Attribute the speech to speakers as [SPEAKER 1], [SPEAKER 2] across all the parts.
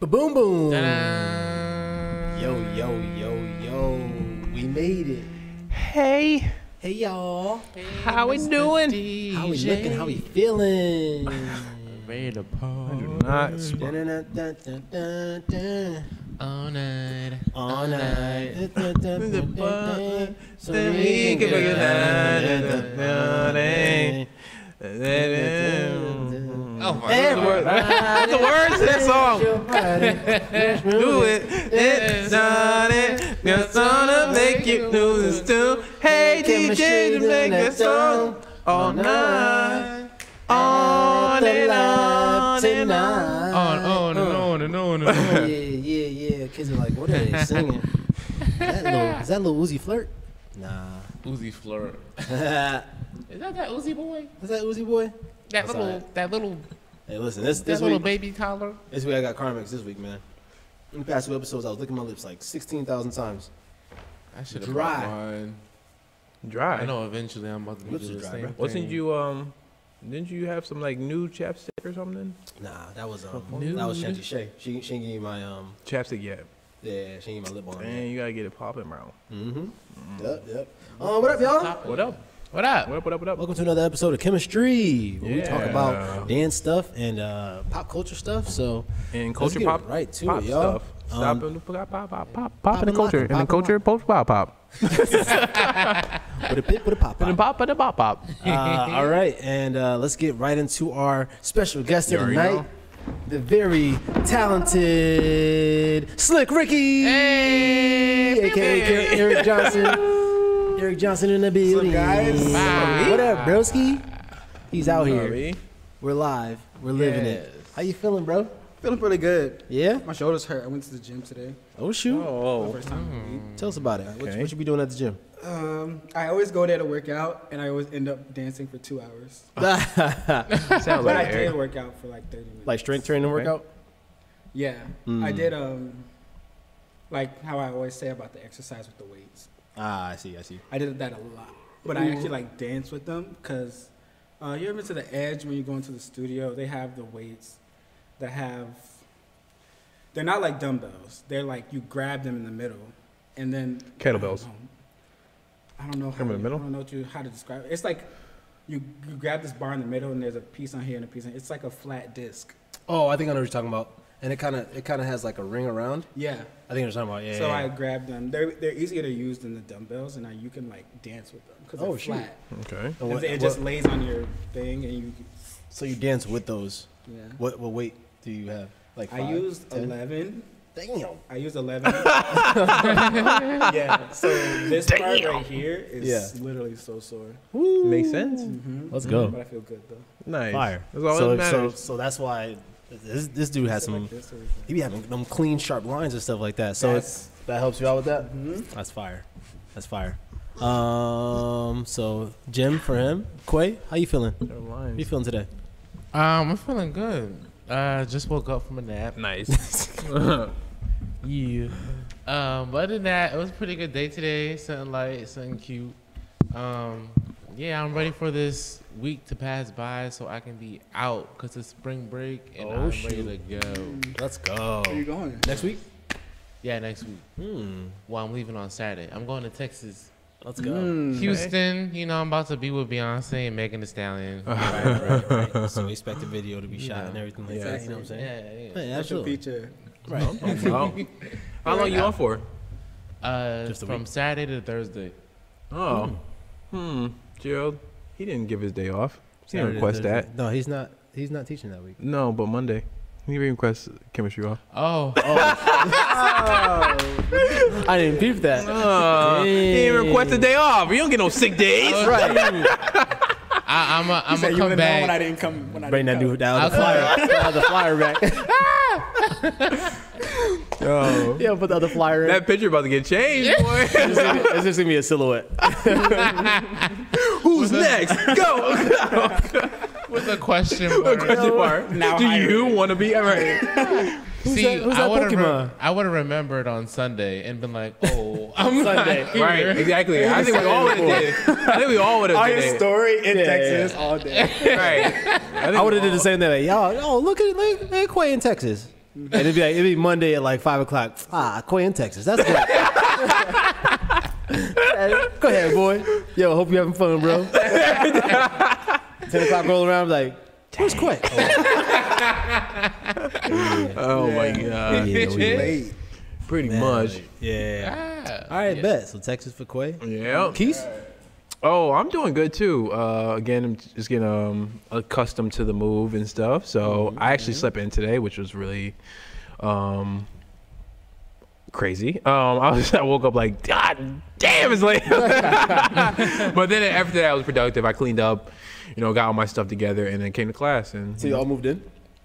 [SPEAKER 1] Boom boom.
[SPEAKER 2] Yo,
[SPEAKER 1] Yo yo yo yo. We made it.
[SPEAKER 2] Hey,
[SPEAKER 1] Hey y'all.
[SPEAKER 2] how we doing?
[SPEAKER 1] How we looking? How we feeling?
[SPEAKER 3] Ready to
[SPEAKER 2] I do
[SPEAKER 3] party
[SPEAKER 2] not sp-
[SPEAKER 1] Dun-dun-dun-dun-dun-dun.
[SPEAKER 3] all night.
[SPEAKER 1] All night.
[SPEAKER 3] Dun-dun-dun-dun-dun.
[SPEAKER 1] So
[SPEAKER 2] Then we can make it dun-dun-dun-dun-dun.
[SPEAKER 3] Oh my
[SPEAKER 1] Everybody
[SPEAKER 2] the words to that song.
[SPEAKER 1] your body.
[SPEAKER 2] Do it. It's not it. It's gonna make you lose this too. Hey, DJ, to make this song all night. On and on and
[SPEAKER 3] On,
[SPEAKER 2] on.
[SPEAKER 3] on, and on, and on, and
[SPEAKER 1] Oh, Yeah,
[SPEAKER 3] on.
[SPEAKER 1] yeah, yeah. Kids are like, what are they singing? That little, is that little Uzi flirt? Nah.
[SPEAKER 3] Uzi flirt.
[SPEAKER 1] is that
[SPEAKER 3] Is that that Uzi boy?
[SPEAKER 1] Uzi boy?
[SPEAKER 3] That
[SPEAKER 1] That's
[SPEAKER 3] little,
[SPEAKER 1] alright.
[SPEAKER 3] that little,
[SPEAKER 1] Hey, listen, this
[SPEAKER 3] that
[SPEAKER 1] this
[SPEAKER 3] little
[SPEAKER 1] week,
[SPEAKER 3] baby collar.
[SPEAKER 1] this week I got Carmex this week, man. In the past two episodes, I was licking my lips like sixteen thousand times.
[SPEAKER 3] I should have
[SPEAKER 1] Dry.
[SPEAKER 3] brought mine. I
[SPEAKER 2] Dry.
[SPEAKER 3] know eventually I'm about to do
[SPEAKER 1] Lips is
[SPEAKER 3] the
[SPEAKER 1] dry,
[SPEAKER 3] same.
[SPEAKER 1] bruh.
[SPEAKER 3] thing.
[SPEAKER 2] Wasn't you um? Didn't you have some like new chapstick or something?
[SPEAKER 1] Nah, that was um,
[SPEAKER 3] Nude.
[SPEAKER 1] that was Shanti Shay. She she gave me my um,
[SPEAKER 2] Chapstick, yeah.
[SPEAKER 1] yeah, she gave me my lip balm.
[SPEAKER 2] Man, you gotta get it popping, bro.
[SPEAKER 1] Mm-hmm. Yep, yep. Um, what up, y'all?
[SPEAKER 3] Stop it.
[SPEAKER 2] What up?
[SPEAKER 3] What up?
[SPEAKER 2] What up? What up? What up?
[SPEAKER 1] Welcome to another episode of Chemistry, where we talk
[SPEAKER 2] Yeah.
[SPEAKER 1] about dance stuff and uh, pop culture stuff. So
[SPEAKER 2] And
[SPEAKER 1] Let's
[SPEAKER 2] culture
[SPEAKER 1] get
[SPEAKER 2] pop,
[SPEAKER 1] right to
[SPEAKER 2] pop
[SPEAKER 1] it, y'all.
[SPEAKER 2] stuff. Stop
[SPEAKER 1] Um,
[SPEAKER 2] and pop, pop, pop, pop, pop in the
[SPEAKER 1] and lock
[SPEAKER 2] culture,
[SPEAKER 1] 'em,
[SPEAKER 2] and the
[SPEAKER 1] pop and
[SPEAKER 2] culture post pop, pop,
[SPEAKER 1] with a bit, with a pop,
[SPEAKER 2] and the
[SPEAKER 1] pop.
[SPEAKER 2] pop, and the pop, pop.
[SPEAKER 1] Uh, all right, and uh, let's get right into our special guest of the
[SPEAKER 2] already
[SPEAKER 1] night,
[SPEAKER 2] know.
[SPEAKER 1] the very talented Slick Ricky,
[SPEAKER 3] Hey,
[SPEAKER 1] aka
[SPEAKER 3] baby.
[SPEAKER 1] Eric Johnson. Eric Johnson in the building.
[SPEAKER 2] guys?
[SPEAKER 3] Bye.
[SPEAKER 1] What up, broski? He's out here.
[SPEAKER 2] Sorry.
[SPEAKER 1] We're live. We're living it.
[SPEAKER 2] Yes.
[SPEAKER 1] How you feeling, bro?
[SPEAKER 4] Feeling pretty good.
[SPEAKER 1] Yeah.
[SPEAKER 4] My shoulders hurt. I went to the gym today.
[SPEAKER 1] Oh shoot.
[SPEAKER 2] Oh,
[SPEAKER 4] First time.
[SPEAKER 1] Tell us about it. What,
[SPEAKER 2] Okay.
[SPEAKER 1] what you be doing at the gym?
[SPEAKER 4] Um, I always go there to work out, and I always end up dancing for two hours.
[SPEAKER 2] sounds
[SPEAKER 4] But I
[SPEAKER 2] like
[SPEAKER 4] did
[SPEAKER 2] Eric.
[SPEAKER 4] work out for like 30 minutes.
[SPEAKER 1] like strength training
[SPEAKER 2] Okay.
[SPEAKER 1] workout?
[SPEAKER 4] Yeah. I
[SPEAKER 1] Mm.
[SPEAKER 4] did, um, like how I always say about the exercise with the weights.
[SPEAKER 1] Ah, I see. I see.
[SPEAKER 4] I did that a lot. But I actually like dance with them because uh, you ever been to the edge when you go into the studio? They have the weights that have, they're not like dumbbells. They're like you grab them in the middle and then.
[SPEAKER 2] Kettlebells.
[SPEAKER 4] I don't know.
[SPEAKER 2] Grab 'em in the middle?
[SPEAKER 4] I don't know what you, how to describe it. It's like you, you grab this bar in the middle and there's a piece on here and a piece on It's like a flat disc.
[SPEAKER 1] Oh, I think I know what you're talking about. And it kind of it kind of has like a ring around.
[SPEAKER 4] Yeah.
[SPEAKER 1] I think I know what you're talking about. Yeah.
[SPEAKER 4] So
[SPEAKER 1] yeah,
[SPEAKER 4] I
[SPEAKER 1] yeah.
[SPEAKER 4] grabbed them. They're, they're easier to use than the dumbbells and now you can like dance with them because
[SPEAKER 1] Oh,
[SPEAKER 4] they're
[SPEAKER 1] shoot.
[SPEAKER 4] flat.
[SPEAKER 2] Okay.
[SPEAKER 1] And
[SPEAKER 4] It-
[SPEAKER 1] what-
[SPEAKER 4] it
[SPEAKER 1] what-
[SPEAKER 4] just lays on your thing and you.
[SPEAKER 1] so you dance with those.
[SPEAKER 4] Yeah.
[SPEAKER 1] What what weight do you have? Like
[SPEAKER 4] I
[SPEAKER 1] five,
[SPEAKER 4] used
[SPEAKER 1] 10?
[SPEAKER 4] eleven.
[SPEAKER 1] Damn.
[SPEAKER 4] I used eleven. yeah. So this part right here is
[SPEAKER 1] Yeah.
[SPEAKER 4] literally so sore.
[SPEAKER 2] Makes sense.
[SPEAKER 4] Mm-hmm.
[SPEAKER 1] Let's go.
[SPEAKER 4] But I feel good though.
[SPEAKER 2] Nice.
[SPEAKER 1] Fire.
[SPEAKER 2] That's all
[SPEAKER 1] so,
[SPEAKER 2] that
[SPEAKER 1] so
[SPEAKER 2] matters.
[SPEAKER 1] so that's why this this dude has
[SPEAKER 4] Sit
[SPEAKER 1] some.
[SPEAKER 4] like this or
[SPEAKER 1] He be having them clean sharp lines and stuff like that. So
[SPEAKER 4] That's-
[SPEAKER 1] it's, that helps you out with that. Mm-hmm.
[SPEAKER 4] Mhm.
[SPEAKER 1] That's fire. That's fire. Um. So Jim for him. Quay, how you feeling? How
[SPEAKER 2] They're
[SPEAKER 1] you
[SPEAKER 2] lines.
[SPEAKER 1] feeling today?
[SPEAKER 3] Um, I'm feeling good. Uh, just woke up from a nap.
[SPEAKER 2] Nice.
[SPEAKER 3] Yeah. Um, but other than that, it was a pretty good day today. Something light, something cute. Um, yeah, I'm ready for this week to pass by so I can be out because it's spring break and
[SPEAKER 1] Oh,
[SPEAKER 3] I'm ready
[SPEAKER 1] shoot.
[SPEAKER 3] to go.
[SPEAKER 1] Let's go.
[SPEAKER 4] Where you going?
[SPEAKER 1] Next week.
[SPEAKER 3] Yeah, next week.
[SPEAKER 1] Hmm.
[SPEAKER 3] Well, I'm leaving on Saturday. I'm going to Texas,
[SPEAKER 1] Let's
[SPEAKER 4] Oh.
[SPEAKER 1] go.
[SPEAKER 3] Houston. You know, I'm about to be with Beyonce and Megan Thee Stallion.
[SPEAKER 1] Oh, right, right, right. So we expect the video to be shot
[SPEAKER 3] Yeah.
[SPEAKER 1] and everything like
[SPEAKER 2] Yeah.
[SPEAKER 1] that. You know what I'm saying?
[SPEAKER 3] yeah, yeah.
[SPEAKER 1] Hey,
[SPEAKER 4] That's your
[SPEAKER 1] absolutely.
[SPEAKER 4] feature.
[SPEAKER 1] Right.
[SPEAKER 2] Wow. How long you on for?
[SPEAKER 3] Uh,
[SPEAKER 1] Just a
[SPEAKER 3] from
[SPEAKER 1] week.
[SPEAKER 3] Saturday to Thursday.
[SPEAKER 2] Oh. Hmm. Gerald, he didn't give his day off. He didn't
[SPEAKER 1] Saturday,
[SPEAKER 2] request
[SPEAKER 1] Thursday.
[SPEAKER 2] that.
[SPEAKER 1] No, he's not. He's not teaching that week.
[SPEAKER 2] No, but Monday. He didn't request chemistry off.
[SPEAKER 3] Oh,
[SPEAKER 1] I didn't peep that.
[SPEAKER 2] Uh, he didn't
[SPEAKER 1] Dang.
[SPEAKER 2] request a day off. You don't get no sick days.
[SPEAKER 1] Right.
[SPEAKER 3] I, I'm a,
[SPEAKER 4] You
[SPEAKER 3] I'm
[SPEAKER 4] said
[SPEAKER 3] gonna come
[SPEAKER 4] you would've known
[SPEAKER 3] back.
[SPEAKER 4] when I didn't come. When I
[SPEAKER 1] Bring that
[SPEAKER 4] didn't
[SPEAKER 1] dude down.
[SPEAKER 3] I'll
[SPEAKER 1] The flyer. Down the flyer back.
[SPEAKER 2] Yo.
[SPEAKER 1] yeah, put the other flyer in.
[SPEAKER 2] That picture about to get changed, boy.
[SPEAKER 1] It's just gonna be- it's just gonna be a silhouette.
[SPEAKER 2] Who's next? Go.
[SPEAKER 3] With a question mark.
[SPEAKER 2] Question mark.
[SPEAKER 4] Now
[SPEAKER 2] Do
[SPEAKER 4] hired.
[SPEAKER 2] you want to be? All right.
[SPEAKER 1] Who's
[SPEAKER 3] See,
[SPEAKER 1] that- who's
[SPEAKER 3] I
[SPEAKER 1] that
[SPEAKER 3] would have
[SPEAKER 1] Pokemon?
[SPEAKER 3] I would have remembered on Sunday and been like, oh, I'm
[SPEAKER 1] Sunday,
[SPEAKER 3] not here.
[SPEAKER 2] Right. Exactly. I think we all would have did. it. I think we all would have
[SPEAKER 4] All
[SPEAKER 2] did
[SPEAKER 4] your
[SPEAKER 2] it.
[SPEAKER 4] story in
[SPEAKER 1] Yeah,
[SPEAKER 4] Texas
[SPEAKER 1] yeah.
[SPEAKER 4] all day.
[SPEAKER 2] Right.
[SPEAKER 1] I would have did the same thing. Like, y'all, oh, look at look, look at Quay in Texas. And it'd be like, it'd be Monday at like five o'clock. Ah, Quay in Texas. That's good. Go ahead, boy. Yo, hope you're having fun, bro. Ten o'clock roll around, I'm like, where's Quay?
[SPEAKER 2] Oh my god.
[SPEAKER 1] Yeah, we-
[SPEAKER 4] Late.
[SPEAKER 2] Pretty
[SPEAKER 1] Man,
[SPEAKER 2] much.
[SPEAKER 1] Yeah.
[SPEAKER 3] Ah.
[SPEAKER 1] All right, bet. So Texas for Quay.
[SPEAKER 2] Yeah.
[SPEAKER 1] Keys?
[SPEAKER 2] Oh, I'm doing good too. Uh, again, I'm just getting um, accustomed to the move and stuff. So
[SPEAKER 1] Mm-hmm.
[SPEAKER 2] I actually slept in today, which was really um, crazy. Um, I was I woke up like God damn, it's late. but then after that, I was productive. I cleaned up, you know, got all my stuff together, and then came to class. And
[SPEAKER 1] So you all moved in?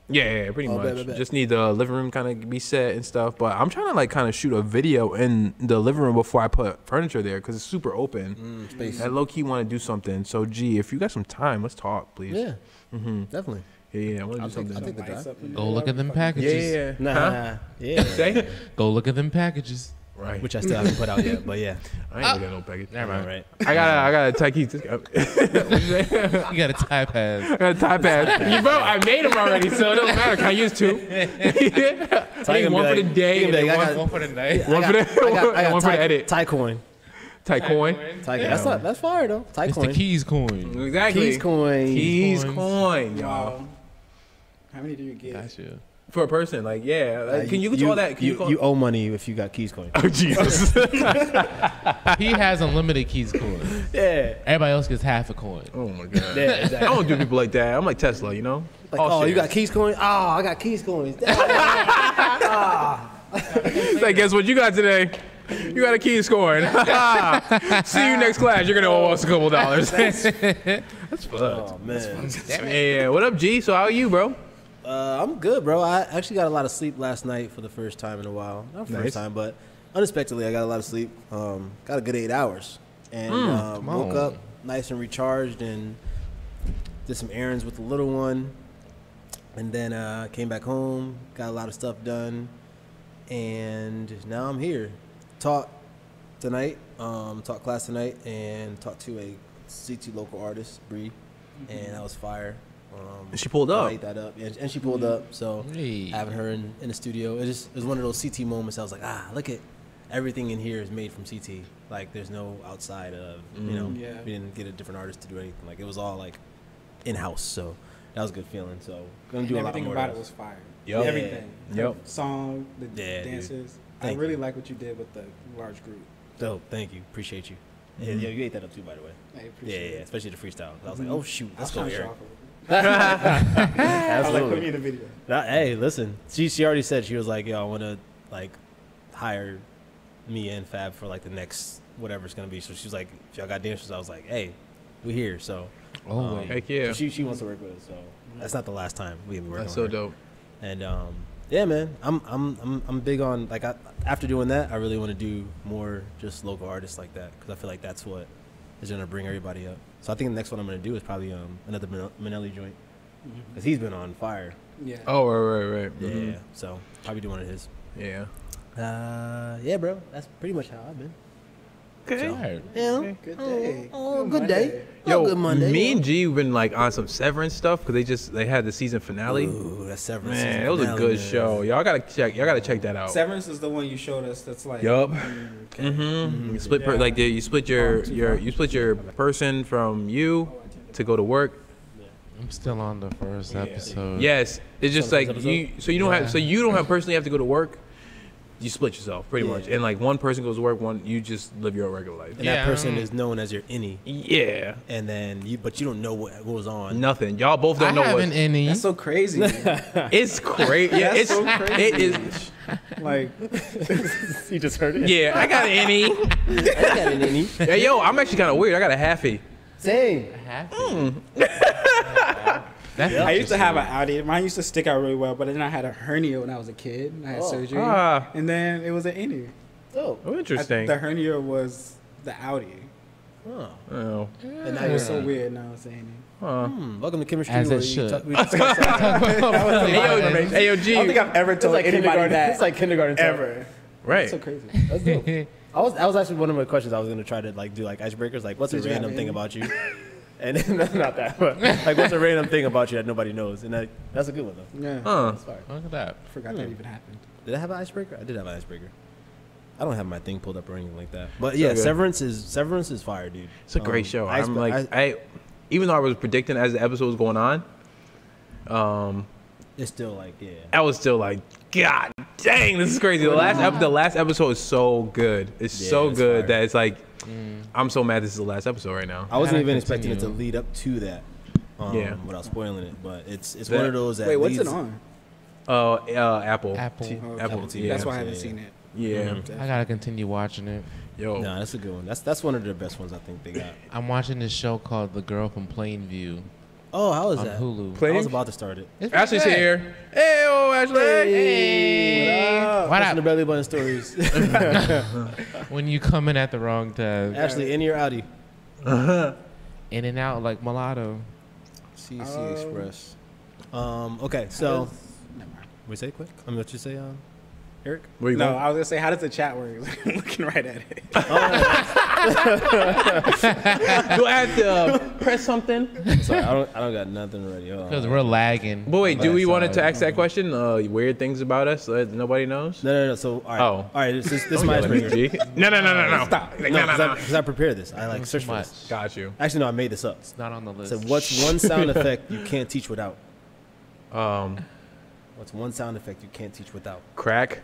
[SPEAKER 2] yeah, yeah, pretty
[SPEAKER 1] Oh,
[SPEAKER 2] much.
[SPEAKER 1] bet, bet, bet.
[SPEAKER 2] Just need the living room kind of be set and stuff. But I'm trying to like kind of shoot a video in the living room before I put furniture there because it's super open.
[SPEAKER 1] Mm, space.
[SPEAKER 2] I low key want to do something. So, gee, if you got some time, let's talk, please.
[SPEAKER 1] Yeah,
[SPEAKER 2] Mm-hmm.
[SPEAKER 1] definitely.
[SPEAKER 2] Yeah, yeah, I want to
[SPEAKER 1] I'll
[SPEAKER 2] do
[SPEAKER 1] take, I'll
[SPEAKER 2] something.
[SPEAKER 1] take the
[SPEAKER 4] Lights
[SPEAKER 1] drive.
[SPEAKER 4] up in
[SPEAKER 3] Go
[SPEAKER 4] there.
[SPEAKER 3] look at them packages.
[SPEAKER 2] Yeah, yeah, yeah.
[SPEAKER 1] Nah,
[SPEAKER 2] Huh?
[SPEAKER 1] yeah.
[SPEAKER 2] Say?
[SPEAKER 3] Go look at them packages.
[SPEAKER 2] Right.
[SPEAKER 1] Which I still haven't put out yet, but yeah.
[SPEAKER 2] I ain't looking at no package.
[SPEAKER 3] Never
[SPEAKER 1] All
[SPEAKER 3] mind.
[SPEAKER 1] right.
[SPEAKER 2] I gotta, I gotta tie keys.
[SPEAKER 3] You got a tie pass.
[SPEAKER 2] E uh, I gotta tie pad. you bro, I made them already, so it don't matter. Can I use two?
[SPEAKER 1] So
[SPEAKER 2] I need one for the day
[SPEAKER 1] you
[SPEAKER 2] and
[SPEAKER 1] gonna be
[SPEAKER 2] then
[SPEAKER 1] like,
[SPEAKER 2] one,
[SPEAKER 1] I got,
[SPEAKER 3] for the night.
[SPEAKER 2] one
[SPEAKER 1] I got,
[SPEAKER 2] for the,
[SPEAKER 1] I got, I got
[SPEAKER 2] one for
[SPEAKER 1] Ty,
[SPEAKER 2] the edit.
[SPEAKER 1] Ty coin.
[SPEAKER 2] Tie coin.
[SPEAKER 1] Ty coin. That's
[SPEAKER 2] Yeah.
[SPEAKER 1] not that's fire though. Ty
[SPEAKER 3] It's
[SPEAKER 1] coin.
[SPEAKER 3] the keys coin.
[SPEAKER 2] Exactly.
[SPEAKER 1] Keys coin.
[SPEAKER 2] Keys
[SPEAKER 3] Keys
[SPEAKER 2] coin, y'all.
[SPEAKER 4] Wow. How many do you get?
[SPEAKER 3] Gotcha.
[SPEAKER 2] For a person, like, yeah.
[SPEAKER 1] Uh,
[SPEAKER 2] Like, can you, do all that? Can you,
[SPEAKER 1] you,
[SPEAKER 2] call-
[SPEAKER 1] you owe money if you got keys coin.
[SPEAKER 2] oh, Jesus.
[SPEAKER 3] He has unlimited keys coin.
[SPEAKER 1] yeah.
[SPEAKER 3] Everybody else gets half a coin.
[SPEAKER 2] oh, my God.
[SPEAKER 1] Yeah. Exactly.
[SPEAKER 2] I don't do people like that. I'm like Tesla, you know?
[SPEAKER 1] Like,
[SPEAKER 2] All
[SPEAKER 1] oh, you
[SPEAKER 2] shares.
[SPEAKER 1] got keys coin. Oh, I got keys coins. Damn.
[SPEAKER 2] Say, guess what you got today? You got a key scoring. See you next class. You're gonna owe us a couple dollars. That's fucked.
[SPEAKER 1] oh man.
[SPEAKER 2] Yeah, yeah. What up, G? So how are you, bro?
[SPEAKER 1] Uh, I'm good, bro. I actually got a lot of sleep last night for the first time in a while. Not first
[SPEAKER 2] Nice.
[SPEAKER 1] time, but unexpectedly, I got a lot of sleep. Um, got a good eight hours, and um, woke
[SPEAKER 3] on.
[SPEAKER 1] up nice and recharged, and did some errands with the little one, and then uh, came back home, got a lot of stuff done, and now I'm here. Taught tonight, um, taught class tonight, and talked to a CT local artist, Bree, and that was fire. Um,
[SPEAKER 2] She pulled
[SPEAKER 1] I
[SPEAKER 2] up.
[SPEAKER 1] ate that up, yeah, and she pulled up. So
[SPEAKER 3] Hey.
[SPEAKER 1] having her in, in the studio, it just it was one of those CT moments. I was like, ah, look at everything in here is made from CT. Like there's no outside of you know
[SPEAKER 4] Yeah.
[SPEAKER 1] we didn't get a different artist to do anything. Like it was all like in house. So that was a good feeling. So gonna
[SPEAKER 4] And
[SPEAKER 1] do a lot
[SPEAKER 4] everything
[SPEAKER 1] more.
[SPEAKER 4] about
[SPEAKER 1] of
[SPEAKER 4] it
[SPEAKER 1] those.
[SPEAKER 4] was fire.
[SPEAKER 2] Yup. Yeah.
[SPEAKER 4] Everything.
[SPEAKER 2] Yup.
[SPEAKER 4] The song, the
[SPEAKER 1] Yeah, dude.
[SPEAKER 4] dances.
[SPEAKER 1] Thank
[SPEAKER 4] I really like what you did with the large group.
[SPEAKER 1] Dope. Thank you. Appreciate you. Yeah, yeah, you ate that up too, by the way.
[SPEAKER 4] I
[SPEAKER 1] Yeah,
[SPEAKER 4] appreciate
[SPEAKER 1] yeah, yeah,
[SPEAKER 4] it.
[SPEAKER 1] especially the freestyle. I was like,
[SPEAKER 4] Mhm.
[SPEAKER 1] oh shoot,
[SPEAKER 4] I was
[SPEAKER 1] let's go
[SPEAKER 4] trying to show
[SPEAKER 1] here.
[SPEAKER 4] off a little bit.
[SPEAKER 3] Oh,
[SPEAKER 4] I was like, put
[SPEAKER 1] Absolutely.
[SPEAKER 4] me in the video.
[SPEAKER 1] Nah, hey, listen. She she already said she was like, yo, I want to like hire me and Fab for like the next whatever it's gonna be. So she's like, if y'all got dancers, I was like, hey, we here. So
[SPEAKER 3] Oh,
[SPEAKER 1] Um,
[SPEAKER 3] wait.
[SPEAKER 2] Heck yeah.
[SPEAKER 1] so she she wants to work with us. So that's not the last time we have working.
[SPEAKER 2] That's
[SPEAKER 1] on
[SPEAKER 2] so
[SPEAKER 1] her.
[SPEAKER 2] dope.
[SPEAKER 1] And um, yeah, man, I'm I'm I'm I'm big on like I, after doing that, I really want to do more just local artists like that because I feel like that's what is gonna bring everybody up. So I think the next one I'm gonna do is probably um another Min- Minelli joint because he's been on fire.
[SPEAKER 4] Yeah.
[SPEAKER 2] Oh, right, right, right.
[SPEAKER 1] Yeah.
[SPEAKER 2] Mhm.
[SPEAKER 1] So probably do one of his.
[SPEAKER 2] Yeah.
[SPEAKER 1] Uh, yeah, bro. That's pretty much how I've been.
[SPEAKER 3] Alright.
[SPEAKER 1] Yeah.
[SPEAKER 4] Good day.
[SPEAKER 1] Oh, good day.
[SPEAKER 2] Yo,
[SPEAKER 1] oh, good Monday.
[SPEAKER 2] me and G been like on some Severance stuff because they just they had the season finale.
[SPEAKER 1] Ooh, that's Severance.
[SPEAKER 2] Man,
[SPEAKER 1] season
[SPEAKER 2] it was a
[SPEAKER 1] finale,
[SPEAKER 2] good
[SPEAKER 1] man.
[SPEAKER 2] show. Y'all gotta check. Y'all gotta check that
[SPEAKER 1] Oh.
[SPEAKER 2] out.
[SPEAKER 4] Severance is the one you showed us that's like.
[SPEAKER 2] Yup.
[SPEAKER 4] mm, okay.
[SPEAKER 2] Mm-hmm. You split per,
[SPEAKER 4] Yeah.
[SPEAKER 2] like you split your
[SPEAKER 4] Oh, too
[SPEAKER 2] your
[SPEAKER 4] far.
[SPEAKER 2] you split your person from you to go to work.
[SPEAKER 3] I'm still on the first episode.
[SPEAKER 2] Yes, it's just
[SPEAKER 1] So this
[SPEAKER 2] like
[SPEAKER 1] episode?
[SPEAKER 2] you. So you don't
[SPEAKER 3] Yeah.
[SPEAKER 2] have. So you don't have personally have to go to work. You split yourself pretty much,
[SPEAKER 1] Yeah.
[SPEAKER 2] and like one person goes to work, one you just live your regular life.
[SPEAKER 1] And
[SPEAKER 2] Yeah.
[SPEAKER 1] that
[SPEAKER 3] Yeah.
[SPEAKER 1] person is known as your any, and then you, but you don't know what goes on.
[SPEAKER 2] nothing. Y'all both
[SPEAKER 3] I
[SPEAKER 2] don't know
[SPEAKER 3] have
[SPEAKER 2] what
[SPEAKER 3] an any.
[SPEAKER 4] That's so crazy. man.
[SPEAKER 2] it's crazy. Yeah,
[SPEAKER 4] That's
[SPEAKER 2] it's
[SPEAKER 4] so
[SPEAKER 2] it
[SPEAKER 4] crazy.
[SPEAKER 2] is.
[SPEAKER 4] like,
[SPEAKER 1] you just heard it.
[SPEAKER 2] Yeah, I got an any.
[SPEAKER 1] I got an any.
[SPEAKER 2] Hey, yo, I'm actually kind of weird. I got a E. halfie.
[SPEAKER 1] Same.
[SPEAKER 3] Happy. That's
[SPEAKER 4] I used to have
[SPEAKER 3] interesting.
[SPEAKER 4] an Audi. Mine used to stick out really well, but then I had a hernia when I was a kid. and I had
[SPEAKER 1] Oh.
[SPEAKER 4] surgery.
[SPEAKER 2] Ah,
[SPEAKER 4] And then it was an innie.
[SPEAKER 1] Oh.
[SPEAKER 2] oh,
[SPEAKER 4] I-
[SPEAKER 2] interesting.
[SPEAKER 4] The hernia was the Audi.
[SPEAKER 1] oh.
[SPEAKER 2] Oh,
[SPEAKER 1] And now
[SPEAKER 4] That
[SPEAKER 1] you're
[SPEAKER 4] was so
[SPEAKER 1] so.
[SPEAKER 4] weird. Now it's an innie.
[SPEAKER 2] huh.
[SPEAKER 1] Hmm, welcome to chemistry.
[SPEAKER 3] As it
[SPEAKER 1] where you
[SPEAKER 3] should.
[SPEAKER 1] talk- we talk about- Oh,
[SPEAKER 2] Hey, yo, hey, yo,
[SPEAKER 4] I don't
[SPEAKER 2] G.
[SPEAKER 4] think I've ever
[SPEAKER 1] it's
[SPEAKER 4] told
[SPEAKER 1] like
[SPEAKER 4] anybody
[SPEAKER 1] kindergarten.
[SPEAKER 4] that
[SPEAKER 1] It's like kindergarten. talk.
[SPEAKER 4] ever.
[SPEAKER 2] Right.
[SPEAKER 4] That's so crazy.
[SPEAKER 1] That's dope. I was. That was actually one of my questions. I was gonna try to like do like icebreakers. Like, what's a
[SPEAKER 4] Did you have
[SPEAKER 1] random thing
[SPEAKER 4] any?
[SPEAKER 1] about you? And then, not that, but like, what's a random thing about you that nobody knows? And that, that's a good one, though.
[SPEAKER 4] Yeah. Hmm.
[SPEAKER 2] Huh.
[SPEAKER 1] That's fire.
[SPEAKER 3] Look at that.
[SPEAKER 4] Forgot that even happened.
[SPEAKER 1] Did I have an icebreaker? I did have an icebreaker. I don't have my thing pulled up or anything like that. But yeah,
[SPEAKER 2] good.
[SPEAKER 1] Severance is Severance is fire, dude.
[SPEAKER 2] It's a great
[SPEAKER 1] Um,
[SPEAKER 2] show.
[SPEAKER 1] ice-
[SPEAKER 2] I'm like,
[SPEAKER 1] ice-
[SPEAKER 2] I, even though I was predicting as the episode was going on, um,
[SPEAKER 1] it's still like yeah.
[SPEAKER 2] I was still like, God dang, this is crazy. The last ep- the last episode is so good. It's
[SPEAKER 1] Yeah,
[SPEAKER 2] so
[SPEAKER 1] it's
[SPEAKER 2] good
[SPEAKER 1] fire.
[SPEAKER 2] that it's like, I'm so mad this is the last episode right now.
[SPEAKER 1] I wasn't
[SPEAKER 3] gotta
[SPEAKER 1] even expecting it to
[SPEAKER 3] continue.
[SPEAKER 1] lead up to that. Um,
[SPEAKER 2] Yeah.
[SPEAKER 1] Without spoiling it, but it's it's
[SPEAKER 2] That-
[SPEAKER 1] one of those that
[SPEAKER 4] Wait, what's it
[SPEAKER 1] leads-
[SPEAKER 4] on?
[SPEAKER 2] Uh, uh Apple.
[SPEAKER 3] Apple. Mm-hmm.
[SPEAKER 2] T-
[SPEAKER 4] Oh,
[SPEAKER 2] Apple
[SPEAKER 1] Apple
[SPEAKER 2] TV.
[SPEAKER 1] TV.
[SPEAKER 4] That's
[SPEAKER 2] Yeah.
[SPEAKER 4] why I haven't
[SPEAKER 1] yeah,
[SPEAKER 4] seen it.
[SPEAKER 2] yeah.
[SPEAKER 3] I gotta continue watching it.
[SPEAKER 2] Yo.
[SPEAKER 1] Nah, that's a good one. That's that's one of the best ones I think they got.
[SPEAKER 3] I'm watching this show called The Girl from Plainview
[SPEAKER 1] Oh, how is
[SPEAKER 3] on
[SPEAKER 1] that?
[SPEAKER 3] Hulu.
[SPEAKER 2] Play-
[SPEAKER 1] I was about to start it.
[SPEAKER 3] It's pretty
[SPEAKER 2] Ashley's
[SPEAKER 3] good.
[SPEAKER 2] here. Hey, oh Ashley.
[SPEAKER 3] Hey. What
[SPEAKER 1] Watching the
[SPEAKER 3] up?
[SPEAKER 1] belly button stories.
[SPEAKER 3] When you come in at the wrong time,
[SPEAKER 1] Ashley, in your Audi.
[SPEAKER 3] in and out like mulatto.
[SPEAKER 1] CC Express. Um. Okay. So. We say quick. I'm what you say, um, Eric.
[SPEAKER 2] Where you
[SPEAKER 4] No,
[SPEAKER 2] going?
[SPEAKER 4] I was gonna say, how does the chat work? I'm looking right at it.
[SPEAKER 1] Oh,
[SPEAKER 2] Do I have to uh, press something?
[SPEAKER 1] Sorry, I don't. I don't got nothing ready. Hold on.
[SPEAKER 3] Because we're lagging.
[SPEAKER 2] But wait, do we
[SPEAKER 3] Sorry.
[SPEAKER 2] want to ask that question? Uh, weird things about us that nobody knows?
[SPEAKER 1] No, no, no. So, all right.
[SPEAKER 2] Oh.
[SPEAKER 1] All right. This, this, this is
[SPEAKER 2] Don't
[SPEAKER 1] my
[SPEAKER 2] yell at me,
[SPEAKER 1] icebreaker.
[SPEAKER 2] G. No, no, no, no, no. Stop. No, no,
[SPEAKER 1] because
[SPEAKER 2] no.
[SPEAKER 1] I, 'cause I prepared this. I like
[SPEAKER 3] Too
[SPEAKER 1] searched for
[SPEAKER 3] much.
[SPEAKER 1] this.
[SPEAKER 2] Got you.
[SPEAKER 1] Actually, no, I made this up.
[SPEAKER 3] It's not on the list.
[SPEAKER 1] So, what's one sound effect you can't teach without?
[SPEAKER 2] Um,
[SPEAKER 1] What's one sound effect you can't teach without?
[SPEAKER 2] crack,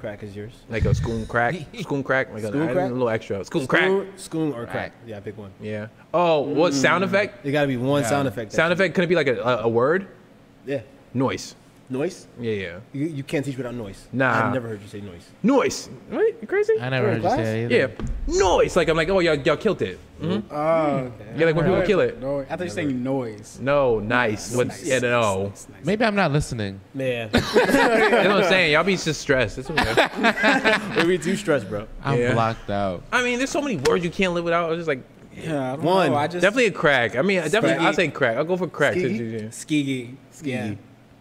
[SPEAKER 1] Crack is yours.
[SPEAKER 2] like a spoon crack, spoon crack, like
[SPEAKER 1] Spoon
[SPEAKER 2] a,
[SPEAKER 1] crack?
[SPEAKER 2] a little extra spoon crack.
[SPEAKER 1] Spoon, spoon or crack.
[SPEAKER 3] Crack.
[SPEAKER 1] Yeah, pick one.
[SPEAKER 2] Yeah. Oh, what sound effect?
[SPEAKER 1] It got to be one sound effect. that
[SPEAKER 2] Sound
[SPEAKER 1] you-
[SPEAKER 2] effect? Could it be like a, a, a word?
[SPEAKER 1] Yeah.
[SPEAKER 2] Noise.
[SPEAKER 1] Noise.
[SPEAKER 2] Yeah, yeah.
[SPEAKER 1] You, you can't teach without noise.
[SPEAKER 2] Nah.
[SPEAKER 1] I've never heard you say noise.
[SPEAKER 2] Noise. What? You crazy?
[SPEAKER 3] I never
[SPEAKER 1] We're
[SPEAKER 3] heard
[SPEAKER 1] in
[SPEAKER 3] you say
[SPEAKER 1] class?
[SPEAKER 3] that either.
[SPEAKER 2] Yeah. Noise. Like I'm like, oh, y'all, y'all killed it. hmm
[SPEAKER 4] Oh,
[SPEAKER 2] Yeah, like when people kill it.
[SPEAKER 4] No, I thought you were saying noise.
[SPEAKER 2] No, nice. What's yeah, no.
[SPEAKER 4] nice, nice.
[SPEAKER 3] Maybe I'm not listening.
[SPEAKER 1] Yeah.
[SPEAKER 2] That's what I'm saying. Y'all be just stressed. That's what I'm saying.
[SPEAKER 1] we too stressed, bro.
[SPEAKER 3] I'm
[SPEAKER 2] Yeah.
[SPEAKER 3] blocked out.
[SPEAKER 2] I mean, there's so many words you can't live without. It's just like
[SPEAKER 4] Yeah, I don't
[SPEAKER 1] One.
[SPEAKER 4] know. I just
[SPEAKER 2] definitely a crack. I mean, definitely I'll say crack. I'll go for crack.
[SPEAKER 1] Skeegee?
[SPEAKER 4] skeegee. Yeah.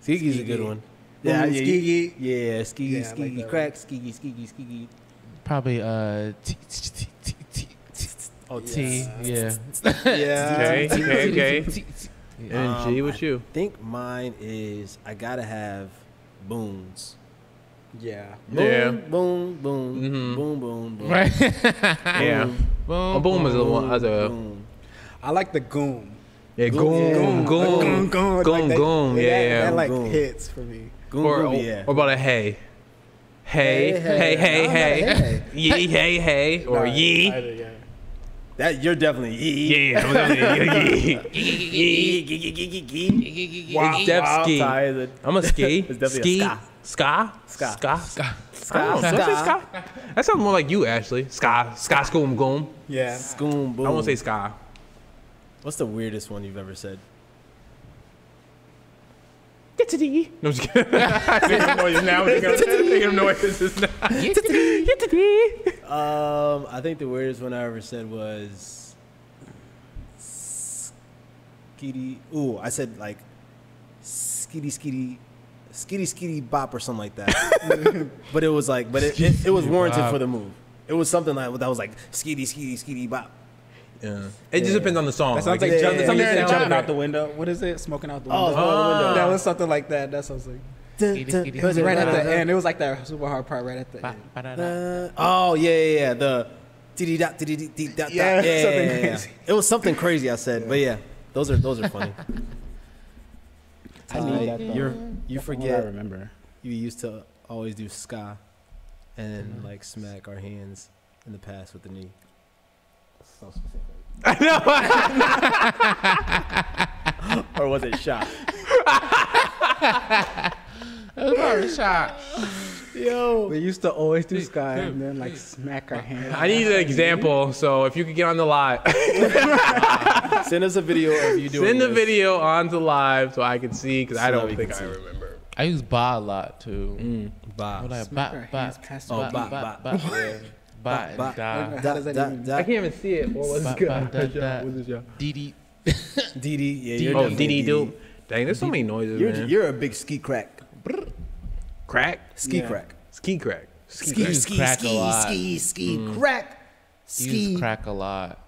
[SPEAKER 1] Skeegee's a good
[SPEAKER 4] Skeegee.
[SPEAKER 1] one.
[SPEAKER 4] Ooh,
[SPEAKER 1] yeah,
[SPEAKER 4] skeegee.
[SPEAKER 1] Yeah, skeegee,
[SPEAKER 4] Yeah, I like
[SPEAKER 1] skeegee,
[SPEAKER 4] that one.
[SPEAKER 1] crack, skeegee, skeegee, skeegee.
[SPEAKER 3] Probably uh T T T T T
[SPEAKER 1] Oh,
[SPEAKER 3] T yeah.
[SPEAKER 4] Yeah.
[SPEAKER 2] Okay, okay, okay.
[SPEAKER 3] T- T- T- yeah.
[SPEAKER 2] And G,
[SPEAKER 1] Um,
[SPEAKER 2] what you?
[SPEAKER 1] I think mine is I gotta have boons.
[SPEAKER 4] Yeah.
[SPEAKER 1] Boom,
[SPEAKER 2] Yeah.
[SPEAKER 1] Boom, boom,
[SPEAKER 2] Mhm.
[SPEAKER 1] boom, boom, boom.
[SPEAKER 3] Right.
[SPEAKER 2] Yeah.
[SPEAKER 3] Boom.
[SPEAKER 2] A boom is the one.
[SPEAKER 1] boom,
[SPEAKER 2] As a
[SPEAKER 1] boom.
[SPEAKER 4] I like the goom.
[SPEAKER 2] yeah,
[SPEAKER 1] Goom,
[SPEAKER 2] goom, goom,
[SPEAKER 4] Goom, goom.
[SPEAKER 2] goom, goom.
[SPEAKER 4] that,
[SPEAKER 2] Yeah,
[SPEAKER 4] That,
[SPEAKER 2] yeah.
[SPEAKER 4] like
[SPEAKER 1] Goom.
[SPEAKER 4] hits for me.
[SPEAKER 1] Goom,
[SPEAKER 2] Or
[SPEAKER 1] goom,
[SPEAKER 2] or
[SPEAKER 1] yeah.
[SPEAKER 2] or about a hey, hey,
[SPEAKER 1] Hey, hey.
[SPEAKER 2] hey, hey,
[SPEAKER 4] I'm not a
[SPEAKER 2] hey,
[SPEAKER 4] hey.
[SPEAKER 2] yee, hey, hey, or
[SPEAKER 4] Nah, I
[SPEAKER 2] yee.
[SPEAKER 4] do, yeah.
[SPEAKER 1] that you're definitely yeah.
[SPEAKER 2] Yeah, Devski. I'm a ski.
[SPEAKER 1] It's definitely a
[SPEAKER 2] Ski.
[SPEAKER 1] ska.
[SPEAKER 2] Ska.
[SPEAKER 1] Ska.
[SPEAKER 2] Ska. Ska. Ska.
[SPEAKER 1] Ska.
[SPEAKER 2] Don't say ska. That sounds more like you, Ashley. Ska. Ska. Skoom. Goom.
[SPEAKER 4] Yeah.
[SPEAKER 1] Goom, boom.
[SPEAKER 2] I won't say ska.
[SPEAKER 1] What's the weirdest one you've ever said?
[SPEAKER 2] Get to the. No, I'm just kidding. Making noises now. Making noises now. Get to the.
[SPEAKER 1] Um, I think the weirdest one I ever said was skitty. Ooh, I said like skitty skitty, skitty skitty bop or something like that. but it was like, but it, it, it was warranted
[SPEAKER 3] bop.
[SPEAKER 1] for the move. It was something like that was like skitty skitty skitty bop.
[SPEAKER 2] Yeah. It just depends on the song.
[SPEAKER 4] That sounds like
[SPEAKER 1] yeah,
[SPEAKER 4] jump-
[SPEAKER 1] yeah,
[SPEAKER 4] something
[SPEAKER 1] yeah,
[SPEAKER 4] said
[SPEAKER 1] yeah.
[SPEAKER 4] jumping out the window. What is it? Smoking out the
[SPEAKER 1] Oh,
[SPEAKER 4] window.
[SPEAKER 1] it's going out the window.
[SPEAKER 4] That was something like that. That sounds like.
[SPEAKER 1] Dun,
[SPEAKER 3] Skitty,
[SPEAKER 1] dun,
[SPEAKER 3] skitty,
[SPEAKER 1] dun,
[SPEAKER 3] skitty,
[SPEAKER 4] Right at
[SPEAKER 1] dun,
[SPEAKER 4] the
[SPEAKER 1] dun,
[SPEAKER 4] end. It was like that super hard part right at the end.
[SPEAKER 3] Ba-ba-da-da.
[SPEAKER 1] dun. Oh yeah, yeah, yeah. The dee dot dee dee dee dee dot. Yeah,
[SPEAKER 4] Yeah,
[SPEAKER 1] yeah,
[SPEAKER 4] something
[SPEAKER 1] yeah, yeah.
[SPEAKER 4] crazy.
[SPEAKER 1] It was something crazy I said, but yeah, those are those are funny.
[SPEAKER 4] I need that, though.
[SPEAKER 1] You're, you
[SPEAKER 4] I
[SPEAKER 1] forget.
[SPEAKER 4] remember.
[SPEAKER 1] you used to always do ska and
[SPEAKER 4] Mm-hmm.
[SPEAKER 1] then like smack our hands in the past with the knee. So specific. I know. or was it shot?
[SPEAKER 3] That was probably a shot.
[SPEAKER 1] Yo.
[SPEAKER 4] We used to always do sky and then like smack our hands.
[SPEAKER 2] I need an example, so if you could get on the live,
[SPEAKER 1] Send us a video of you doing
[SPEAKER 2] send the
[SPEAKER 1] this.
[SPEAKER 2] video on to live so I can see, because I
[SPEAKER 1] So that
[SPEAKER 2] don't
[SPEAKER 1] we
[SPEAKER 2] think
[SPEAKER 1] can
[SPEAKER 2] I
[SPEAKER 1] see.
[SPEAKER 2] remember.
[SPEAKER 3] I use ba a lot too.
[SPEAKER 2] Mm.
[SPEAKER 1] Bob.
[SPEAKER 3] What I
[SPEAKER 4] Smack our
[SPEAKER 3] ba
[SPEAKER 4] hands
[SPEAKER 3] ba
[SPEAKER 4] past
[SPEAKER 1] Oh,
[SPEAKER 4] our
[SPEAKER 1] ba-
[SPEAKER 4] feet.
[SPEAKER 1] ba-
[SPEAKER 3] ba ba yeah. ba
[SPEAKER 1] ba-
[SPEAKER 3] and da.
[SPEAKER 4] How does that even-
[SPEAKER 2] I can't even see it. What was
[SPEAKER 3] Ba-
[SPEAKER 2] it?
[SPEAKER 3] ba- da- da. Dee dee.
[SPEAKER 1] DD. Yeah,
[SPEAKER 3] Dee-
[SPEAKER 1] you're
[SPEAKER 2] Oh,
[SPEAKER 1] definitely
[SPEAKER 2] DD Doop. Dang, there's so many noises,
[SPEAKER 1] You're,
[SPEAKER 2] man.
[SPEAKER 1] you're a big ski crack.
[SPEAKER 2] crack?
[SPEAKER 1] Ski
[SPEAKER 4] Yeah.
[SPEAKER 1] crack.
[SPEAKER 2] Ski crack. Ski
[SPEAKER 3] You
[SPEAKER 2] crack.
[SPEAKER 3] use crack a lot.
[SPEAKER 1] ski, ski, crack.
[SPEAKER 3] You use crack a lot.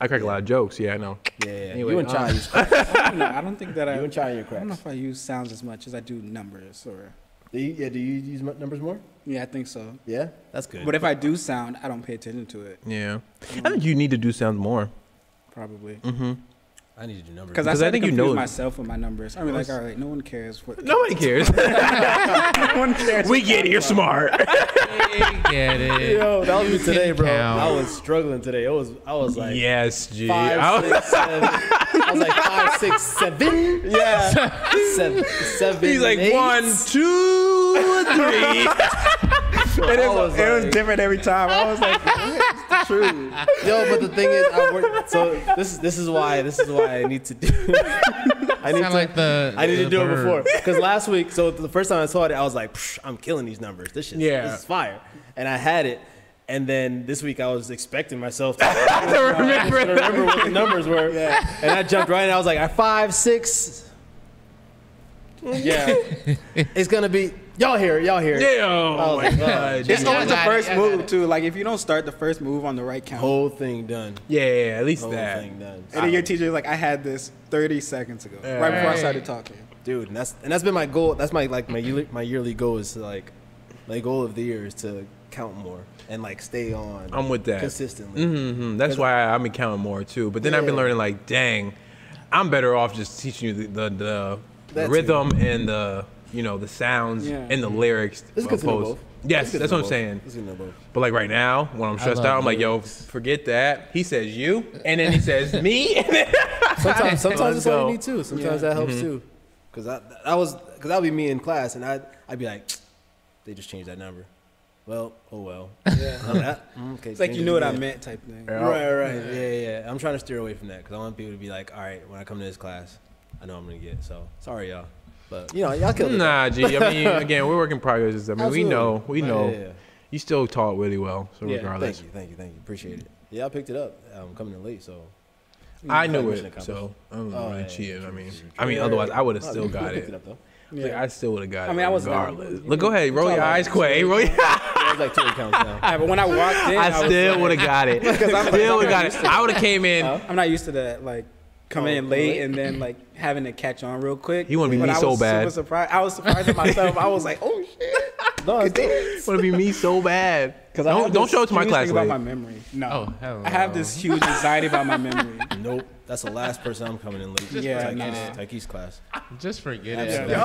[SPEAKER 2] I crack a lot of jokes. Yeah, I know.
[SPEAKER 1] Yeah, yeah.
[SPEAKER 2] Anyway,
[SPEAKER 1] you and Chai
[SPEAKER 2] um,
[SPEAKER 1] use cracks.
[SPEAKER 4] I don't know. I don't think that I.
[SPEAKER 1] you and Chai your
[SPEAKER 4] I don't know
[SPEAKER 1] cracks.
[SPEAKER 4] if I use sounds as much as I do numbers or.
[SPEAKER 1] Do you, yeah, do you use mu- numbers more?
[SPEAKER 4] Yeah, I think so.
[SPEAKER 1] Yeah, that's good.
[SPEAKER 4] But if I do sound, I don't pay attention to it
[SPEAKER 2] Yeah. I think you need to do sounds more.
[SPEAKER 4] probably.
[SPEAKER 2] Mm-hmm.
[SPEAKER 1] I need to do numbers.
[SPEAKER 4] Because I,
[SPEAKER 2] Because I
[SPEAKER 4] started
[SPEAKER 2] think you
[SPEAKER 4] confuse
[SPEAKER 2] know-
[SPEAKER 4] myself with my numbers. I'm like, all right, no one cares what.
[SPEAKER 2] Nobody cares.
[SPEAKER 4] no one cares.
[SPEAKER 2] we get it. You're smart.
[SPEAKER 3] They get it.
[SPEAKER 1] Yo, that was me
[SPEAKER 3] You can
[SPEAKER 1] today, bro.
[SPEAKER 3] count.
[SPEAKER 1] I was struggling today. It was I was like
[SPEAKER 2] yes, G. I
[SPEAKER 1] five,
[SPEAKER 2] was-
[SPEAKER 1] six, seven. I was like five, six, seven. Yeah, seven, seven.
[SPEAKER 2] He's like
[SPEAKER 1] eight.
[SPEAKER 2] one, two, three.
[SPEAKER 1] And it was,
[SPEAKER 4] It was
[SPEAKER 1] like-
[SPEAKER 4] different every time. I was like, what? true.
[SPEAKER 1] Yo, but the thing is, I work. So this this is why this is why I need to do. I need
[SPEAKER 3] Sound
[SPEAKER 1] to.
[SPEAKER 3] like the.
[SPEAKER 1] I need
[SPEAKER 3] the
[SPEAKER 1] to do it
[SPEAKER 3] bird.
[SPEAKER 1] before because last week. So the first time I saw it, I was like, "Psh, I'm killing these numbers. This shit,
[SPEAKER 2] Yeah.
[SPEAKER 1] this is fire. And I had it. And then this week I was expecting myself to I
[SPEAKER 2] remember.
[SPEAKER 1] remember what the numbers were. And I jumped right in. I was like, I five, six. Yeah. it's gonna be y'all hear it, y'all hear it. I
[SPEAKER 2] Yeah. Oh
[SPEAKER 1] was
[SPEAKER 2] my
[SPEAKER 1] like,
[SPEAKER 2] god.
[SPEAKER 1] oh,
[SPEAKER 4] It's
[SPEAKER 3] Yeah, I
[SPEAKER 4] always the
[SPEAKER 3] got it,
[SPEAKER 4] first
[SPEAKER 3] I got
[SPEAKER 4] move
[SPEAKER 3] it.
[SPEAKER 4] too. Like if you don't start the first move on the right count,
[SPEAKER 1] Whole thing done.
[SPEAKER 2] Yeah, yeah, yeah, at least
[SPEAKER 1] Whole
[SPEAKER 2] that.
[SPEAKER 1] thing done.
[SPEAKER 4] and then your teacher's like, I had this 30 seconds ago, right before I
[SPEAKER 3] Right.
[SPEAKER 4] started talking.
[SPEAKER 1] Dude, and that's and that's been my goal. That's my like my yearly, my yearly goal is to like my goal of the year is to count more and like stay on
[SPEAKER 2] I'm with that.
[SPEAKER 1] consistently.
[SPEAKER 2] Mm-hmm. That's why I've been counting more too. But then I've been
[SPEAKER 1] Yeah.
[SPEAKER 2] learning like, dang, I'm better off just teaching you the the,
[SPEAKER 1] That
[SPEAKER 2] the
[SPEAKER 1] too.
[SPEAKER 2] rhythm and the you know the sounds
[SPEAKER 4] Yeah.
[SPEAKER 2] and the lyrics.
[SPEAKER 1] It's good to know
[SPEAKER 2] opposed-
[SPEAKER 1] both.
[SPEAKER 2] Yes,
[SPEAKER 1] It's good to
[SPEAKER 2] that's
[SPEAKER 1] know
[SPEAKER 2] what I'm
[SPEAKER 1] both.
[SPEAKER 2] saying.
[SPEAKER 1] It's good to know both.
[SPEAKER 2] But like right now, when I'm stressed
[SPEAKER 3] love
[SPEAKER 2] out, I'm like, yo,
[SPEAKER 3] lyrics.
[SPEAKER 2] forget that. He says you, and then he says me. and then-
[SPEAKER 1] Sometimes, sometimes
[SPEAKER 2] Let's
[SPEAKER 1] that's all
[SPEAKER 2] go. Mm-hmm.
[SPEAKER 1] you need too. Sometimes
[SPEAKER 4] Yeah.
[SPEAKER 1] that helps too. Cause I, that was, cause that would be me in class, and I, would I'd be like, they just changed that number. Well, oh well. Yeah. okay.
[SPEAKER 4] It's like you knew what I meant type thing.
[SPEAKER 1] Right, right. Yeah, yeah. yeah. I'm trying to steer away from that because I want people to be like, all right, when I come to this class, I know I'm gonna get. So sorry, y'all. But you know, y'all killed it.
[SPEAKER 2] nah, G. I mean, again, we're working progress. I mean, we
[SPEAKER 1] Absolutely.
[SPEAKER 2] know, we
[SPEAKER 1] Yeah,
[SPEAKER 2] know.
[SPEAKER 1] yeah, yeah.
[SPEAKER 2] You still taught really well, so
[SPEAKER 4] Yeah,
[SPEAKER 2] regardless,
[SPEAKER 1] Thank you, thank you, thank you. Appreciate it. Yeah, I picked it up. I'm coming in late, so.
[SPEAKER 2] I
[SPEAKER 1] Mission
[SPEAKER 2] knew it.
[SPEAKER 1] accomplished.
[SPEAKER 2] So I'm
[SPEAKER 1] Oh,
[SPEAKER 2] not really
[SPEAKER 1] yeah,
[SPEAKER 2] cheating.
[SPEAKER 1] yeah,
[SPEAKER 2] I mean,
[SPEAKER 1] true,
[SPEAKER 2] I mean,
[SPEAKER 1] true.
[SPEAKER 2] otherwise I would have still
[SPEAKER 1] You
[SPEAKER 2] got
[SPEAKER 1] picked
[SPEAKER 2] it.
[SPEAKER 1] up though.
[SPEAKER 4] Yeah.
[SPEAKER 2] Like, I still would have got
[SPEAKER 4] I
[SPEAKER 2] it.
[SPEAKER 4] mean, I wasn't-
[SPEAKER 2] regardless. Look, go ahead, roll your eyes, Quay. Roll your
[SPEAKER 1] Yeah, it was like two accounts now.
[SPEAKER 4] Yeah, but when I walked in, I,
[SPEAKER 2] I still would have got it.
[SPEAKER 4] Because I'm like-
[SPEAKER 2] Still would have got it. I would have came in.
[SPEAKER 4] have. I'm not used to that. Like coming in late and then like having to catch on real quick.
[SPEAKER 2] You wanna be
[SPEAKER 4] But
[SPEAKER 2] me
[SPEAKER 4] I
[SPEAKER 2] so
[SPEAKER 4] was Super
[SPEAKER 2] bad.
[SPEAKER 4] surprised. I was surprised at myself. I was like, oh shit.
[SPEAKER 1] No, it's good.
[SPEAKER 2] Would be me so bad. Don't don't show it to my class.
[SPEAKER 4] About
[SPEAKER 2] lady.
[SPEAKER 4] my memory. No.
[SPEAKER 3] Oh, hello.
[SPEAKER 4] I have this huge anxiety about my memory.
[SPEAKER 1] Nope, that's the last person I'm coming in late. to.
[SPEAKER 4] Yeah,
[SPEAKER 1] Taiki's,
[SPEAKER 4] nah.
[SPEAKER 1] Taiki's class.
[SPEAKER 3] Just forget it.
[SPEAKER 1] Absolutely.
[SPEAKER 2] Y'all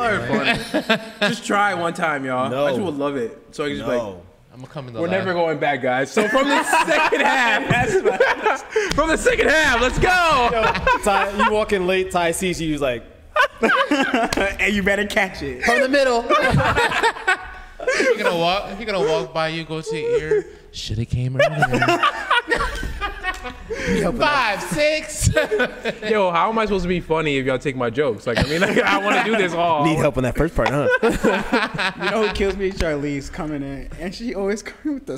[SPEAKER 2] are funny. just try one time, y'all.
[SPEAKER 1] No.
[SPEAKER 2] I just would love it. So I can just be like,
[SPEAKER 1] No.
[SPEAKER 3] I'm gonna come in the.
[SPEAKER 2] we're never
[SPEAKER 3] lab.
[SPEAKER 2] going back, guys. So from the second half, from the second half, let's go.
[SPEAKER 1] Ty, you walk in late, Ty sees you, he's like,
[SPEAKER 4] and you better catch it.
[SPEAKER 1] from the middle.
[SPEAKER 3] He gonna walk. He gonna walk by you. Go to your ear. Should have came earlier. Five, six.
[SPEAKER 2] Yo, how am I supposed to be funny if y'all take my jokes? Like, I mean, like, I want to do this all.
[SPEAKER 1] Need help on that first part, huh?
[SPEAKER 4] You know who kills me? Charlize coming in, and she always coming with the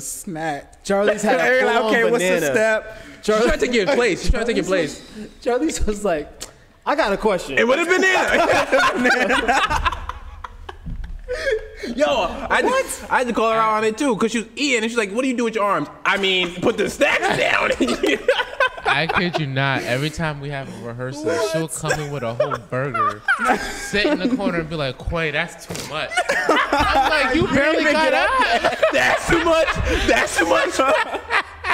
[SPEAKER 4] snack.
[SPEAKER 1] Charlie's had a
[SPEAKER 4] They're like,
[SPEAKER 1] full-on
[SPEAKER 4] okay, what's the
[SPEAKER 1] banana.
[SPEAKER 4] step?
[SPEAKER 2] She's trying to take your place. She's trying to take your place.
[SPEAKER 1] Charlie's was like, I got a question.
[SPEAKER 2] It would have been there. Yo, I had, to, I had to call her out on it too, cause she was eating, and she's like, "What do you do with your arms?" I mean, put the snacks down.
[SPEAKER 3] I kid you not. Every time we have a rehearsal, she'll come in with a whole burger, sit in the corner and be like, "Quay, that's too much." I'm like, "You barely got up."
[SPEAKER 2] That's too much. That's too much.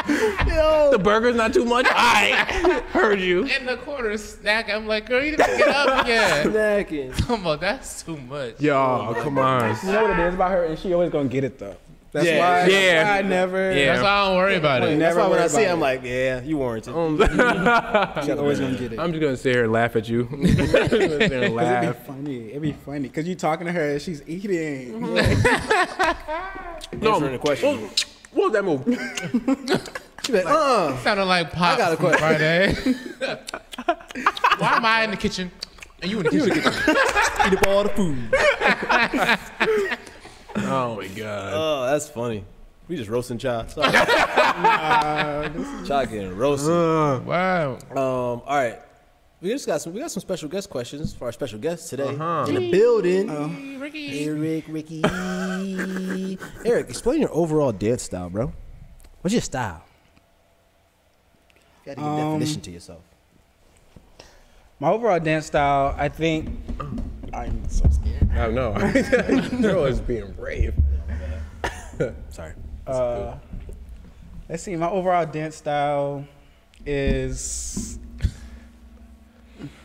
[SPEAKER 2] The burger's not too much. I heard you.
[SPEAKER 3] In the corner snack, I'm like, "Girl, you didn't get up yet."
[SPEAKER 1] Snacking.
[SPEAKER 3] Come on, that's too much.
[SPEAKER 2] Yo, come on.
[SPEAKER 4] You know what it is about her, and she always gonna get it though. That's
[SPEAKER 1] Yeah.
[SPEAKER 4] why. that's
[SPEAKER 2] Yeah.
[SPEAKER 4] why I never.
[SPEAKER 2] Yeah.
[SPEAKER 3] That's why I don't worry about it.
[SPEAKER 1] That's
[SPEAKER 4] Never
[SPEAKER 1] why when
[SPEAKER 4] worry
[SPEAKER 1] I see it,
[SPEAKER 4] about
[SPEAKER 1] I'm
[SPEAKER 4] it.
[SPEAKER 1] like, yeah, you warranted.
[SPEAKER 4] She always gonna get it.
[SPEAKER 2] I'm just gonna sit here and laugh at you. I'm just gonna sit here and
[SPEAKER 4] Cause it'd
[SPEAKER 2] laugh.
[SPEAKER 4] be funny. It'd be funny. Cause you talking to her and she's eating.
[SPEAKER 2] No,
[SPEAKER 1] Answering the question.
[SPEAKER 2] What, what was that move?
[SPEAKER 1] She's like, uh,
[SPEAKER 3] Sounded like pop.
[SPEAKER 1] got a question.
[SPEAKER 3] Friday. Why am I in the kitchen? And you in the kitchen?
[SPEAKER 1] eat up all the food.
[SPEAKER 2] Oh my god.
[SPEAKER 1] Oh, that's funny. We just roasting Cha. Sorry. Cha getting roasted. Um,
[SPEAKER 3] Wow.
[SPEAKER 1] all right. We just got some. We got some special guest questions for our special guests today
[SPEAKER 2] Uh-huh.
[SPEAKER 1] in the building.
[SPEAKER 3] Ricky.
[SPEAKER 1] Eric, Ricky, Eric, explain your overall dance style, bro. What's your style? gotta give
[SPEAKER 4] Um,
[SPEAKER 1] definition to yourself.
[SPEAKER 4] My overall dance style, I think. I'm so scared.
[SPEAKER 5] I don't know. Girl is being brave.
[SPEAKER 1] Sorry.
[SPEAKER 4] Uh, let's see. My overall dance style is.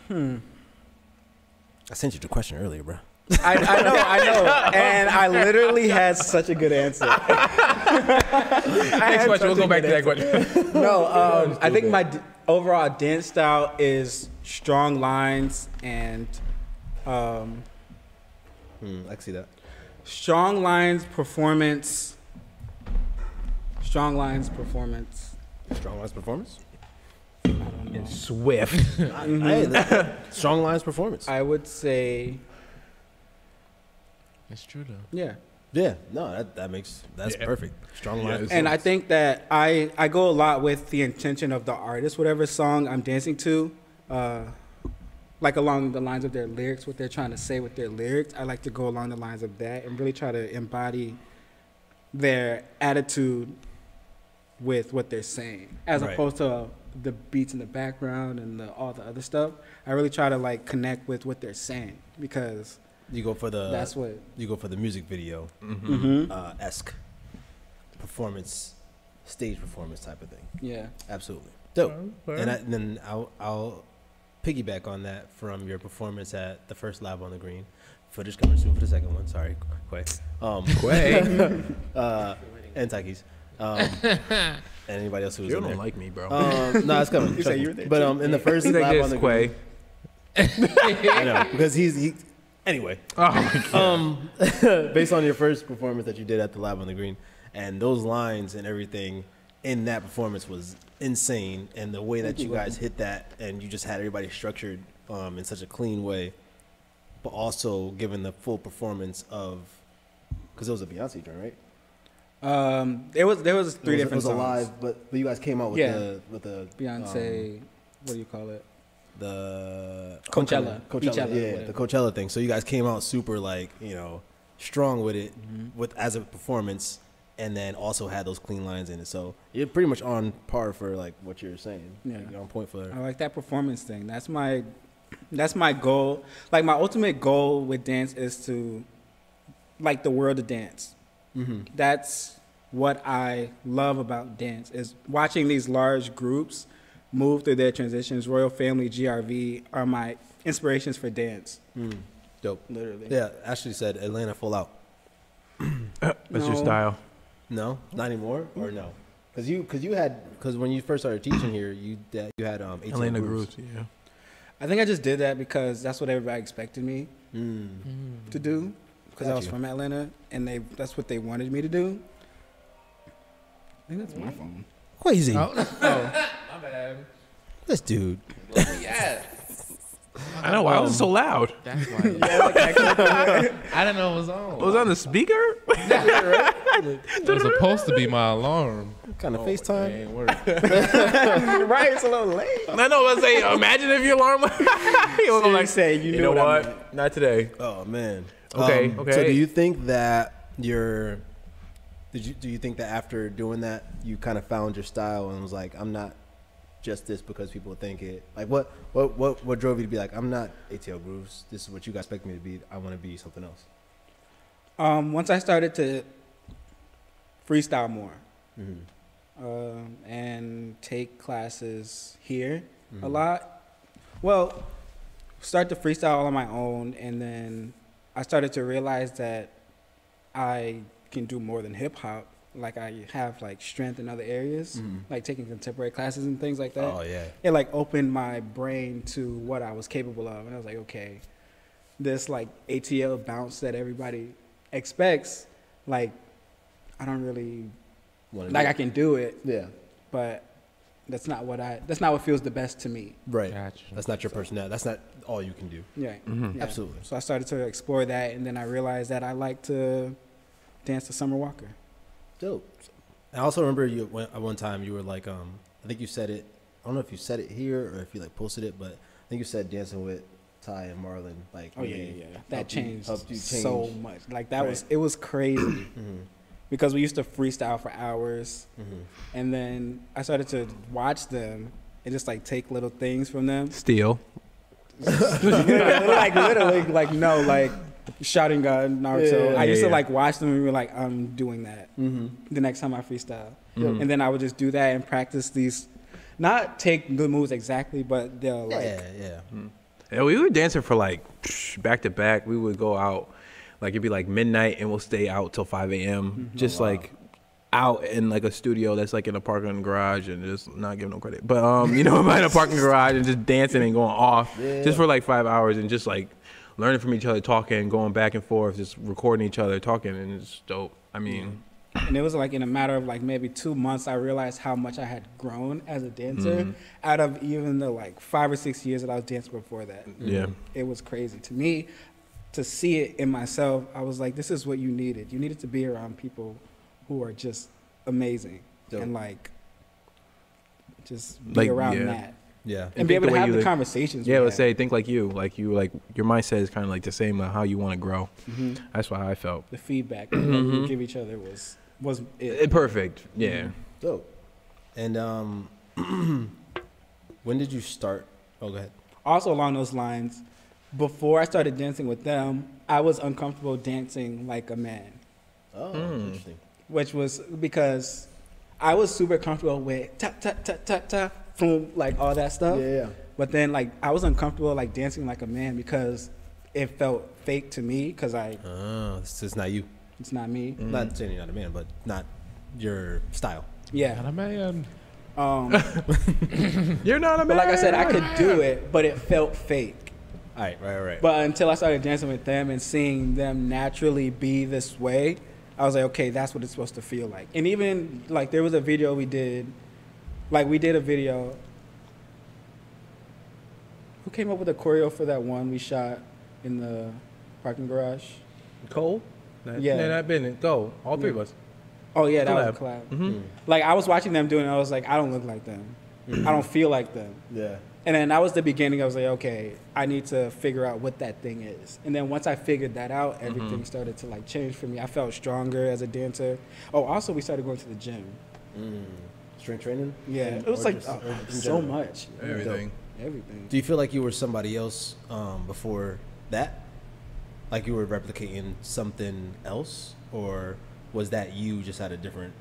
[SPEAKER 1] I sent you the question earlier, bro.
[SPEAKER 4] I, I know, I know, and I literally had such a good answer.
[SPEAKER 5] Next question. We'll go back to that question.
[SPEAKER 4] No, um, I think my d- overall dance style is strong lines and um,
[SPEAKER 1] Hmm, I can see that.
[SPEAKER 4] strong lines performance. Strong lines performance.
[SPEAKER 1] Strong lines performance.
[SPEAKER 4] I don't know.
[SPEAKER 5] Swift.
[SPEAKER 1] Hey, that- strong lines performance.
[SPEAKER 4] I would say,
[SPEAKER 3] It's true though.
[SPEAKER 4] yeah.
[SPEAKER 1] yeah, no, that, that makes that's
[SPEAKER 5] Yeah.
[SPEAKER 1] perfect. Strong lines.
[SPEAKER 5] Yes.
[SPEAKER 4] And I think that I I go a lot with the intention of the artist, whatever song I'm dancing to, uh, like along the lines of their lyrics, what they're trying to say with their lyrics. I like to go along the lines of that and really try to embody their attitude with what they're saying, as
[SPEAKER 1] Right.
[SPEAKER 4] opposed to the beats in the background and the, all the other stuff. I really try to like connect with what they're saying because
[SPEAKER 1] You go for the
[SPEAKER 4] that's what.
[SPEAKER 1] you go for the music video
[SPEAKER 5] Mm-hmm.
[SPEAKER 4] Mhm.
[SPEAKER 1] uh, esque performance, stage performance type of thing.
[SPEAKER 4] Yeah.
[SPEAKER 1] Absolutely. Dope. And, I, then I'll, I'll piggyback on that from your performance at the first Live on the Green. Footage coming soon for the second one. Sorry, Quay. Um,
[SPEAKER 5] Quay?
[SPEAKER 1] uh, and Takis. Um, and anybody else who was
[SPEAKER 5] You
[SPEAKER 1] in there.
[SPEAKER 5] don't like me, bro.
[SPEAKER 1] um, no, it's coming.
[SPEAKER 4] You said you were there
[SPEAKER 1] but
[SPEAKER 4] too.
[SPEAKER 1] um, in the first
[SPEAKER 5] He's like
[SPEAKER 1] Live on
[SPEAKER 5] this,
[SPEAKER 1] the Green.
[SPEAKER 5] Quay.
[SPEAKER 1] I know, because he's he. Anyway,
[SPEAKER 5] Oh,
[SPEAKER 1] um, based on your first performance that you did at the Live on the Green, and those lines and everything in that performance was insane, and the way that
[SPEAKER 4] Thank you,
[SPEAKER 1] you guys hit that, and you just had everybody structured um, in such a clean way, but also given the full performance of, because it was a Beyonce joint, right?
[SPEAKER 4] Um, there was there was
[SPEAKER 1] it
[SPEAKER 4] three
[SPEAKER 1] was,
[SPEAKER 4] different
[SPEAKER 1] It was
[SPEAKER 4] songs.
[SPEAKER 1] alive, but, but you guys came out with
[SPEAKER 4] Yeah.
[SPEAKER 1] the with the um,
[SPEAKER 4] Beyonce, what do you call it?
[SPEAKER 1] the
[SPEAKER 4] Coachella.
[SPEAKER 1] Coachella,
[SPEAKER 4] Beachella,
[SPEAKER 1] yeah,
[SPEAKER 4] whatever.
[SPEAKER 1] the Coachella thing. So you guys came out super like you know strong with it with as a performance, and then also had those clean lines in it. So you're pretty much on par for like what you're saying.
[SPEAKER 4] Yeah.
[SPEAKER 1] Like, you're on point for.
[SPEAKER 4] I like that performance thing. That's my that's my goal. Like my ultimate goal with dance is to like the world to dance.
[SPEAKER 1] Mm-hmm.
[SPEAKER 4] That's what I love about dance is watching these large groups move through their transitions. Royal Family, GRV are my inspirations for dance.
[SPEAKER 1] Mm, Dope.
[SPEAKER 4] Literally.
[SPEAKER 1] Yeah, Ashley said Atlanta full out.
[SPEAKER 5] that's your
[SPEAKER 4] No.
[SPEAKER 5] style.
[SPEAKER 1] No, not anymore, or no? Because you because you had because when you first started teaching here, you that you had um 18
[SPEAKER 5] Atlanta grooves. Yeah.
[SPEAKER 4] I think I just did that because that's what everybody expected me
[SPEAKER 1] Mm.
[SPEAKER 4] to do because I
[SPEAKER 1] Got
[SPEAKER 4] was
[SPEAKER 1] you.
[SPEAKER 4] from Atlanta and they that's what they wanted me to do. I think that's my phone.
[SPEAKER 1] Crazy. Oh.
[SPEAKER 3] My bad.
[SPEAKER 1] This dude.
[SPEAKER 3] Yes.
[SPEAKER 5] I know. Why was it so loud?
[SPEAKER 3] That's why. I didn't know it was on.
[SPEAKER 5] It was on the speaker.
[SPEAKER 3] It was supposed to be my alarm.
[SPEAKER 1] What kind of
[SPEAKER 3] It
[SPEAKER 1] FaceTime?
[SPEAKER 3] ain't work.
[SPEAKER 4] right, it's a little late.
[SPEAKER 5] I know. I was saying, imagine if your alarm. went- you look like,
[SPEAKER 4] say
[SPEAKER 5] you know what? Not today.
[SPEAKER 1] Oh man. Um,
[SPEAKER 5] Okay,
[SPEAKER 1] So
[SPEAKER 5] okay.
[SPEAKER 1] do you think that your did you do you think that after doing that you kind of found your style and was like I'm not just this because people think it like what what what what drove you to be like I'm not ATL grooves this is what you guys expect me to be I want to be something else.
[SPEAKER 4] Um, once I started to freestyle more
[SPEAKER 1] Mm-hmm.
[SPEAKER 4] um, and take classes here
[SPEAKER 1] Mm-hmm.
[SPEAKER 4] a lot, well, start to freestyle all on my own, and then I started to realize that I can do more than hip hop. Like I have like strength in other areas,
[SPEAKER 1] Mhm.
[SPEAKER 4] like taking contemporary classes and things like that.
[SPEAKER 1] Oh yeah.
[SPEAKER 4] it like opened my brain to what I was capable of, and I was like, okay, this like ATL bounce that everybody expects, like I don't really
[SPEAKER 1] Wanna do
[SPEAKER 4] like
[SPEAKER 1] it.
[SPEAKER 4] I can do it,
[SPEAKER 1] yeah.
[SPEAKER 4] but that's not what I that's not what feels the best to me.
[SPEAKER 1] Right.
[SPEAKER 3] Gotcha.
[SPEAKER 1] That's not your personality. That's not all you can do.
[SPEAKER 4] Yeah,
[SPEAKER 5] Mhm.
[SPEAKER 4] yeah.
[SPEAKER 1] Mm-hmm. Absolutely.
[SPEAKER 4] So I started to explore that, and then I realized that I like to dance to Summer Walker.
[SPEAKER 1] Dope. I also remember you at one- at one time you were like, um, I think you said it. I don't know if you said it here or if you like posted it, but I think you said dancing with Ty and Marlon. Like,
[SPEAKER 4] Oh yeah,
[SPEAKER 1] really
[SPEAKER 4] yeah. That
[SPEAKER 1] helped you-
[SPEAKER 4] changed
[SPEAKER 1] helped you
[SPEAKER 4] so
[SPEAKER 1] change.
[SPEAKER 4] much. Like that
[SPEAKER 1] Right.
[SPEAKER 4] was it was crazy
[SPEAKER 1] Mhm,
[SPEAKER 4] because we used to freestyle for hours.
[SPEAKER 1] mhm.
[SPEAKER 4] And then I started to watch them and just like take little things from them.
[SPEAKER 5] Steal.
[SPEAKER 4] like literally, like no, like shouting gun Naruto.
[SPEAKER 1] Yeah. Mm-hmm.
[SPEAKER 4] I used
[SPEAKER 5] Yeah,
[SPEAKER 4] to
[SPEAKER 5] yeah.
[SPEAKER 4] like watch them and be like, I'm doing that the next time I freestyle,
[SPEAKER 5] Mhm.
[SPEAKER 4] and then I would just do that and practice these, not take the moves exactly, but they'll like.
[SPEAKER 1] yeah, yeah.
[SPEAKER 5] Yeah, we were dancing for like psh, back to back. We would go out, like it'd be like midnight, and we'll stay out till 5 a.m. Just like out in like a studio that's like in a parking garage, and just not giving no credit, but um, you know, in a parking garage and just dancing and going off just for like five hours and just like learning from each other, talking, going back and forth, just recording each other, talking, and it's dope. I mean,
[SPEAKER 4] and it was like in a matter of like maybe two months i realized how much i had grown as a dancer
[SPEAKER 5] Mm-hmm.
[SPEAKER 4] out of even the like five or six years that i was dancing before that
[SPEAKER 5] Mm-hmm. yeah,
[SPEAKER 4] it was crazy to me to see it in myself i was like this is what you needed you needed to be around people who are just amazing
[SPEAKER 1] Dope.
[SPEAKER 4] and like just be
[SPEAKER 5] Like,
[SPEAKER 4] around
[SPEAKER 5] yeah.
[SPEAKER 4] that
[SPEAKER 1] Yeah.
[SPEAKER 4] and, be
[SPEAKER 5] think
[SPEAKER 4] able
[SPEAKER 5] the
[SPEAKER 4] to
[SPEAKER 5] way
[SPEAKER 4] have
[SPEAKER 5] you
[SPEAKER 4] the
[SPEAKER 5] look-
[SPEAKER 4] conversations
[SPEAKER 5] yeah.
[SPEAKER 4] we
[SPEAKER 5] Let's
[SPEAKER 4] had.
[SPEAKER 5] say think like you, like you, like your mindset is kind of like the same, like how you want to grow.
[SPEAKER 4] Mhm.
[SPEAKER 5] That's why I felt
[SPEAKER 4] the feedback that we
[SPEAKER 5] Mm-hmm.
[SPEAKER 4] would give each other was was it.
[SPEAKER 5] it, perfect. Yeah.
[SPEAKER 1] Dope. And um, when did you start? Oh, go ahead.
[SPEAKER 4] also along those lines, before I started dancing with them, I was uncomfortable dancing like a man,
[SPEAKER 1] Oh, interesting.
[SPEAKER 4] which was because I was super comfortable with tap tap tap tap tap from like all that stuff.
[SPEAKER 1] yeah.
[SPEAKER 4] But then like I was uncomfortable like dancing like a man because it felt fake to me because I
[SPEAKER 1] Oh, it's, it's not you.
[SPEAKER 4] it's not me.
[SPEAKER 1] Not saying you're not a man, but not your style.
[SPEAKER 4] Yeah.
[SPEAKER 3] I man.
[SPEAKER 4] Um,
[SPEAKER 5] You're not a
[SPEAKER 4] but like I said, I could do it, but it felt fake.
[SPEAKER 1] All right, right, right.
[SPEAKER 4] But until I started dancing with them and seeing them naturally be this way, I was like, okay, that's what it's supposed to feel like. And even like there was a video we did, like we did a video. Who came up with the choreo for that one we shot in the parking garage?
[SPEAKER 5] Cole.
[SPEAKER 4] Yeah.
[SPEAKER 5] Then I've been in. Go. All three of us.
[SPEAKER 4] Oh yeah, that was a collab.
[SPEAKER 5] Mhm.
[SPEAKER 4] Like I was watching them doing it, I was like, I don't look like them. I don't feel like them.
[SPEAKER 1] yeah.
[SPEAKER 4] And then that was the beginning. I was like, okay, I need to figure out what that thing is. And then once I figured that out, everything started to like change for me. I felt stronger as a dancer. Oh, also we started going to the gym.
[SPEAKER 1] Mm. Strength training.
[SPEAKER 4] Yeah,
[SPEAKER 1] And-
[SPEAKER 4] it was
[SPEAKER 1] or
[SPEAKER 4] like
[SPEAKER 1] just-
[SPEAKER 4] oh,
[SPEAKER 1] or in
[SPEAKER 4] so
[SPEAKER 1] general?
[SPEAKER 4] much,
[SPEAKER 5] Everything.
[SPEAKER 4] everything.
[SPEAKER 1] Do you feel like you were somebody else um, before that? Like you were replicating something else, or was that you just had a different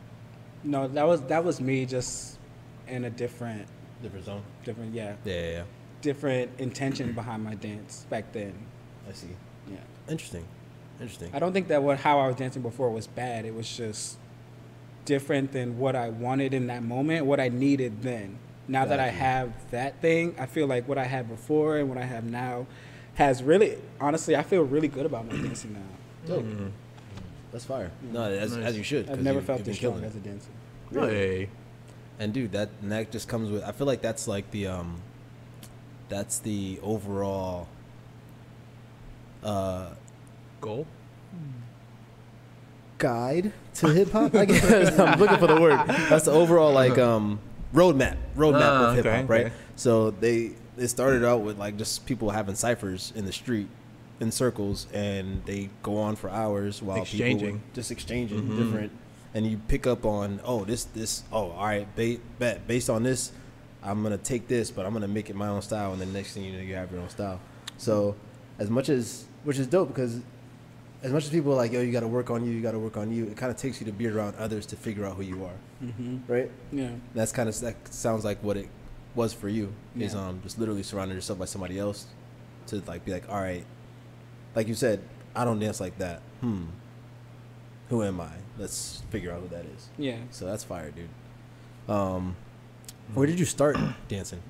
[SPEAKER 4] No, that was that was me just in a different,
[SPEAKER 1] different zone?
[SPEAKER 4] different, yeah,
[SPEAKER 1] Yeah, yeah, yeah.
[SPEAKER 4] different intention behind my dance back then.
[SPEAKER 1] I see.
[SPEAKER 4] Yeah,
[SPEAKER 1] Interesting. Interesting.
[SPEAKER 4] I don't think that what how I was dancing before was bad. It was just different than what I wanted in that moment, what I needed then. Now that I
[SPEAKER 1] Gotcha.
[SPEAKER 4] have that thing, I feel like what I had before and what I have now has really, honestly, I feel really good about my dancing now.
[SPEAKER 1] Dope. That's fire. Mm-hmm. No, as, as you should.
[SPEAKER 4] I've
[SPEAKER 1] 'cause
[SPEAKER 4] never
[SPEAKER 1] you-
[SPEAKER 4] felt
[SPEAKER 1] you've been
[SPEAKER 4] this strong
[SPEAKER 1] killing it.
[SPEAKER 4] as a dancer.
[SPEAKER 5] Hey.
[SPEAKER 1] And dude, that and that just comes with. I feel like that's like the um, that's the overall uh
[SPEAKER 5] Goal.
[SPEAKER 1] guide to hip hop. I guess I'm looking for the word. That's the overall like um roadmap, roadmap
[SPEAKER 5] Ah,
[SPEAKER 1] of hip hop,
[SPEAKER 5] okay,
[SPEAKER 1] right?
[SPEAKER 5] okay.
[SPEAKER 1] So they it started out with like just people having ciphers in the street in circles, and they go on for hours while people
[SPEAKER 5] Exchanging. Mm-hmm.
[SPEAKER 1] were just exchanging different, and you pick up on oh this this oh all right ba- bet based on this. I'm gonna take this, but I'm gonna make it my own style, and the next thing you know, you have your own style. So, as much as which is dope because as much as people are like, yo, you got to work on you, you got to work on you, it kind of takes you to be around others to figure out who you are,
[SPEAKER 5] Mm-hmm.
[SPEAKER 1] right?
[SPEAKER 4] Yeah.
[SPEAKER 1] That's kind of that sounds like what it was for you is
[SPEAKER 4] Yeah.
[SPEAKER 1] um just literally surrounding yourself by somebody else to like be like, all right, like you said, I don't dance like that. Hmm, who am I? Let's figure out who that is.
[SPEAKER 4] Yeah.
[SPEAKER 1] So that's fire, dude. Um, where did you start dancing?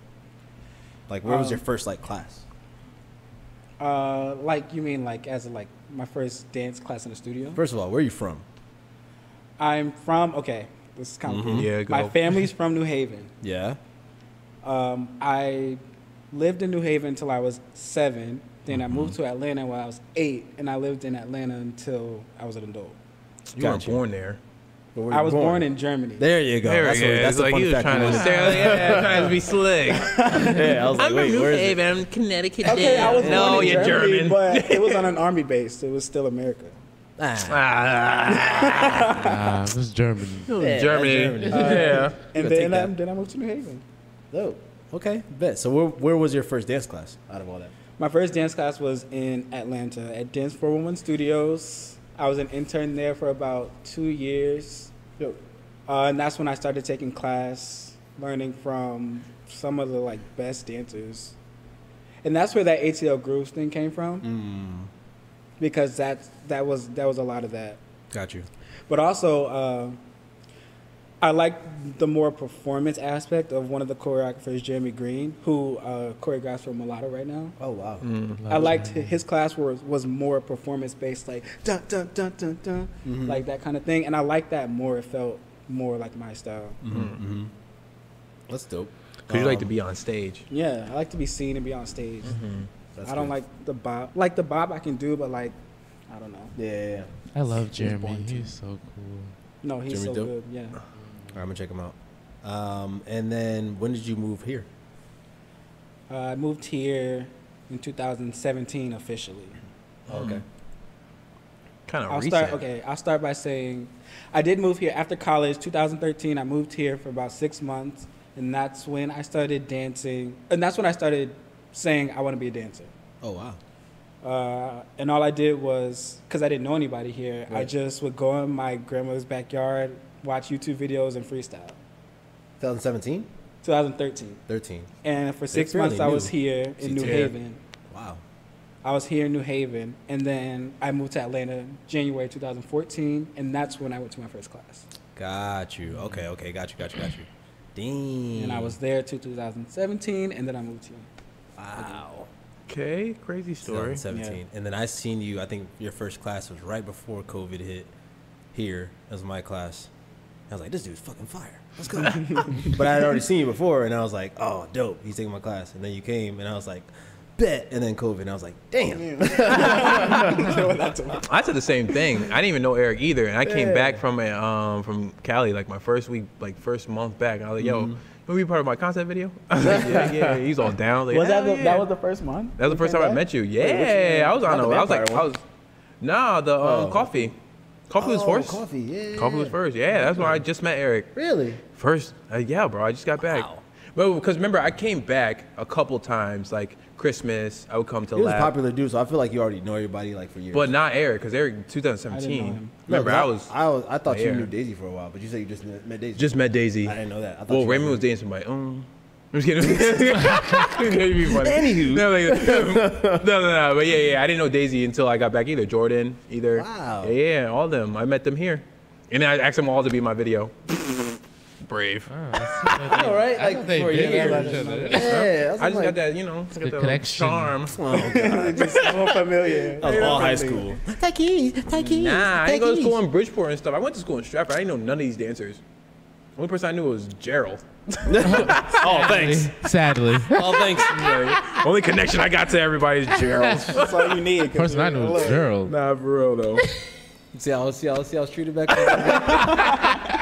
[SPEAKER 1] Like, where was your
[SPEAKER 4] Um,
[SPEAKER 1] first like class?
[SPEAKER 4] Uh, like, you mean like as like my first dance class in the studio?
[SPEAKER 1] First of all, where are you from?
[SPEAKER 4] I'm from, okay, this is
[SPEAKER 1] Mm-hmm.
[SPEAKER 4] complicated.
[SPEAKER 5] Yeah, go.
[SPEAKER 4] My family's from New Haven.
[SPEAKER 1] Yeah.
[SPEAKER 4] Um, I lived in New Haven until I was seven. Then I moved
[SPEAKER 1] Mm-hmm.
[SPEAKER 4] to Atlanta when I was eight, and I lived in Atlanta until I was an adult.
[SPEAKER 5] You
[SPEAKER 1] Got
[SPEAKER 5] weren't
[SPEAKER 1] you.
[SPEAKER 5] born there.
[SPEAKER 1] But where
[SPEAKER 4] I
[SPEAKER 1] you
[SPEAKER 4] was born, in Germany.
[SPEAKER 1] There you go.
[SPEAKER 5] There
[SPEAKER 1] that's
[SPEAKER 5] we go.
[SPEAKER 1] what, that's
[SPEAKER 5] It's
[SPEAKER 1] the
[SPEAKER 5] like
[SPEAKER 1] fun
[SPEAKER 5] he was
[SPEAKER 1] fact
[SPEAKER 5] trying to
[SPEAKER 1] was-
[SPEAKER 5] stare like, yeah, trying to be slick.
[SPEAKER 1] Yeah, I was like,
[SPEAKER 5] I'm
[SPEAKER 1] wait,
[SPEAKER 5] from New
[SPEAKER 1] where is it?
[SPEAKER 5] Haven, Connecticut.
[SPEAKER 4] Okay, I was
[SPEAKER 5] no,
[SPEAKER 4] born in
[SPEAKER 5] you're
[SPEAKER 4] Germany,
[SPEAKER 5] German.
[SPEAKER 4] but it was on an army base. It was still America.
[SPEAKER 1] Ah,
[SPEAKER 5] Ah,
[SPEAKER 3] Ah, it was German.
[SPEAKER 5] Germany. Oh,
[SPEAKER 1] Germany.
[SPEAKER 5] Yeah.
[SPEAKER 4] And
[SPEAKER 1] Gotta take
[SPEAKER 4] then I,
[SPEAKER 1] that.
[SPEAKER 4] then I moved to New Haven.
[SPEAKER 1] dope. Okay, bet. So where, where was your first dance class out of all that?
[SPEAKER 4] My first dance class was in Atlanta at Dance 411 Studios. I was an intern there for about two years.
[SPEAKER 1] Yo.
[SPEAKER 4] Uh, and that's when I started taking class, learning from some of the like best dancers. And that's where that ATL grooves thing came from
[SPEAKER 1] Mm,
[SPEAKER 4] because that that was that was a lot of that.
[SPEAKER 1] got you.
[SPEAKER 4] But also, uh, I like the more performance aspect of one of the choreographers, Jeremy Green, who uh, choreographs for Mulatto right now.
[SPEAKER 1] Oh wow.
[SPEAKER 4] I liked hi- his class was was more performance based, like dun dun dun dun dun,
[SPEAKER 1] Mhm.
[SPEAKER 4] like that kind of thing. And I liked that more. It felt more like my style.
[SPEAKER 1] Mm-hmm. That's dope.
[SPEAKER 2] Because you like to
[SPEAKER 1] Um,
[SPEAKER 2] be on stage.
[SPEAKER 4] Yeah, I like to be seen and be on stage.
[SPEAKER 1] Mm-hmm. that's
[SPEAKER 4] I don't
[SPEAKER 1] good.
[SPEAKER 4] like the bob. Like the bob, I can do, but like, I don't know.
[SPEAKER 1] Yeah, yeah, yeah.
[SPEAKER 3] I love
[SPEAKER 4] born
[SPEAKER 3] Jeremy.
[SPEAKER 4] to.
[SPEAKER 3] He's so cool.
[SPEAKER 4] No, he's
[SPEAKER 1] Jimmy
[SPEAKER 4] so
[SPEAKER 1] Dope?
[SPEAKER 4] good. Yeah.
[SPEAKER 1] All right, I'm gonna check them out. Um, and then when did you move here?
[SPEAKER 4] Uh, I moved here in 2017 officially.
[SPEAKER 1] okay.
[SPEAKER 2] Kind of
[SPEAKER 4] I'll
[SPEAKER 2] recent.
[SPEAKER 4] start. Okay, I'll start by saying, I did move here after college, 2013. I moved here for about six months, and that's when I started dancing, and that's when I started saying I want to be a dancer.
[SPEAKER 1] Oh wow.
[SPEAKER 4] Uh, and all I did was, because I didn't know anybody here, I
[SPEAKER 1] Right.
[SPEAKER 4] just would go in my grandmother's backyard, watch YouTube videos, and freestyle.
[SPEAKER 1] 2017,
[SPEAKER 4] 2013,
[SPEAKER 1] 13.
[SPEAKER 4] and for six
[SPEAKER 1] fairly
[SPEAKER 4] months I was
[SPEAKER 1] new.
[SPEAKER 4] here in New
[SPEAKER 2] Yeah.
[SPEAKER 4] Haven.
[SPEAKER 1] Wow.
[SPEAKER 4] I was here in New Haven, and then I moved to Atlanta January 2014, and that's when I went to my first class.
[SPEAKER 1] Got you. Okay. Okay. Got you. Got you. Got you. Dang.
[SPEAKER 4] And I was there till 2017, and then I moved here.
[SPEAKER 1] wow.
[SPEAKER 2] Okay, crazy story.
[SPEAKER 1] 2017, and then I seen you. I think your first class was right before COVID hit. Here as my class, I was like, this dude's fucking fire. Let's go. but I had already seen you before, and I was like, oh, dope. He's taking my class, and then you came, and I was like, bet. And then COVID, and I was like, damn.
[SPEAKER 2] I said the same thing. I didn't even know Eric either, and I came back from a, um from Cali like my first week, like first month back. And I was like, "Yo, you want to be part of my concept video?" I was like, yeah, yeah. He's all down. Like, "Hell yeah."
[SPEAKER 4] the first month?
[SPEAKER 2] That was the first time I met you. Yeah, I was on.
[SPEAKER 1] Not
[SPEAKER 2] A,
[SPEAKER 1] the
[SPEAKER 2] I was like,
[SPEAKER 1] vampire
[SPEAKER 2] I was. Nah, the um, coffee. Coffee was
[SPEAKER 1] Oh,
[SPEAKER 2] first. Coffee.
[SPEAKER 1] Coffee. Yeah.
[SPEAKER 2] was first. Yeah, that's when I just met Eric.
[SPEAKER 1] Really?
[SPEAKER 2] First, uh, yeah, bro. I just got back.
[SPEAKER 1] Wow.
[SPEAKER 2] But because remember, I came back a couple times, like Christmas. I would come to
[SPEAKER 1] He was a
[SPEAKER 2] lab,
[SPEAKER 1] popular dude, so I feel like you already know everybody like for years.
[SPEAKER 2] but not Eric, because Eric
[SPEAKER 4] I didn't know
[SPEAKER 2] 2017.
[SPEAKER 4] him.
[SPEAKER 1] No,
[SPEAKER 2] Remember,
[SPEAKER 1] 'cause
[SPEAKER 2] I was
[SPEAKER 1] I, was, I thought you
[SPEAKER 2] Yeah.
[SPEAKER 1] knew Daisy for a while, but you said you just kn- met Daisy.
[SPEAKER 2] just met Daisy.
[SPEAKER 1] I didn't know that. I thought
[SPEAKER 2] Well,
[SPEAKER 1] you
[SPEAKER 2] Raymond was
[SPEAKER 1] knew-
[SPEAKER 2] dating somebody. Um, I'm just kidding. That'd be funny.
[SPEAKER 1] Anywho.
[SPEAKER 2] No, like, no, no, no. But yeah, yeah. I didn't know Daisy until I got back either. Jordan, either.
[SPEAKER 1] Wow.
[SPEAKER 2] Yeah, yeah, all them. I met them here. And then I asked them all to be in my video. Brave.
[SPEAKER 3] I
[SPEAKER 1] know, right?
[SPEAKER 3] I
[SPEAKER 1] Like,
[SPEAKER 3] thought they
[SPEAKER 1] for a year,
[SPEAKER 3] bigger
[SPEAKER 1] like,
[SPEAKER 3] each other.
[SPEAKER 1] Yeah, I was
[SPEAKER 2] I just
[SPEAKER 1] like,
[SPEAKER 2] got that, you know, got that
[SPEAKER 3] good
[SPEAKER 2] little
[SPEAKER 3] connection.
[SPEAKER 2] charm.
[SPEAKER 4] Just so familiar.
[SPEAKER 1] that was all high school.
[SPEAKER 2] Nah, I didn't go to school in Bridgeport and stuff. I went to school in Stratford. I didn't know none of these dancers. The only person I knew was Gerald.
[SPEAKER 1] Oh, thanks.
[SPEAKER 3] Sadly.
[SPEAKER 1] Oh, thanks.
[SPEAKER 2] only connection I got to everybody is Gerald.
[SPEAKER 4] That's all you need. 'cause
[SPEAKER 3] First I
[SPEAKER 4] you're
[SPEAKER 3] knew was
[SPEAKER 4] alert.
[SPEAKER 3] Gerald.
[SPEAKER 2] nah, for real though.
[SPEAKER 1] see how see how see how I was treated back. In the day?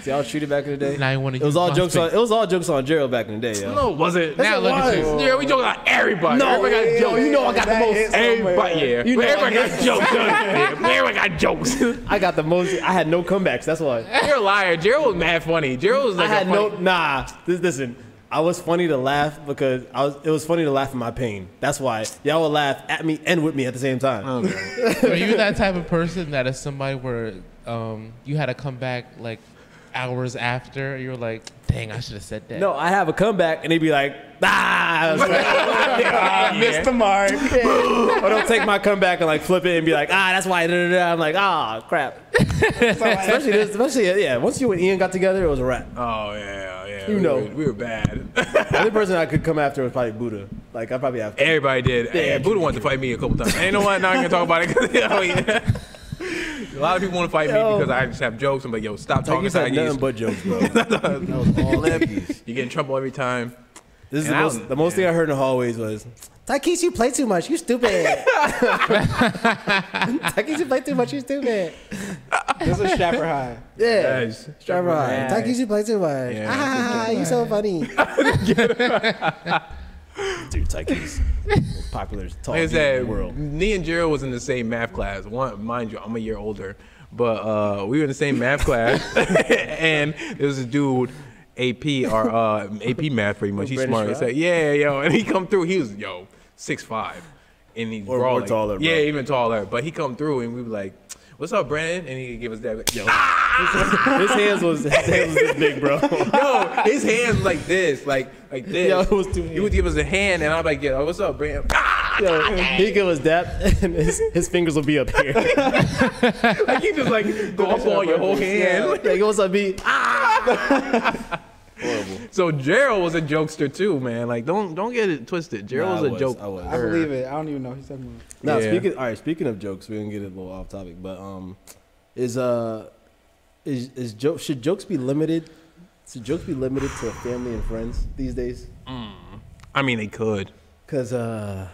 [SPEAKER 1] see how I was treated back in the day.
[SPEAKER 3] Now you wanna
[SPEAKER 1] It was
[SPEAKER 3] use
[SPEAKER 1] all
[SPEAKER 3] my
[SPEAKER 1] jokes on.
[SPEAKER 3] space.
[SPEAKER 1] It was all jokes on Gerald back in the day. Yo.
[SPEAKER 2] No, was it?
[SPEAKER 3] Now look at you.
[SPEAKER 2] Yeah, we joking about everybody. everybody got
[SPEAKER 4] yeah,
[SPEAKER 2] jokes.
[SPEAKER 4] yeah,
[SPEAKER 2] you know I got the
[SPEAKER 4] that hit
[SPEAKER 2] most.
[SPEAKER 4] somewhere.
[SPEAKER 2] Everybody, yeah.
[SPEAKER 1] You know
[SPEAKER 2] everybody
[SPEAKER 1] I
[SPEAKER 2] got jokes. yeah. Everybody got jokes.
[SPEAKER 1] I got the most. I had no comebacks. That's why.
[SPEAKER 2] You're a liar. Gerald was mad funny. Gerald was
[SPEAKER 1] I
[SPEAKER 2] like, a
[SPEAKER 1] had no
[SPEAKER 2] funny-
[SPEAKER 1] nah. This, listen, I was funny to laugh because I was. It was funny to laugh at my pain. That's why y'all would laugh at me and with me at the same time.
[SPEAKER 3] Were you that type of person that if somebody were, um, you had to come back like hours after, you were like, dang, I should have said that.
[SPEAKER 1] No, I have a comeback and they'd be like, ah, I was like, "Ah, I missed the mark. or they'll take my comeback and like flip it and be like, ah, that's why. da, da, da." I'm like, ah, crap. especially, this, especially, yeah. Once you and Ian got together, it was a wrap.
[SPEAKER 2] Oh yeah, yeah.
[SPEAKER 1] You
[SPEAKER 2] we
[SPEAKER 1] know.
[SPEAKER 2] were, we were bad.
[SPEAKER 1] The only person I could come after was probably Buddha. Like I probably have.
[SPEAKER 2] everybody did. Yeah,
[SPEAKER 1] Yeah.
[SPEAKER 2] Buddha wanted to fight me a couple times. And you know what? Now I can talk about it. 'cause, you know, yeah. A lot of people want to fight
[SPEAKER 1] Yo.
[SPEAKER 2] me because I just have jokes. I'm like, yo, stop
[SPEAKER 1] Like
[SPEAKER 2] talking.
[SPEAKER 1] you
[SPEAKER 2] so I
[SPEAKER 1] said
[SPEAKER 2] get
[SPEAKER 1] nothing
[SPEAKER 2] used-
[SPEAKER 1] but jokes, bro. that was all that piece.
[SPEAKER 2] You get in trouble every time.
[SPEAKER 1] This is
[SPEAKER 2] And
[SPEAKER 1] the
[SPEAKER 2] I
[SPEAKER 1] most,
[SPEAKER 2] don't-
[SPEAKER 1] the most thing I heard in the hallways was, Taikis, you play too much. You stupid. Taikis, you play too much. You stupid.
[SPEAKER 4] This is Shapper High.
[SPEAKER 1] Yeah.
[SPEAKER 2] Guys,
[SPEAKER 1] Trevor, Taikis, you play too much.
[SPEAKER 2] Yeah.
[SPEAKER 1] Ah, you so funny. Dude, Taikis. Popular talk
[SPEAKER 2] Like I said, me and Gerald was in the same math class. One, mind you, I'm a year older, but uh, we were in the same math class, and there was a dude, AP or uh, AP math pretty much. He's
[SPEAKER 1] British
[SPEAKER 2] smart. He
[SPEAKER 1] guy?
[SPEAKER 2] said, yeah, yo, and he come through. He was yo six five, and he
[SPEAKER 6] Or- or
[SPEAKER 2] brawling.
[SPEAKER 6] taller, bro.
[SPEAKER 2] Yeah, even taller. But he come through, and we were like, "What's up, Brandon?" And he give us that. Like, yo,
[SPEAKER 1] Ah!
[SPEAKER 6] His hands was his hands was this big, bro.
[SPEAKER 2] yo, his hands like this, like like this.
[SPEAKER 1] Yo, it was two
[SPEAKER 2] He would give us a hand, and I'm like, "Yeah, what's up, Brandon?"
[SPEAKER 6] Yo, he give us that, and his, his fingers will be up here.
[SPEAKER 2] like he just like go up on your whole hand. Ah.
[SPEAKER 1] like, what's up, B?
[SPEAKER 2] So Gerald was a jokester too, man. Like don't don't get it twisted.
[SPEAKER 6] Nah,
[SPEAKER 2] Gerald was a
[SPEAKER 6] I was,
[SPEAKER 2] joke.
[SPEAKER 6] I was.
[SPEAKER 4] I believe it. I don't even know. He's talking about.
[SPEAKER 1] Now,
[SPEAKER 2] Yeah.
[SPEAKER 1] speaking all right, speaking of jokes, we're gonna get a little off topic, but um, is uh, is is joke should jokes be limited? Should jokes be limited to family and friends these days?
[SPEAKER 2] I mean, they could.
[SPEAKER 1] Because uh,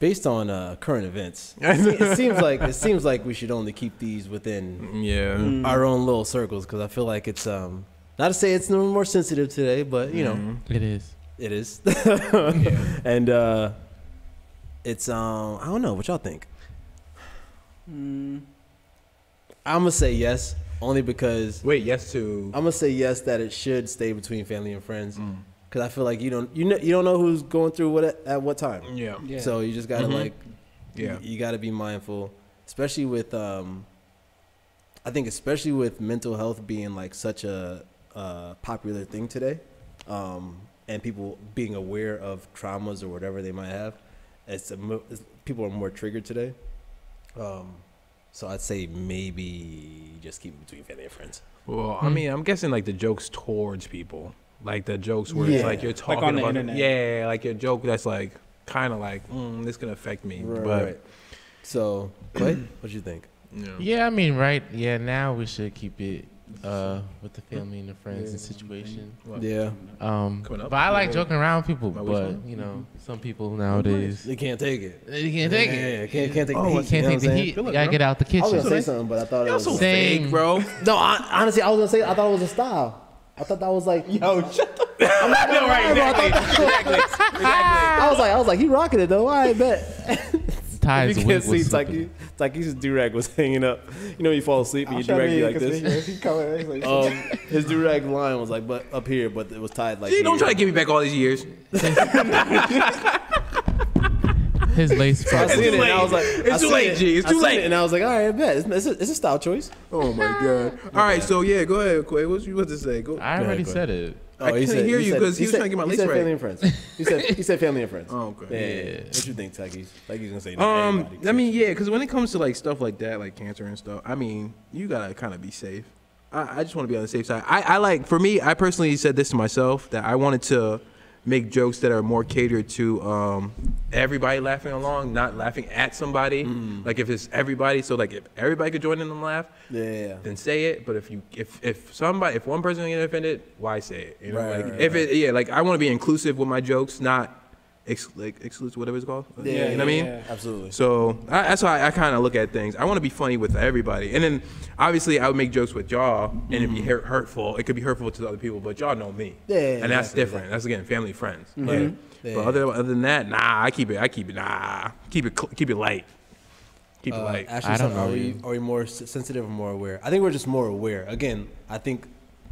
[SPEAKER 1] based on uh, current events, it, se- it seems like it seems like we should only keep these within
[SPEAKER 2] Yeah.
[SPEAKER 1] our own little circles. Because I feel like it's um, not to say it's no more sensitive today, but you
[SPEAKER 2] Mm.
[SPEAKER 1] know,
[SPEAKER 2] Mm-hmm.
[SPEAKER 3] It is.
[SPEAKER 1] it is, and uh, it's um, I don't know what y'all think.
[SPEAKER 4] Mm.
[SPEAKER 1] I'm gonna say yes, only because
[SPEAKER 2] Wait, yes to. Mm.
[SPEAKER 1] I'm gonna say yes that it should stay between family and friends because I feel like you don't you know you don't know who's going through what at, at what time.
[SPEAKER 2] Yeah.
[SPEAKER 4] Yeah.
[SPEAKER 1] So you just gotta
[SPEAKER 2] Mhm.
[SPEAKER 1] like
[SPEAKER 2] Yeah.
[SPEAKER 1] you, you gotta be mindful, especially with um, I think especially with mental health being like such a uh, popular thing today, um, and people being aware of traumas or whatever they might have, it's, a, mo- it's people are more triggered today. Um, so I'd say maybe just keep it between family and friends.
[SPEAKER 2] Well, I mean, I'm guessing like the jokes towards people, like the jokes where it's
[SPEAKER 1] Yeah.
[SPEAKER 2] like you're
[SPEAKER 4] Like
[SPEAKER 2] talking
[SPEAKER 4] on the
[SPEAKER 2] about.
[SPEAKER 4] internet.
[SPEAKER 2] Yeah, like your joke that's like kind of like mm, this gonna affect me,
[SPEAKER 1] Right.
[SPEAKER 2] but
[SPEAKER 1] right. So, Clay, what you think?
[SPEAKER 2] yeah.
[SPEAKER 3] Yeah, I mean, right. Yeah, now we should keep it uh, with the family and the friends and situation.
[SPEAKER 2] What?
[SPEAKER 1] Yeah,
[SPEAKER 3] Um,
[SPEAKER 2] Coming up.
[SPEAKER 3] but I like joking around with people.
[SPEAKER 2] My
[SPEAKER 3] But
[SPEAKER 2] which one?
[SPEAKER 3] you know, some people nowadays
[SPEAKER 1] they can't take it.
[SPEAKER 3] they can't take
[SPEAKER 1] Yeah,
[SPEAKER 3] it.
[SPEAKER 1] yeah, can't, can't take
[SPEAKER 2] Oh,
[SPEAKER 1] the
[SPEAKER 2] I
[SPEAKER 1] heat.
[SPEAKER 3] You can't
[SPEAKER 1] you know
[SPEAKER 3] take
[SPEAKER 1] what
[SPEAKER 3] the
[SPEAKER 1] I'm
[SPEAKER 3] heat.
[SPEAKER 1] saying?
[SPEAKER 3] You gotta get out the
[SPEAKER 1] I was
[SPEAKER 3] kitchen.
[SPEAKER 1] gonna say something, but I thought it
[SPEAKER 2] Y'all
[SPEAKER 1] was
[SPEAKER 2] so
[SPEAKER 3] Same.
[SPEAKER 2] fake, bro.
[SPEAKER 1] no. I, honestly, I was gonna say I thought it was a style. I thought that was like yo.
[SPEAKER 2] I know, right? Exactly.
[SPEAKER 1] I was like, I was like, he rocking it though. I bet.
[SPEAKER 6] you
[SPEAKER 3] Ties
[SPEAKER 6] can't see Taki. Taki's durag was hanging up. You know, when you fall asleep and
[SPEAKER 4] I'm
[SPEAKER 6] your
[SPEAKER 4] trying to
[SPEAKER 6] durag
[SPEAKER 4] be
[SPEAKER 6] be like this.
[SPEAKER 4] inconspicuous. He coming, he's like,
[SPEAKER 1] Um, his durag line was like, but up here, but it was tied like.
[SPEAKER 2] See, don't
[SPEAKER 1] here.
[SPEAKER 2] try to give me back all these years.
[SPEAKER 3] his lace
[SPEAKER 1] I
[SPEAKER 3] front.
[SPEAKER 1] seen it. and
[SPEAKER 2] late.
[SPEAKER 1] I was like,
[SPEAKER 2] It's
[SPEAKER 1] I
[SPEAKER 2] too
[SPEAKER 1] seen
[SPEAKER 2] late,
[SPEAKER 1] it,
[SPEAKER 2] G. It's
[SPEAKER 1] I
[SPEAKER 2] too
[SPEAKER 1] seen it,
[SPEAKER 2] late.
[SPEAKER 1] And I was like, all right, I bet it's, it's, a, it's a style choice.
[SPEAKER 2] Oh my god. All right, so yeah, go ahead, Quay. What's you about to say? Go.
[SPEAKER 3] I
[SPEAKER 1] ahead,
[SPEAKER 3] already
[SPEAKER 1] go
[SPEAKER 3] said it.
[SPEAKER 2] I couldn't hear you 'cause he was
[SPEAKER 1] Oh, said-
[SPEAKER 2] trying to get my
[SPEAKER 1] he
[SPEAKER 2] lease
[SPEAKER 1] said
[SPEAKER 2] right.
[SPEAKER 1] Family and friends. He said he said family and friends.
[SPEAKER 2] Oh, okay.
[SPEAKER 1] Yeah, yeah, yeah. What you think, Taki? Taki's gonna say.
[SPEAKER 2] Um,
[SPEAKER 1] everybody,
[SPEAKER 2] I
[SPEAKER 1] too.
[SPEAKER 2] mean, yeah, because when it comes to like stuff like that, like cancer and stuff, I mean, you gotta kind of be safe. I, I just want to be on the safe side. I, I like, for me, I personally said this to myself that I wanted to make jokes that are more catered to um, everybody laughing along, not laughing at somebody.
[SPEAKER 1] Mm.
[SPEAKER 2] Like if it's everybody, so like if everybody could join in and laugh,
[SPEAKER 1] Yeah, yeah, yeah.
[SPEAKER 2] then say it. But if you if if somebody if one person get offended, why say it? You know,
[SPEAKER 1] Right,
[SPEAKER 2] like
[SPEAKER 1] right,
[SPEAKER 2] if it yeah, like I want to be inclusive with my jokes, not ex- like exclusive, whatever it's called.
[SPEAKER 1] Yeah,
[SPEAKER 2] you know what I mean.
[SPEAKER 4] yeah.
[SPEAKER 1] Absolutely.
[SPEAKER 2] So I, that's how I, I kind of look at things. I want to be funny with everybody, and then obviously I would make jokes with y'all, and it'd be hurt, hurtful. It could be hurtful to other people, but y'all know me,
[SPEAKER 1] Mm-hmm. Yeah, yeah,
[SPEAKER 2] and that's
[SPEAKER 1] exactly, Mm-hmm.
[SPEAKER 2] different. That's again family, friends. Like,
[SPEAKER 1] Yeah.
[SPEAKER 2] But other, other than that, nah, I keep it. I keep it. Nah, keep it. cl- Keep it light. Keep it
[SPEAKER 1] Uh,
[SPEAKER 2] light.
[SPEAKER 1] Ashley
[SPEAKER 3] I don't
[SPEAKER 1] said, are
[SPEAKER 3] know
[SPEAKER 1] we
[SPEAKER 3] you.
[SPEAKER 1] are we more s- sensitive or more aware? I think we're just more aware. Again, I think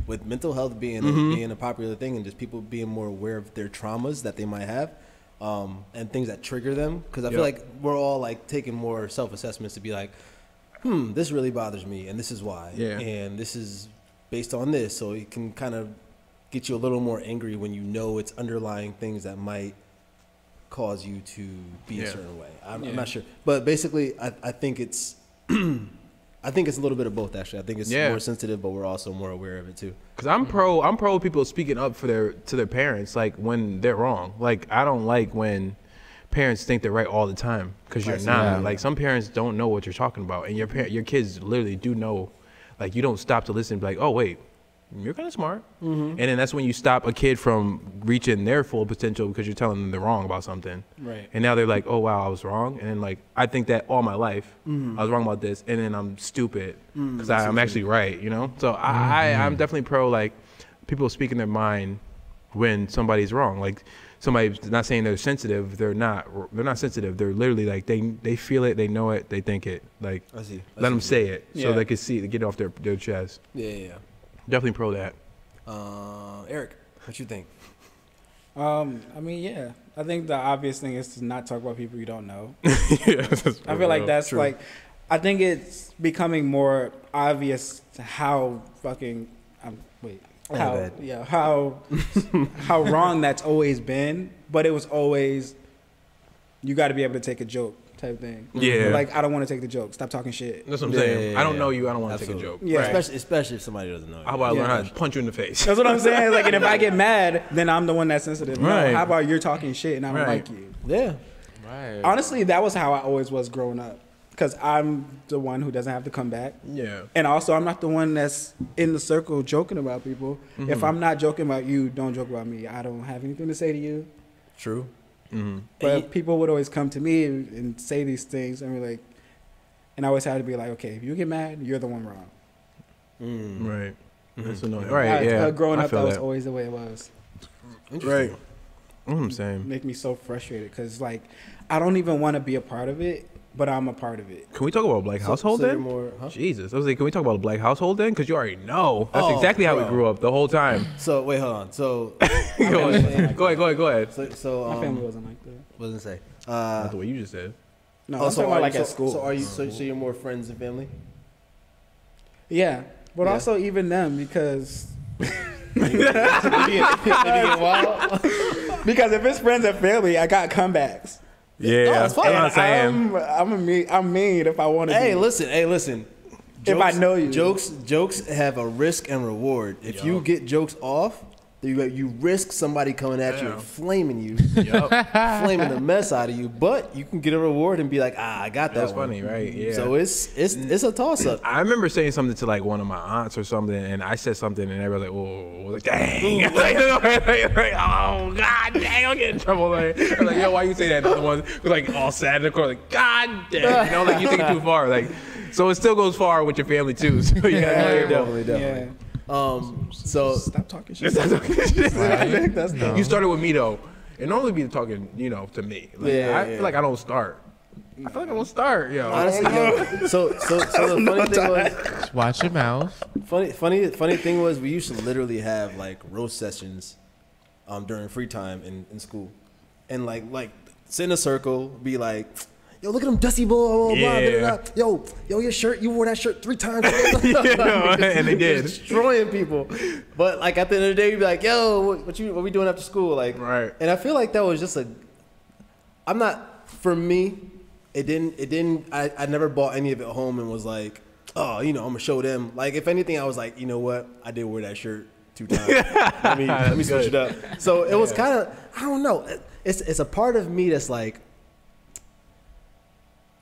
[SPEAKER 1] with mental health being
[SPEAKER 3] Mm-hmm.
[SPEAKER 1] being a popular thing and just people being more aware of their traumas that they might have. Um, and things that trigger them because I feel
[SPEAKER 2] Yep.
[SPEAKER 1] like we're all like taking more self assessments to be like, hmm, this really bothers me and this is why.
[SPEAKER 2] Yeah.
[SPEAKER 1] And this is based on this. So it can kind of get you a little more angry when you know it's underlying things that might cause you to be a
[SPEAKER 2] Yeah.
[SPEAKER 1] certain way. I'm, I'm
[SPEAKER 2] Yeah.
[SPEAKER 1] not sure, but basically, I, I think it's, I think it's a little bit of both. Actually, I think it's
[SPEAKER 2] Yeah.
[SPEAKER 1] more sensitive, but we're also more aware of it too.
[SPEAKER 2] Cause I'm pro, I'm pro people speaking up for their to their parents, like when they're wrong. Like I don't like when parents think they're right all the time, cause you're not. Like some parents don't know what you're talking about, and your parent, your kids literally do know. Like you don't stop to listen, and be like, oh wait, you're kind of smart. And then that's when you stop a kid from reaching their full potential because you're telling them they're wrong about something.
[SPEAKER 4] Right.
[SPEAKER 2] And now they're like, oh wow, I was wrong. And then like I think that all my life
[SPEAKER 1] Mm.
[SPEAKER 2] I was wrong about this, and then I'm stupid because I'm actually right, you know. So I,
[SPEAKER 1] Mm-hmm.
[SPEAKER 2] I I'm definitely pro like people speaking their mind when somebody's wrong. Like somebody's not saying they're sensitive, they're not they're not sensitive. They're literally like they they feel it, they know it, they think it. Like
[SPEAKER 1] I see. I
[SPEAKER 2] let them say it so
[SPEAKER 4] Yeah.
[SPEAKER 2] they can see it, get it off their their chest.
[SPEAKER 1] Yeah, yeah, yeah.
[SPEAKER 2] Definitely pro that.
[SPEAKER 1] Uh, Eric, what you think?
[SPEAKER 4] Um, I mean, yeah. I think the obvious thing is to not talk about people you don't know. I feel like that's like, I think it's becoming more obvious to how fucking. Um, wait.
[SPEAKER 1] Oh,
[SPEAKER 4] How,
[SPEAKER 1] bad.
[SPEAKER 4] yeah, how how wrong that's always been, but it was always you got to be able to take a joke type thing.
[SPEAKER 2] Yeah.
[SPEAKER 4] like I don't want to take the joke. Stop talking shit.
[SPEAKER 2] That's what I'm
[SPEAKER 1] Yeah,
[SPEAKER 2] saying.
[SPEAKER 1] yeah,
[SPEAKER 2] I don't
[SPEAKER 1] yeah.
[SPEAKER 2] know you. I don't want to take a joke.
[SPEAKER 1] Absolutely.
[SPEAKER 4] Yeah.
[SPEAKER 2] Right.
[SPEAKER 1] Especially, especially if somebody doesn't know. you.
[SPEAKER 2] How about I
[SPEAKER 4] Yeah.
[SPEAKER 2] learn how to punch you in the face?
[SPEAKER 4] That's what I'm saying. Like, and if I get mad, then I'm the one that's sensitive. No,
[SPEAKER 2] Right.
[SPEAKER 4] how about you're talking shit and I don't
[SPEAKER 2] Right.
[SPEAKER 4] like you?
[SPEAKER 1] Yeah.
[SPEAKER 3] Right.
[SPEAKER 4] Honestly, that was how I always was growing up. Because I'm the one who doesn't have to come back.
[SPEAKER 2] Yeah.
[SPEAKER 4] And also, I'm not the one that's in the circle joking about people. If
[SPEAKER 2] Mm-hmm.
[SPEAKER 4] I'm not joking about you, don't joke about me. I don't have anything to say to you.
[SPEAKER 1] True.
[SPEAKER 4] But people would always come to me and, and say these things, and we're like, and I always had to be like, okay, if you get mad, you're the one wrong.
[SPEAKER 1] Mm.
[SPEAKER 2] Right. That's annoying.
[SPEAKER 4] I-
[SPEAKER 2] Mm-hmm. Right. Yeah.
[SPEAKER 4] uh, growing
[SPEAKER 2] I
[SPEAKER 4] up, that,
[SPEAKER 2] feel
[SPEAKER 4] was always the way it was.
[SPEAKER 2] Right. That's what Mm-hmm, I'm saying.
[SPEAKER 4] Make me so frustrated because like, I don't even want to be a part of it, but I'm a part of it.
[SPEAKER 2] Can we talk about black household
[SPEAKER 1] so you're
[SPEAKER 2] then?
[SPEAKER 1] more- huh?
[SPEAKER 2] Jesus, I was like, can we talk about a black household then? Because you already know that's
[SPEAKER 1] Oh,
[SPEAKER 2] exactly how we
[SPEAKER 1] bro.
[SPEAKER 2] grew up the whole time.
[SPEAKER 1] So wait, hold on. So,
[SPEAKER 2] go,
[SPEAKER 1] family wasn't
[SPEAKER 2] ahead.
[SPEAKER 1] like
[SPEAKER 2] go ahead, go ahead, go ahead.
[SPEAKER 1] so, so
[SPEAKER 4] My family
[SPEAKER 1] um,
[SPEAKER 4] wasn't like that.
[SPEAKER 1] what was I gonna say?
[SPEAKER 2] Not
[SPEAKER 1] Uh,
[SPEAKER 2] the way you just said.
[SPEAKER 4] No,
[SPEAKER 1] oh,
[SPEAKER 4] I'm
[SPEAKER 1] so
[SPEAKER 4] talking
[SPEAKER 1] are
[SPEAKER 4] about like
[SPEAKER 1] you,
[SPEAKER 4] at
[SPEAKER 1] so-
[SPEAKER 4] school.
[SPEAKER 1] So are you? So, so you're more friends and family?
[SPEAKER 4] yeah, but
[SPEAKER 1] Yeah.
[SPEAKER 4] also even them because because if it's friends and family, I got comebacks.
[SPEAKER 2] Yeah,
[SPEAKER 1] that's fine.
[SPEAKER 2] what I'm saying.
[SPEAKER 4] I'm I'm a mean, I'm mean if I want to.
[SPEAKER 1] Hey,
[SPEAKER 4] be.
[SPEAKER 1] listen. Hey, listen.
[SPEAKER 4] If I know you.
[SPEAKER 1] jokes jokes have a risk and reward. If you get jokes off, you you risk somebody coming at you
[SPEAKER 2] Yeah.
[SPEAKER 1] and flaming you,
[SPEAKER 2] Yup.
[SPEAKER 1] flaming the mess out of you. But you can get a reward and be like, ah, I got that.
[SPEAKER 2] That's
[SPEAKER 1] one."
[SPEAKER 2] funny, right? Yeah.
[SPEAKER 1] So it's it's it's a toss up.
[SPEAKER 2] I remember saying something to like one of my aunts or something, and I said something, and everybody was like, "Whoa!" I was like, "Dang!" like, no, no, like, like, "Oh God, dang!" I'm getting in trouble. Like, I was like, "Yo, why you say that?" The other one was like all sad in the corner, like, "God dang!" You know, like you take it too far. Like, so it still goes far with your family too. So you gotta know your devil.
[SPEAKER 1] Definitely,
[SPEAKER 4] yeah.
[SPEAKER 1] definitely. Um. So
[SPEAKER 4] Stop talking shit.
[SPEAKER 2] That's You started with me though, and normally be talking, you know, to me. Like,
[SPEAKER 1] Yeah,
[SPEAKER 2] I
[SPEAKER 1] yeah.
[SPEAKER 2] feel like I don't start. I feel like I don't start. Yo,
[SPEAKER 1] honestly, yo, so so so the funny thing was.
[SPEAKER 3] Just watch your mouth.
[SPEAKER 1] Funny, funny, funny thing was we used to literally have like roast sessions, um, during free time in, in school, and like like sit in a circle, be like, yo, look at them dusty boy, blah, blah, blah,
[SPEAKER 2] Yeah.
[SPEAKER 1] blah, blah. yo, yo, your shirt, you wore that shirt three times,
[SPEAKER 2] Yeah, and they did.
[SPEAKER 1] destroying people. But like at the end of the day, you'd be like, yo, what, what you what we doing after school, like,
[SPEAKER 2] Right.
[SPEAKER 1] And I feel like that was just a, I'm not for me, it didn't it didn't I I never bought any of it home and was like, oh, you know, I'm gonna show them. Like if anything, I was like, you know what, I did wear that shirt two times. let me let me switch it up. So it was kind of I don't know. It- It's it's a part of me that's like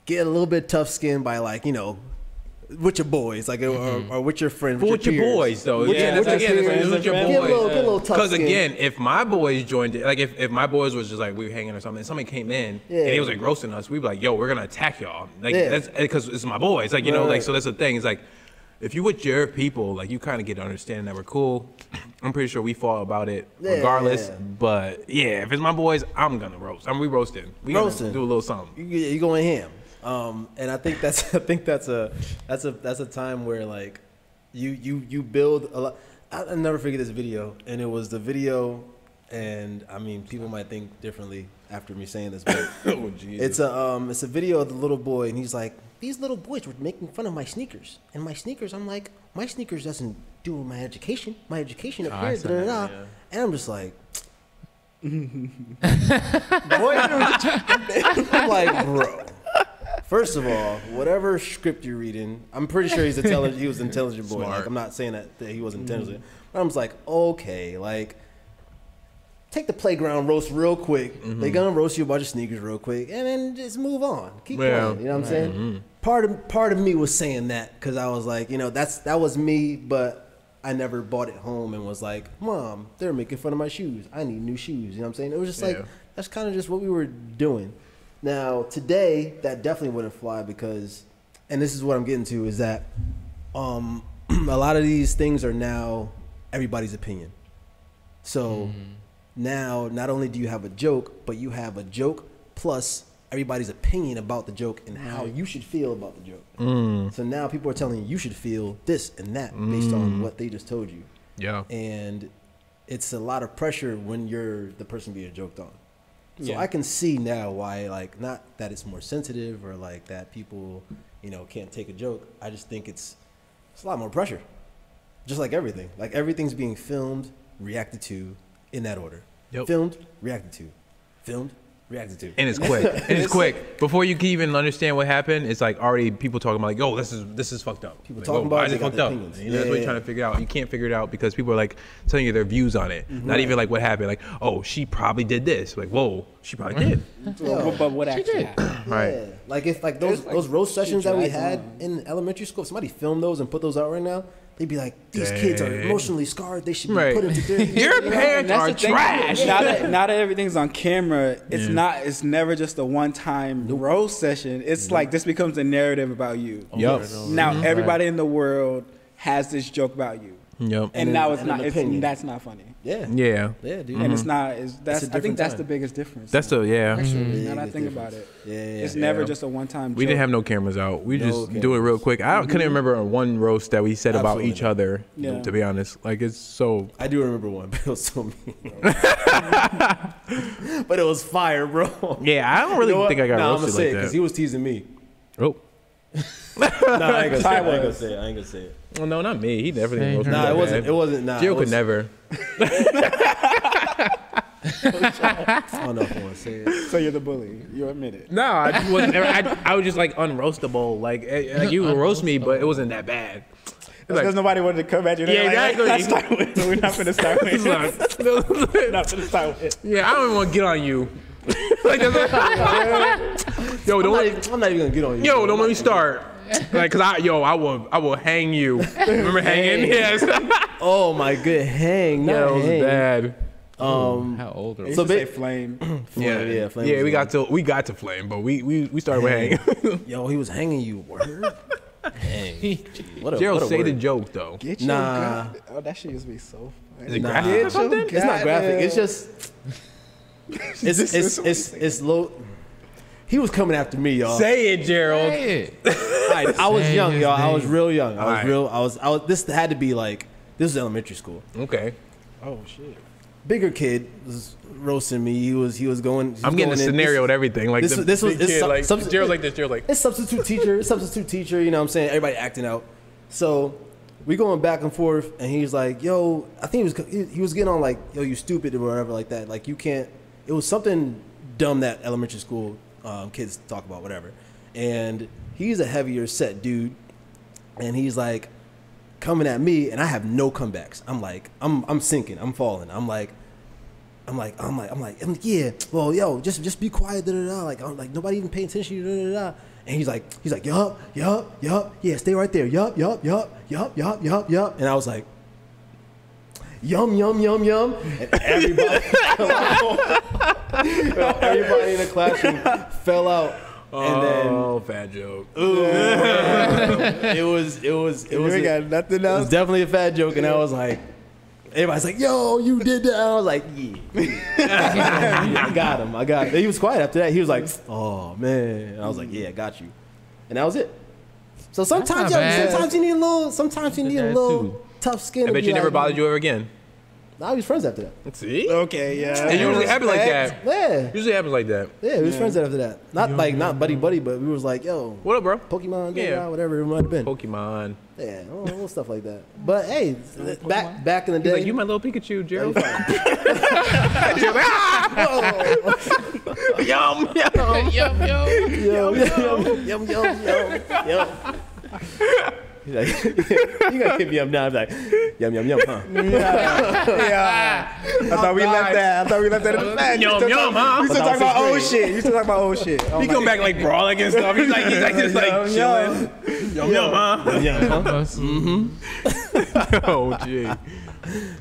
[SPEAKER 1] get a little bit tough skin by like you know. With your boys, like, or, or with your friends,
[SPEAKER 2] Mm-hmm. But with your
[SPEAKER 1] peers.
[SPEAKER 2] boys though,
[SPEAKER 1] With
[SPEAKER 2] yeah,
[SPEAKER 1] your-
[SPEAKER 2] that's again, it's like,
[SPEAKER 1] peers.
[SPEAKER 2] it's with your
[SPEAKER 1] Get a little,
[SPEAKER 2] boys.
[SPEAKER 1] get a little tough
[SPEAKER 2] Because
[SPEAKER 1] skin.
[SPEAKER 2] again, if my boys joined it, like if, if my boys was just like we were hanging or something, and somebody came in and
[SPEAKER 1] Yeah.
[SPEAKER 2] he was like roasting us, we'd be like, "Yo, we're gonna attack y'all." Like
[SPEAKER 1] Yeah.
[SPEAKER 2] that's because it's my boys. Like you know,
[SPEAKER 1] Right.
[SPEAKER 2] like so that's the thing. It's like if you with your people, like you kind of get to understand that we're cool. I'm pretty sure we fall about it
[SPEAKER 1] Yeah.
[SPEAKER 2] regardless. But yeah, if it's my boys, I'm gonna roast. I'm we roasting. We gonna
[SPEAKER 1] Roasting.
[SPEAKER 2] do a little something.
[SPEAKER 1] you, you going ham. Um, and I think that's I think that's a that's a that's a time where like you you you build a lot. I- I'll never forget this video, and it was the video, and I mean people might think differently after me saying this, but
[SPEAKER 2] Oh Jesus.
[SPEAKER 1] it's a um, it's a video of the little boy, and he's like, "These little boys were making fun of my sneakers, and my sneakers." I'm like, "My sneakers doesn't do with my education. My education up
[SPEAKER 3] Oh, I
[SPEAKER 1] here,
[SPEAKER 3] saw
[SPEAKER 1] da, da,
[SPEAKER 3] that
[SPEAKER 1] da."
[SPEAKER 3] video.
[SPEAKER 1] And I'm just like,
[SPEAKER 4] Boy,
[SPEAKER 1] I'm like, bro. First of all, whatever script you're reading, I'm pretty sure he's intelligent. He was an intelligent boy. Like,
[SPEAKER 2] Smart. Mm-hmm.
[SPEAKER 1] I'm not saying that, that he wasn't intelligent, but I'm just like, okay, like, take the playground roast real quick. They're
[SPEAKER 2] Mm-hmm.
[SPEAKER 1] gonna roast you about your sneakers real quick, and then just move on. Keep
[SPEAKER 2] Yeah.
[SPEAKER 1] going. You know what I'm saying? Part of part of me was saying that because I was like, you know, that's that was me, but. I never bought it home and was like, "Mom, they're making fun of my shoes. I need new shoes." You know what I'm saying? It was just like
[SPEAKER 2] Yeah.
[SPEAKER 1] that's kind of just what we were doing. Now today, that definitely wouldn't fly because, and this is what I'm getting to is that, um, a lot of these things are now everybody's opinion. So now, not only do you have a joke, but you have a joke plus everybody's opinion about the joke and how you should feel about the joke. So now people are telling you you should feel this and that based on what they just told you.
[SPEAKER 2] Yeah.
[SPEAKER 1] and it's a lot of pressure when you're the person being joked on. So
[SPEAKER 7] Yeah.
[SPEAKER 1] I can see now why, like, not that it's more sensitive or like that people, you know, can't take a joke. I just think it's it's a lot more pressure, just like everything. Like everything's being filmed, reacted to, in that order.
[SPEAKER 2] Yep.
[SPEAKER 1] Filmed, reacted to, filmed, reacted to.
[SPEAKER 2] And it's quick. And it's quick. Before you can even understand what happened, it's like already people talking about like, "Yo, this is this is fucked up."
[SPEAKER 1] People
[SPEAKER 2] Like,
[SPEAKER 1] talking
[SPEAKER 2] "Yo,
[SPEAKER 1] about
[SPEAKER 2] why
[SPEAKER 1] it,
[SPEAKER 2] is
[SPEAKER 1] they
[SPEAKER 2] it
[SPEAKER 1] got
[SPEAKER 2] fucked
[SPEAKER 1] their
[SPEAKER 2] up?
[SPEAKER 1] opinions.
[SPEAKER 2] You know, that's what
[SPEAKER 1] Yeah.
[SPEAKER 2] you're trying to figure out. You can't figure it out because people are like telling you their views on it. Not even like what happened. Like, "Oh, she probably did this." Like, "Whoa, she probably did."
[SPEAKER 1] Yeah.
[SPEAKER 4] But, but what actually
[SPEAKER 3] did.
[SPEAKER 4] happened?
[SPEAKER 2] Right.
[SPEAKER 1] Yeah. Like if like those
[SPEAKER 4] There's, like,
[SPEAKER 1] those roast sessions that we
[SPEAKER 4] drags
[SPEAKER 1] had
[SPEAKER 4] on.
[SPEAKER 1] in elementary school, if somebody filmed those and put those out right now, they'd be like, These kids are
[SPEAKER 2] Dang.
[SPEAKER 1] emotionally scarred, they should be
[SPEAKER 2] Right.
[SPEAKER 1] put into therapy.
[SPEAKER 2] Your
[SPEAKER 4] And
[SPEAKER 2] parents
[SPEAKER 4] that's
[SPEAKER 2] are
[SPEAKER 4] the thing,
[SPEAKER 2] trash.
[SPEAKER 4] Now that, now that everything's on camera, it's
[SPEAKER 2] Yeah.
[SPEAKER 4] not. It's never just a one-time roast session. It's like this becomes a narrative about you.
[SPEAKER 2] Yup.
[SPEAKER 4] Now everybody in the world has this joke about you,
[SPEAKER 2] Yep.
[SPEAKER 4] and,
[SPEAKER 1] And
[SPEAKER 4] now
[SPEAKER 1] an-
[SPEAKER 4] it's
[SPEAKER 1] and
[SPEAKER 4] not.
[SPEAKER 1] an
[SPEAKER 4] It's,
[SPEAKER 1] opinion.
[SPEAKER 4] that's not funny,
[SPEAKER 1] Yeah.
[SPEAKER 2] Yeah. Mm-hmm.
[SPEAKER 1] Yeah, dude.
[SPEAKER 4] and it's not. It's, that's. I
[SPEAKER 1] Mm-hmm. different
[SPEAKER 4] think that's
[SPEAKER 1] time.
[SPEAKER 4] the biggest difference.
[SPEAKER 2] That's the yeah.
[SPEAKER 1] Big
[SPEAKER 4] Now that I think about it,
[SPEAKER 1] difference. Yeah, yeah,
[SPEAKER 4] it's
[SPEAKER 1] yeah.
[SPEAKER 4] never
[SPEAKER 2] Yeah.
[SPEAKER 4] just a one-time.
[SPEAKER 2] We
[SPEAKER 4] joke.
[SPEAKER 2] didn't have no cameras out. We
[SPEAKER 1] No
[SPEAKER 2] just do it
[SPEAKER 1] cameras. Mm-hmm.
[SPEAKER 2] real quick. I don't- couldn't remember one roast that we said
[SPEAKER 1] Absolutely
[SPEAKER 2] about each
[SPEAKER 1] not.
[SPEAKER 2] other.
[SPEAKER 4] Yeah.
[SPEAKER 2] To be honest, like it's so.
[SPEAKER 1] I do remember one, but it was so mean. but it was fire, bro.
[SPEAKER 2] Yeah, I don't really
[SPEAKER 1] You know what?
[SPEAKER 2] think I got
[SPEAKER 1] nah, I'm gonna
[SPEAKER 2] roasted
[SPEAKER 1] say it
[SPEAKER 2] like
[SPEAKER 1] because
[SPEAKER 2] that.
[SPEAKER 1] he was teasing me.
[SPEAKER 2] oh.
[SPEAKER 1] Nah, I ain't gonna say it. I ain't
[SPEAKER 4] Taiwan.
[SPEAKER 1] gonna say it. I ain't gonna say it.
[SPEAKER 2] Well, no, not me. He never
[SPEAKER 3] Same.
[SPEAKER 2] roasted.
[SPEAKER 1] Nah,
[SPEAKER 2] me
[SPEAKER 1] it
[SPEAKER 2] like
[SPEAKER 1] wasn't.
[SPEAKER 2] that.
[SPEAKER 1] It wasn't. Nah,
[SPEAKER 2] Jill
[SPEAKER 1] it
[SPEAKER 2] could
[SPEAKER 1] was
[SPEAKER 2] never.
[SPEAKER 1] fun up on. Say it.
[SPEAKER 4] So you're the bully. You admit it.
[SPEAKER 2] No, I just wasn't. Ever, I, I was just like unroastable. Like, eh, like you would roast me, but it wasn't that bad. It's
[SPEAKER 4] Because
[SPEAKER 2] like,
[SPEAKER 4] nobody wanted to come at you. They're
[SPEAKER 2] Yeah,
[SPEAKER 4] like,
[SPEAKER 2] exactly.
[SPEAKER 4] Let's start with. We're not gonna start with.
[SPEAKER 2] it's
[SPEAKER 4] We're
[SPEAKER 2] like-
[SPEAKER 4] not gonna start with.
[SPEAKER 2] yeah, I don't even want to get on you. like, that's like- yo,
[SPEAKER 1] I'm
[SPEAKER 2] don't
[SPEAKER 1] not,
[SPEAKER 2] let,
[SPEAKER 1] even, I'm not even gonna get on you.
[SPEAKER 2] yo,
[SPEAKER 1] bro.
[SPEAKER 2] don't let me start. Like, cause I, yo, I will, I will hang you. Remember hanging? Yes.
[SPEAKER 1] Oh my good hang. Not
[SPEAKER 2] yeah, it was
[SPEAKER 1] hang.
[SPEAKER 2] bad.
[SPEAKER 1] Um,
[SPEAKER 3] How old are we?
[SPEAKER 1] So
[SPEAKER 4] So
[SPEAKER 1] ba-
[SPEAKER 4] big flame.
[SPEAKER 2] Yeah,
[SPEAKER 1] Flame, yeah, Flame
[SPEAKER 2] yeah.
[SPEAKER 1] was
[SPEAKER 2] We got to, we got to flame, but we, we, we started with hang.
[SPEAKER 1] yo, he was hanging you. Word. Hang. What a,
[SPEAKER 2] Gerald,
[SPEAKER 1] what a
[SPEAKER 2] say
[SPEAKER 1] word.
[SPEAKER 2] the joke though.
[SPEAKER 4] Get
[SPEAKER 1] Nah.
[SPEAKER 4] gun- Oh, that shit used to be so. funny.
[SPEAKER 2] Is it
[SPEAKER 1] Nah.
[SPEAKER 2] graphic or
[SPEAKER 1] Get
[SPEAKER 2] something?
[SPEAKER 1] It's not graphic. It's
[SPEAKER 4] Goddamn.
[SPEAKER 1] just it's it's
[SPEAKER 4] is
[SPEAKER 1] it's,
[SPEAKER 4] what
[SPEAKER 1] it's, low. He was coming after me, y'all.
[SPEAKER 2] Say it, Gerald.
[SPEAKER 3] Hey.
[SPEAKER 1] All right, I was
[SPEAKER 3] Say
[SPEAKER 1] young,
[SPEAKER 3] his
[SPEAKER 1] y'all. I was
[SPEAKER 3] name.
[SPEAKER 1] real young. I was
[SPEAKER 2] Alright.
[SPEAKER 1] real. I was. I was. This had to be like this was elementary school.
[SPEAKER 2] Okay.
[SPEAKER 1] Bigger kid was roasting me. He was. He was going. he
[SPEAKER 2] I'm
[SPEAKER 1] was
[SPEAKER 2] getting a
[SPEAKER 1] going in.
[SPEAKER 2] scenario
[SPEAKER 1] This-
[SPEAKER 2] with everything. Like
[SPEAKER 1] this-
[SPEAKER 2] the
[SPEAKER 1] this was-
[SPEAKER 2] big
[SPEAKER 1] this
[SPEAKER 2] kid,
[SPEAKER 1] sub-
[SPEAKER 2] like
[SPEAKER 1] subs-
[SPEAKER 2] Gerald, like this. Gerald, like
[SPEAKER 1] It's substitute teacher, it's substitute teacher, you know what I'm saying? Everybody acting out. So we going back and forth, and he's like, yo, I think he was, he- he was getting on like, yo, you stupid or whatever like that. Like, you can't, it was something dumb that elementary school um, kids talk about, whatever. And he's a heavier set dude, and he's like coming at me, and I have no comebacks. I'm like, I'm, I'm sinking, I'm falling. I'm like, I'm like, I'm like, I'm like, I'm like, yeah. Well, yo, just just be quiet, da da da. Like, I'm like, nobody even paying attention, da da da. And he's like, he's like, yup, yup, yup, yeah, stay right there, yup, yup, yup, yup, yup, yup, yup. And I was like, yum, yum, yum, yum. And everybody, everybody in the classroom fell out. And then
[SPEAKER 2] oh, fat joke.
[SPEAKER 1] it was, it was, it
[SPEAKER 4] You
[SPEAKER 1] was.
[SPEAKER 4] ain't
[SPEAKER 1] a-
[SPEAKER 4] got nothing
[SPEAKER 1] it was
[SPEAKER 4] else.
[SPEAKER 1] definitely a fat joke, and I was like, everybody's like, "Yo, you did that." I was like, "Yeah, Yeah, I got him. I got." Him. He was quiet after that. He was like, "Oh man," I was like, "Yeah, I got you," and that was it. So
[SPEAKER 3] not
[SPEAKER 1] sometimes, yo,
[SPEAKER 3] bad.
[SPEAKER 1] sometimes you need a little. Sometimes you need a
[SPEAKER 3] that
[SPEAKER 1] little
[SPEAKER 3] too.
[SPEAKER 1] tough skin.
[SPEAKER 2] I
[SPEAKER 1] to
[SPEAKER 2] bet
[SPEAKER 1] be
[SPEAKER 2] you
[SPEAKER 1] like,
[SPEAKER 2] never bothered you ever again.
[SPEAKER 1] Nah, we was friends after that.
[SPEAKER 2] See?
[SPEAKER 4] Okay, yeah.
[SPEAKER 2] It usually happens like that.
[SPEAKER 1] Yeah,
[SPEAKER 2] Usually happens like that.
[SPEAKER 1] yeah, we was friends after that. Not like not buddy buddy, but we was like, "Yo,
[SPEAKER 2] What up, bro?
[SPEAKER 1] Pokemon, yeah,
[SPEAKER 2] Yeah.
[SPEAKER 1] whatever it might have been."
[SPEAKER 2] Pokemon.
[SPEAKER 1] Yeah, little, little stuff like that. But hey, back back in the
[SPEAKER 2] He's
[SPEAKER 1] day,
[SPEAKER 2] like, you my little Pikachu, Gerald.
[SPEAKER 1] "Ah!"
[SPEAKER 2] Yum, yum.
[SPEAKER 3] Yup, yo.
[SPEAKER 1] Yo, yum, yum, yum, yum, yum, yum. He's like, you gotta hit me up now. I'm like, yum, yum, yum, huh?
[SPEAKER 4] Yeah. I thought we left that. I thought we left that in the back. You
[SPEAKER 2] Yum,
[SPEAKER 4] still
[SPEAKER 2] yum, huh?
[SPEAKER 4] talk- You
[SPEAKER 1] But
[SPEAKER 4] still
[SPEAKER 1] that
[SPEAKER 4] talking about
[SPEAKER 1] was
[SPEAKER 4] old
[SPEAKER 1] his
[SPEAKER 4] shit. You still talking about old shit. Oh
[SPEAKER 2] He
[SPEAKER 4] my
[SPEAKER 2] come back like brawling and stuff. He's like, he's like, just like
[SPEAKER 4] Yum,
[SPEAKER 2] chilling. Yum, yum, huh?
[SPEAKER 1] Yum, yum, huh?
[SPEAKER 2] Oh, gee.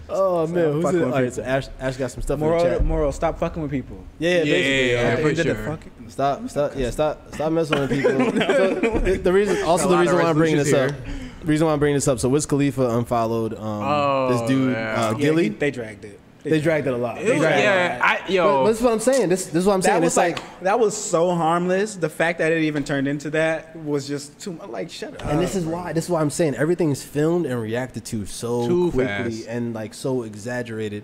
[SPEAKER 1] Oh man, who's
[SPEAKER 4] fuck
[SPEAKER 1] it?
[SPEAKER 4] with
[SPEAKER 1] All right, so Ash, Ash got some stuff in the
[SPEAKER 4] Moral,
[SPEAKER 1] chat.
[SPEAKER 4] moral, stop fucking with people.
[SPEAKER 1] yeah, yeah, basically.
[SPEAKER 2] Yeah,
[SPEAKER 1] Yeah,
[SPEAKER 2] for
[SPEAKER 4] Did the
[SPEAKER 2] sure.
[SPEAKER 4] fuck-
[SPEAKER 1] Stop, stop, yeah, stop, stop messing with people. So, the- the reason, also
[SPEAKER 2] A
[SPEAKER 1] the
[SPEAKER 2] lot
[SPEAKER 1] reason
[SPEAKER 2] of
[SPEAKER 1] why I'm bringing this
[SPEAKER 2] resolutions
[SPEAKER 1] up. Reason why I'm bringing this up. So Wiz Khalifa unfollowed um,
[SPEAKER 2] Oh,
[SPEAKER 1] this dude
[SPEAKER 2] yeah.
[SPEAKER 1] uh,
[SPEAKER 4] Yeah, he-
[SPEAKER 1] Gilly.
[SPEAKER 4] they dragged it.
[SPEAKER 1] They dragged it a lot. They
[SPEAKER 4] was-
[SPEAKER 1] dragged it a lot.
[SPEAKER 2] yeah, I, yo,
[SPEAKER 1] But, but this is what I'm saying. This, this is what I'm saying.
[SPEAKER 4] That
[SPEAKER 1] It's
[SPEAKER 4] was
[SPEAKER 1] like,
[SPEAKER 4] like, that was so harmless. The fact that it even turned into that was just too much. Like shut up.
[SPEAKER 1] and
[SPEAKER 2] Oh,
[SPEAKER 1] this is why. This is why I'm saying everything's filmed and reacted to so
[SPEAKER 2] Too
[SPEAKER 1] quickly
[SPEAKER 2] fast.
[SPEAKER 1] and like so exaggerated.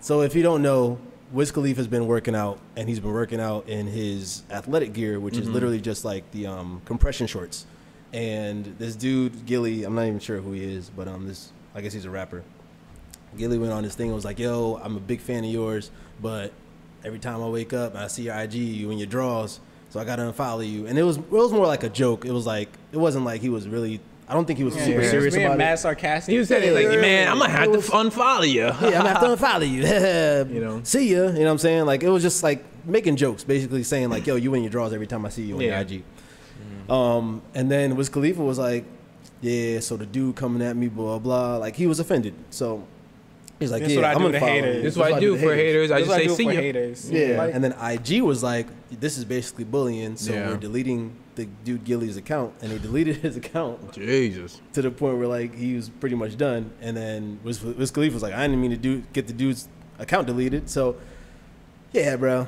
[SPEAKER 1] So if you don't know, Wiz Khalifa has been working out, and he's been working out in his athletic gear, which
[SPEAKER 2] Mm-hmm.
[SPEAKER 1] is literally just like the um, compression shorts. And this dude Gilly, I'm not even sure who he is, but um, this I guess he's a rapper. Gilly went on this thing and was like, "Yo, I'm a big fan of yours, but every time I wake up and I see your IG, you in your draws, so I gotta unfollow you." And it was it was more like a joke. It was like it wasn't like he was really. I don't think he was super
[SPEAKER 4] Yeah.
[SPEAKER 1] serious
[SPEAKER 4] Being
[SPEAKER 1] about
[SPEAKER 4] mad
[SPEAKER 1] it.
[SPEAKER 4] sarcastic.
[SPEAKER 2] you said it like,
[SPEAKER 1] Yeah.
[SPEAKER 2] man, I'm gonna have to
[SPEAKER 1] It was-
[SPEAKER 2] unfollow you.
[SPEAKER 1] Yeah, I'm gonna have to unfollow you.
[SPEAKER 2] You know.
[SPEAKER 1] see ya. You know what I'm saying? Like it was just like making jokes, basically saying like, "Yo, you in your draws every time I see you on
[SPEAKER 2] Yeah.
[SPEAKER 1] your IG." Um, and then Wiz Khalifa was like, "Yeah, so the dude coming at me, blah blah." Like he was offended, so he's like,
[SPEAKER 4] This
[SPEAKER 1] "Yeah,
[SPEAKER 4] what I
[SPEAKER 1] I'm
[SPEAKER 4] do
[SPEAKER 1] gonna
[SPEAKER 4] to
[SPEAKER 1] follow
[SPEAKER 4] haters.
[SPEAKER 1] you.
[SPEAKER 4] This
[SPEAKER 2] That's what I do
[SPEAKER 1] to
[SPEAKER 2] for haters. I
[SPEAKER 4] That's
[SPEAKER 2] just
[SPEAKER 4] what I
[SPEAKER 2] say,
[SPEAKER 4] do
[SPEAKER 2] see
[SPEAKER 4] for
[SPEAKER 2] you.
[SPEAKER 4] haters.
[SPEAKER 1] Yeah.
[SPEAKER 4] Like,
[SPEAKER 1] and then IG was like, this is basically bullying. So
[SPEAKER 2] Yeah.
[SPEAKER 1] we're deleting the dude Gilly's account. And they deleted his account
[SPEAKER 2] Jesus.
[SPEAKER 1] to the point where like he was pretty much done. And then Wiz, Wiz Khalifa was like, I didn't mean to do get the dude's account deleted. So yeah, bro.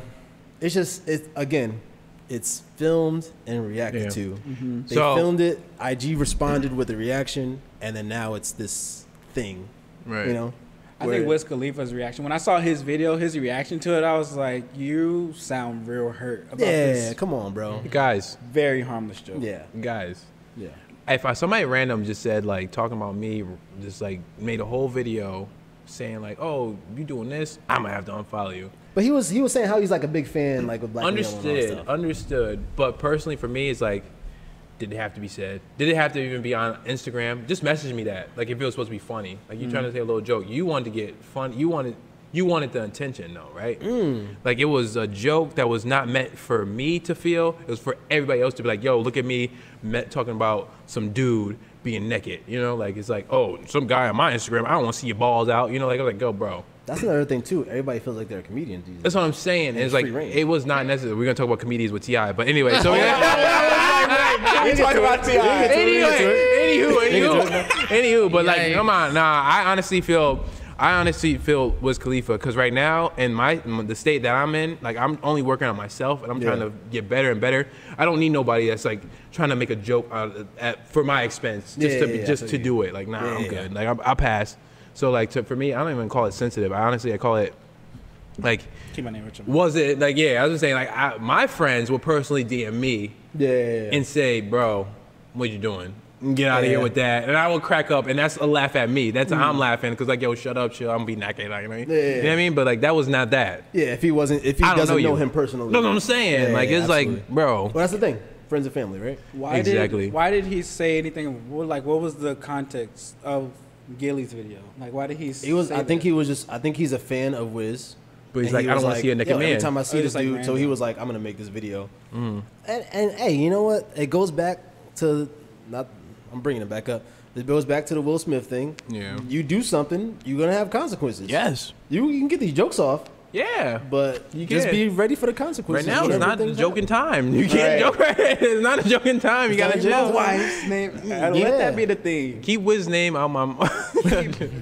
[SPEAKER 1] It's just it's again, it's filmed and reacted
[SPEAKER 2] Yeah.
[SPEAKER 1] to.
[SPEAKER 4] Mm-hmm.
[SPEAKER 1] They
[SPEAKER 2] So-
[SPEAKER 1] filmed it, IG responded with a reaction, and then now it's this thing.
[SPEAKER 2] Right.
[SPEAKER 1] You know?
[SPEAKER 4] I
[SPEAKER 1] where-
[SPEAKER 4] think Wiz Khalifa's reaction. When I saw his video, his reaction to it, I was like, "You sound real hurt about
[SPEAKER 1] Yeah,
[SPEAKER 4] this
[SPEAKER 1] come on, bro.
[SPEAKER 2] Guys,
[SPEAKER 4] very harmless joke."
[SPEAKER 1] Yeah.
[SPEAKER 2] guys.
[SPEAKER 1] Yeah.
[SPEAKER 2] If I, somebody random just said like talking about me, just like made a whole video saying like, "Oh, you doing this? I'm gonna have to unfollow you."
[SPEAKER 1] But he was he was saying how he's like a big fan like of black people and all that
[SPEAKER 2] understood, Uh,
[SPEAKER 1] stuff.
[SPEAKER 2] understood. But personally, for me, it's like, did it have to be said? Did it have to even be on Instagram? Just message me that. Like, if it was supposed to be funny, like you trying to say a little joke, you wanted to get fun. You wanted, you wanted the intention, though, right? Like it was a joke that was not meant for me to feel. It was for everybody else to be like, yo, look at me, met, talking about some dude being naked. You know, like it's like, oh, some guy on my Instagram, I don't want to see your balls out. You know, like I'm like, go, bro.
[SPEAKER 1] That's another thing too. Everybody feels like they're a comedian these days.
[SPEAKER 2] That's what I'm saying. And it's like
[SPEAKER 1] free reign.
[SPEAKER 2] it was not necessary. We're gonna talk about comedians with Ti, but anyway. So
[SPEAKER 4] We talking about Ti.
[SPEAKER 2] anyway, anywho, anywho, anywho. But like,
[SPEAKER 3] Yikes.
[SPEAKER 2] come on, nah. I honestly feel, I honestly feel was Khalifa because right now in my in the state that I'm in, like I'm only working on myself and I'm trying
[SPEAKER 1] Yeah.
[SPEAKER 2] to get better and better. I don't need nobody that's like trying to make a joke out of, at, for my expense just
[SPEAKER 1] Yeah,
[SPEAKER 2] to
[SPEAKER 1] yeah,
[SPEAKER 2] be
[SPEAKER 1] yeah, I
[SPEAKER 2] just
[SPEAKER 1] feel
[SPEAKER 2] to
[SPEAKER 1] you.
[SPEAKER 2] do it. Like, nah,
[SPEAKER 1] Yeah,
[SPEAKER 2] I'm
[SPEAKER 1] yeah,
[SPEAKER 2] good. Like, I, I pass. So like, to, for me, I don't even call it sensitive. I honestly, I call it like.
[SPEAKER 4] Keep my name Richard.
[SPEAKER 2] Was it like yeah? I was just saying like I, my friends will personally DM me
[SPEAKER 1] yeah, yeah, yeah.
[SPEAKER 2] and say, "Bro, what you doing? Get out of here
[SPEAKER 1] Yeah. Mm-hmm.
[SPEAKER 2] with that." And I will crack up, and that's a laugh at me. That's I'm laughing because like yo, shut up, chill. I'm gonna be naked, like you know, what I mean?
[SPEAKER 1] Yeah.
[SPEAKER 2] You know what I mean? But like that was not that.
[SPEAKER 1] Yeah, if he wasn't, if he
[SPEAKER 2] I don't
[SPEAKER 1] doesn't
[SPEAKER 2] know
[SPEAKER 1] know,
[SPEAKER 2] you.
[SPEAKER 1] him personally,
[SPEAKER 2] That's what I'm saying.
[SPEAKER 1] Yeah,
[SPEAKER 2] like
[SPEAKER 1] yeah,
[SPEAKER 2] it's like,
[SPEAKER 1] absolutely.
[SPEAKER 2] bro,
[SPEAKER 1] Well, that's the thing. Friends and family, right?
[SPEAKER 4] Why
[SPEAKER 2] Exactly.
[SPEAKER 4] Did, why did he say anything? what- Like, what was the context of Gilly's video? Like, why did he?
[SPEAKER 1] He was.
[SPEAKER 4] Say
[SPEAKER 1] I think
[SPEAKER 4] that?
[SPEAKER 1] he was just. I think he's a fan of Wiz.
[SPEAKER 2] But he's
[SPEAKER 1] And
[SPEAKER 2] like,
[SPEAKER 1] he
[SPEAKER 2] "I
[SPEAKER 1] was
[SPEAKER 2] don't wanna see a naked
[SPEAKER 1] "Yo, Every
[SPEAKER 2] man." Mm.
[SPEAKER 1] time I
[SPEAKER 4] Oh,
[SPEAKER 1] see this
[SPEAKER 4] just, like,
[SPEAKER 1] dude, so he
[SPEAKER 4] random.
[SPEAKER 1] was like, "I'm gonna make this video." And and hey, you know what? It goes back to not. I'm bringing it back up. It goes back to the Will Smith thing.
[SPEAKER 2] Yeah.
[SPEAKER 1] You do something, you're gonna have consequences.
[SPEAKER 2] yes,
[SPEAKER 1] You, you can get these jokes off,
[SPEAKER 2] yeah.
[SPEAKER 1] but
[SPEAKER 2] You
[SPEAKER 1] just
[SPEAKER 2] can.
[SPEAKER 1] be ready for the
[SPEAKER 2] Right
[SPEAKER 1] consequences.
[SPEAKER 2] now it's
[SPEAKER 1] whenever
[SPEAKER 2] not
[SPEAKER 1] things
[SPEAKER 2] joking time. You can't
[SPEAKER 1] Right.
[SPEAKER 2] joke. Right. It's not a joking time. You gotta
[SPEAKER 1] like my
[SPEAKER 2] chill.
[SPEAKER 1] wife.
[SPEAKER 4] wife's name. Let
[SPEAKER 1] Yeah.
[SPEAKER 4] that be the thing.
[SPEAKER 2] Keep Wiz name out my.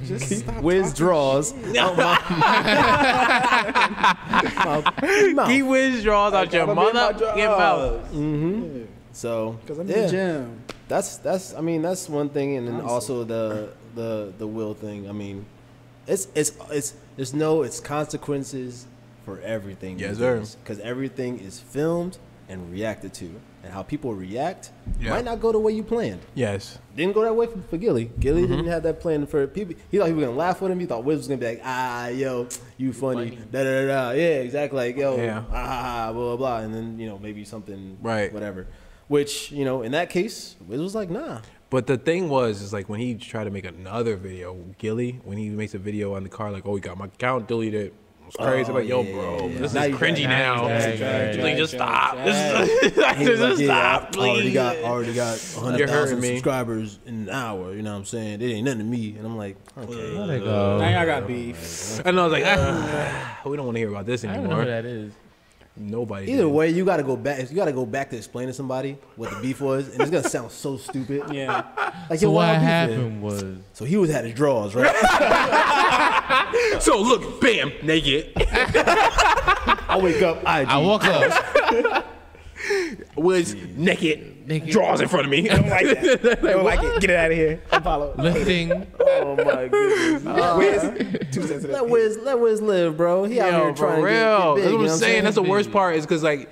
[SPEAKER 4] Just stop.
[SPEAKER 1] happen. Wiz draws. out my- my
[SPEAKER 2] Keep
[SPEAKER 1] mouth.
[SPEAKER 2] Wiz draws out your mother. Get out.
[SPEAKER 1] So
[SPEAKER 4] Because I'm in
[SPEAKER 1] yeah.
[SPEAKER 4] the gym.
[SPEAKER 1] That's that's I mean that's one thing, and then
[SPEAKER 4] Honestly.
[SPEAKER 1] also the the the will thing. I mean, it's it's it's there's no it's consequences for everything.
[SPEAKER 2] Yes, sir.
[SPEAKER 1] Because everything is filmed and reacted to, and how people react
[SPEAKER 2] Yeah.
[SPEAKER 1] might not go the way you planned.
[SPEAKER 2] Yes.
[SPEAKER 1] Didn't go that way for, for Gilly. Gilly
[SPEAKER 2] Mm-hmm.
[SPEAKER 1] didn't have that plan for people. He thought he was gonna laugh with him. He thought Wiz was gonna be like, ah, yo, you funny,
[SPEAKER 3] funny.
[SPEAKER 1] da da da. da. Yeah, exactly. Like yo,
[SPEAKER 2] Yeah.
[SPEAKER 1] ah, ah, ah, blah blah blah, and then you know maybe something,
[SPEAKER 2] Right.
[SPEAKER 1] whatever. Which you know in that case, Wiz was like, nah.
[SPEAKER 2] But the thing was, is like when he tried to make another video, Gilly, when he makes a video on the car, like, oh, he got my account deleted. It's crazy.
[SPEAKER 1] Oh,
[SPEAKER 2] like, yo,
[SPEAKER 1] yeah,
[SPEAKER 2] bro,
[SPEAKER 1] yeah, yeah.
[SPEAKER 2] this
[SPEAKER 1] Now
[SPEAKER 2] is
[SPEAKER 1] you
[SPEAKER 2] cringy
[SPEAKER 1] back.
[SPEAKER 2] now.
[SPEAKER 3] Now you back.
[SPEAKER 2] Like, just stop.
[SPEAKER 4] Back,
[SPEAKER 2] This is like,
[SPEAKER 1] He was
[SPEAKER 2] just
[SPEAKER 1] like, yeah,
[SPEAKER 2] stop,
[SPEAKER 1] I already
[SPEAKER 2] please.
[SPEAKER 1] got already got
[SPEAKER 2] You're
[SPEAKER 1] 100,000
[SPEAKER 2] hurting me.
[SPEAKER 1] subscribers in an hour. You know what I'm saying? It ain't nothing to me. And I'm like, okay.
[SPEAKER 3] Let it go.
[SPEAKER 2] Oh.
[SPEAKER 4] Now y'all got beef.
[SPEAKER 2] And I was like, ah, we don't want to hear about this
[SPEAKER 3] I don't know who
[SPEAKER 2] anymore.
[SPEAKER 3] that is.
[SPEAKER 2] Nobody.
[SPEAKER 1] Either
[SPEAKER 2] did.
[SPEAKER 1] way, you gotta go back. You gotta go back to explain to somebody what the beef was, and it's gonna sound so stupid.
[SPEAKER 4] Yeah.
[SPEAKER 1] Like,
[SPEAKER 3] So
[SPEAKER 1] yo, why
[SPEAKER 3] what
[SPEAKER 1] our beef
[SPEAKER 3] happened was
[SPEAKER 1] is- So he was at his drawers, right?
[SPEAKER 2] So look, bam, naked.
[SPEAKER 1] I wake up, I,
[SPEAKER 3] I woke up.
[SPEAKER 2] Was naked.
[SPEAKER 3] Naked.
[SPEAKER 2] Draws in front of me. I don't like that. I don't like it. Get it out of here.
[SPEAKER 3] lifting.
[SPEAKER 8] Oh my goodness.
[SPEAKER 1] let Wiz, let Wiz live, bro. He out
[SPEAKER 2] Yo,
[SPEAKER 1] here trying to
[SPEAKER 2] for
[SPEAKER 1] get- get,
[SPEAKER 2] real.
[SPEAKER 1] big.
[SPEAKER 2] That's
[SPEAKER 1] you
[SPEAKER 2] what I'm
[SPEAKER 1] know
[SPEAKER 2] saying. That's the worst part is because like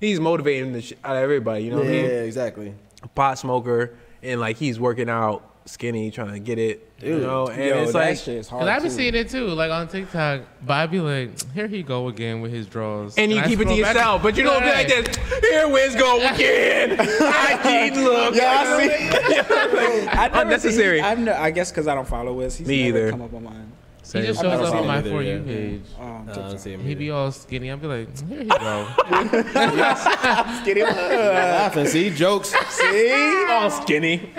[SPEAKER 2] he's motivating the shit out of everybody. You know what I
[SPEAKER 1] yeah,
[SPEAKER 2] mean?
[SPEAKER 1] exactly.
[SPEAKER 2] pot smoker and like he's working out skinny trying to get it you know and
[SPEAKER 4] Yo,
[SPEAKER 2] it's
[SPEAKER 4] that
[SPEAKER 2] like
[SPEAKER 4] shit is hard.
[SPEAKER 3] Cause I've been
[SPEAKER 4] too.
[SPEAKER 3] seeing it too, like on TikTok. But I'd be like, here he go again with his draws.
[SPEAKER 2] and you
[SPEAKER 3] I
[SPEAKER 2] keep it to
[SPEAKER 3] scroll back-
[SPEAKER 2] yourself but you don't be like
[SPEAKER 3] Right.
[SPEAKER 2] this here Wiz go again I did look yeah
[SPEAKER 4] I've never
[SPEAKER 2] Unnecessary.
[SPEAKER 4] seen- I've ne- I guess because I don't follow Wiz. He's
[SPEAKER 2] Me
[SPEAKER 4] never
[SPEAKER 2] either.
[SPEAKER 4] Come up on mine.
[SPEAKER 3] He just
[SPEAKER 4] I've never
[SPEAKER 3] shows up
[SPEAKER 4] seen
[SPEAKER 3] on
[SPEAKER 4] him
[SPEAKER 3] my
[SPEAKER 1] either,
[SPEAKER 3] for
[SPEAKER 1] yeah.
[SPEAKER 3] you page.
[SPEAKER 4] Um,
[SPEAKER 1] I don't see him
[SPEAKER 3] He
[SPEAKER 1] either.
[SPEAKER 3] be all skinny. I'd be like, "Hmm, here he go.
[SPEAKER 1] laughing. See jokes.
[SPEAKER 4] see,
[SPEAKER 2] all skinny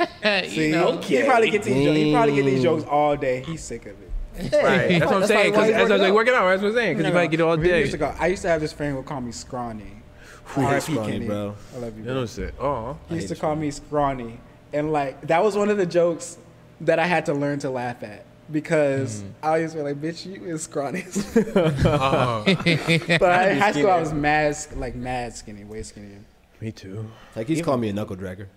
[SPEAKER 3] you know,
[SPEAKER 4] he probably get these. jo- He probably get these jokes all day. He's sick of it.
[SPEAKER 2] right that's what I'm
[SPEAKER 4] That's
[SPEAKER 2] saying
[SPEAKER 4] like
[SPEAKER 2] because
[SPEAKER 4] why he's
[SPEAKER 2] as I was like
[SPEAKER 4] working
[SPEAKER 2] working out that's what I'm saying because you might get it all
[SPEAKER 4] Years
[SPEAKER 2] day
[SPEAKER 4] ago, I used to have this friend who would call me scrawny. R.I.P.
[SPEAKER 1] Scrawny,
[SPEAKER 4] Kenny.
[SPEAKER 1] bro.
[SPEAKER 4] I love you.
[SPEAKER 2] you know
[SPEAKER 4] bro.
[SPEAKER 2] what I'm saying oh
[SPEAKER 4] He used to call me scrawny, and like that was one of the jokes that I had to learn to laugh at because
[SPEAKER 2] Mm-hmm.
[SPEAKER 4] I used to be like, "Bitch, you is scrawny."
[SPEAKER 2] Uh-huh.
[SPEAKER 4] but I, in high school, I was mad, sk- like mad skinny, way skinnier.
[SPEAKER 2] me too
[SPEAKER 1] Like he's calling me a knuckle dragger.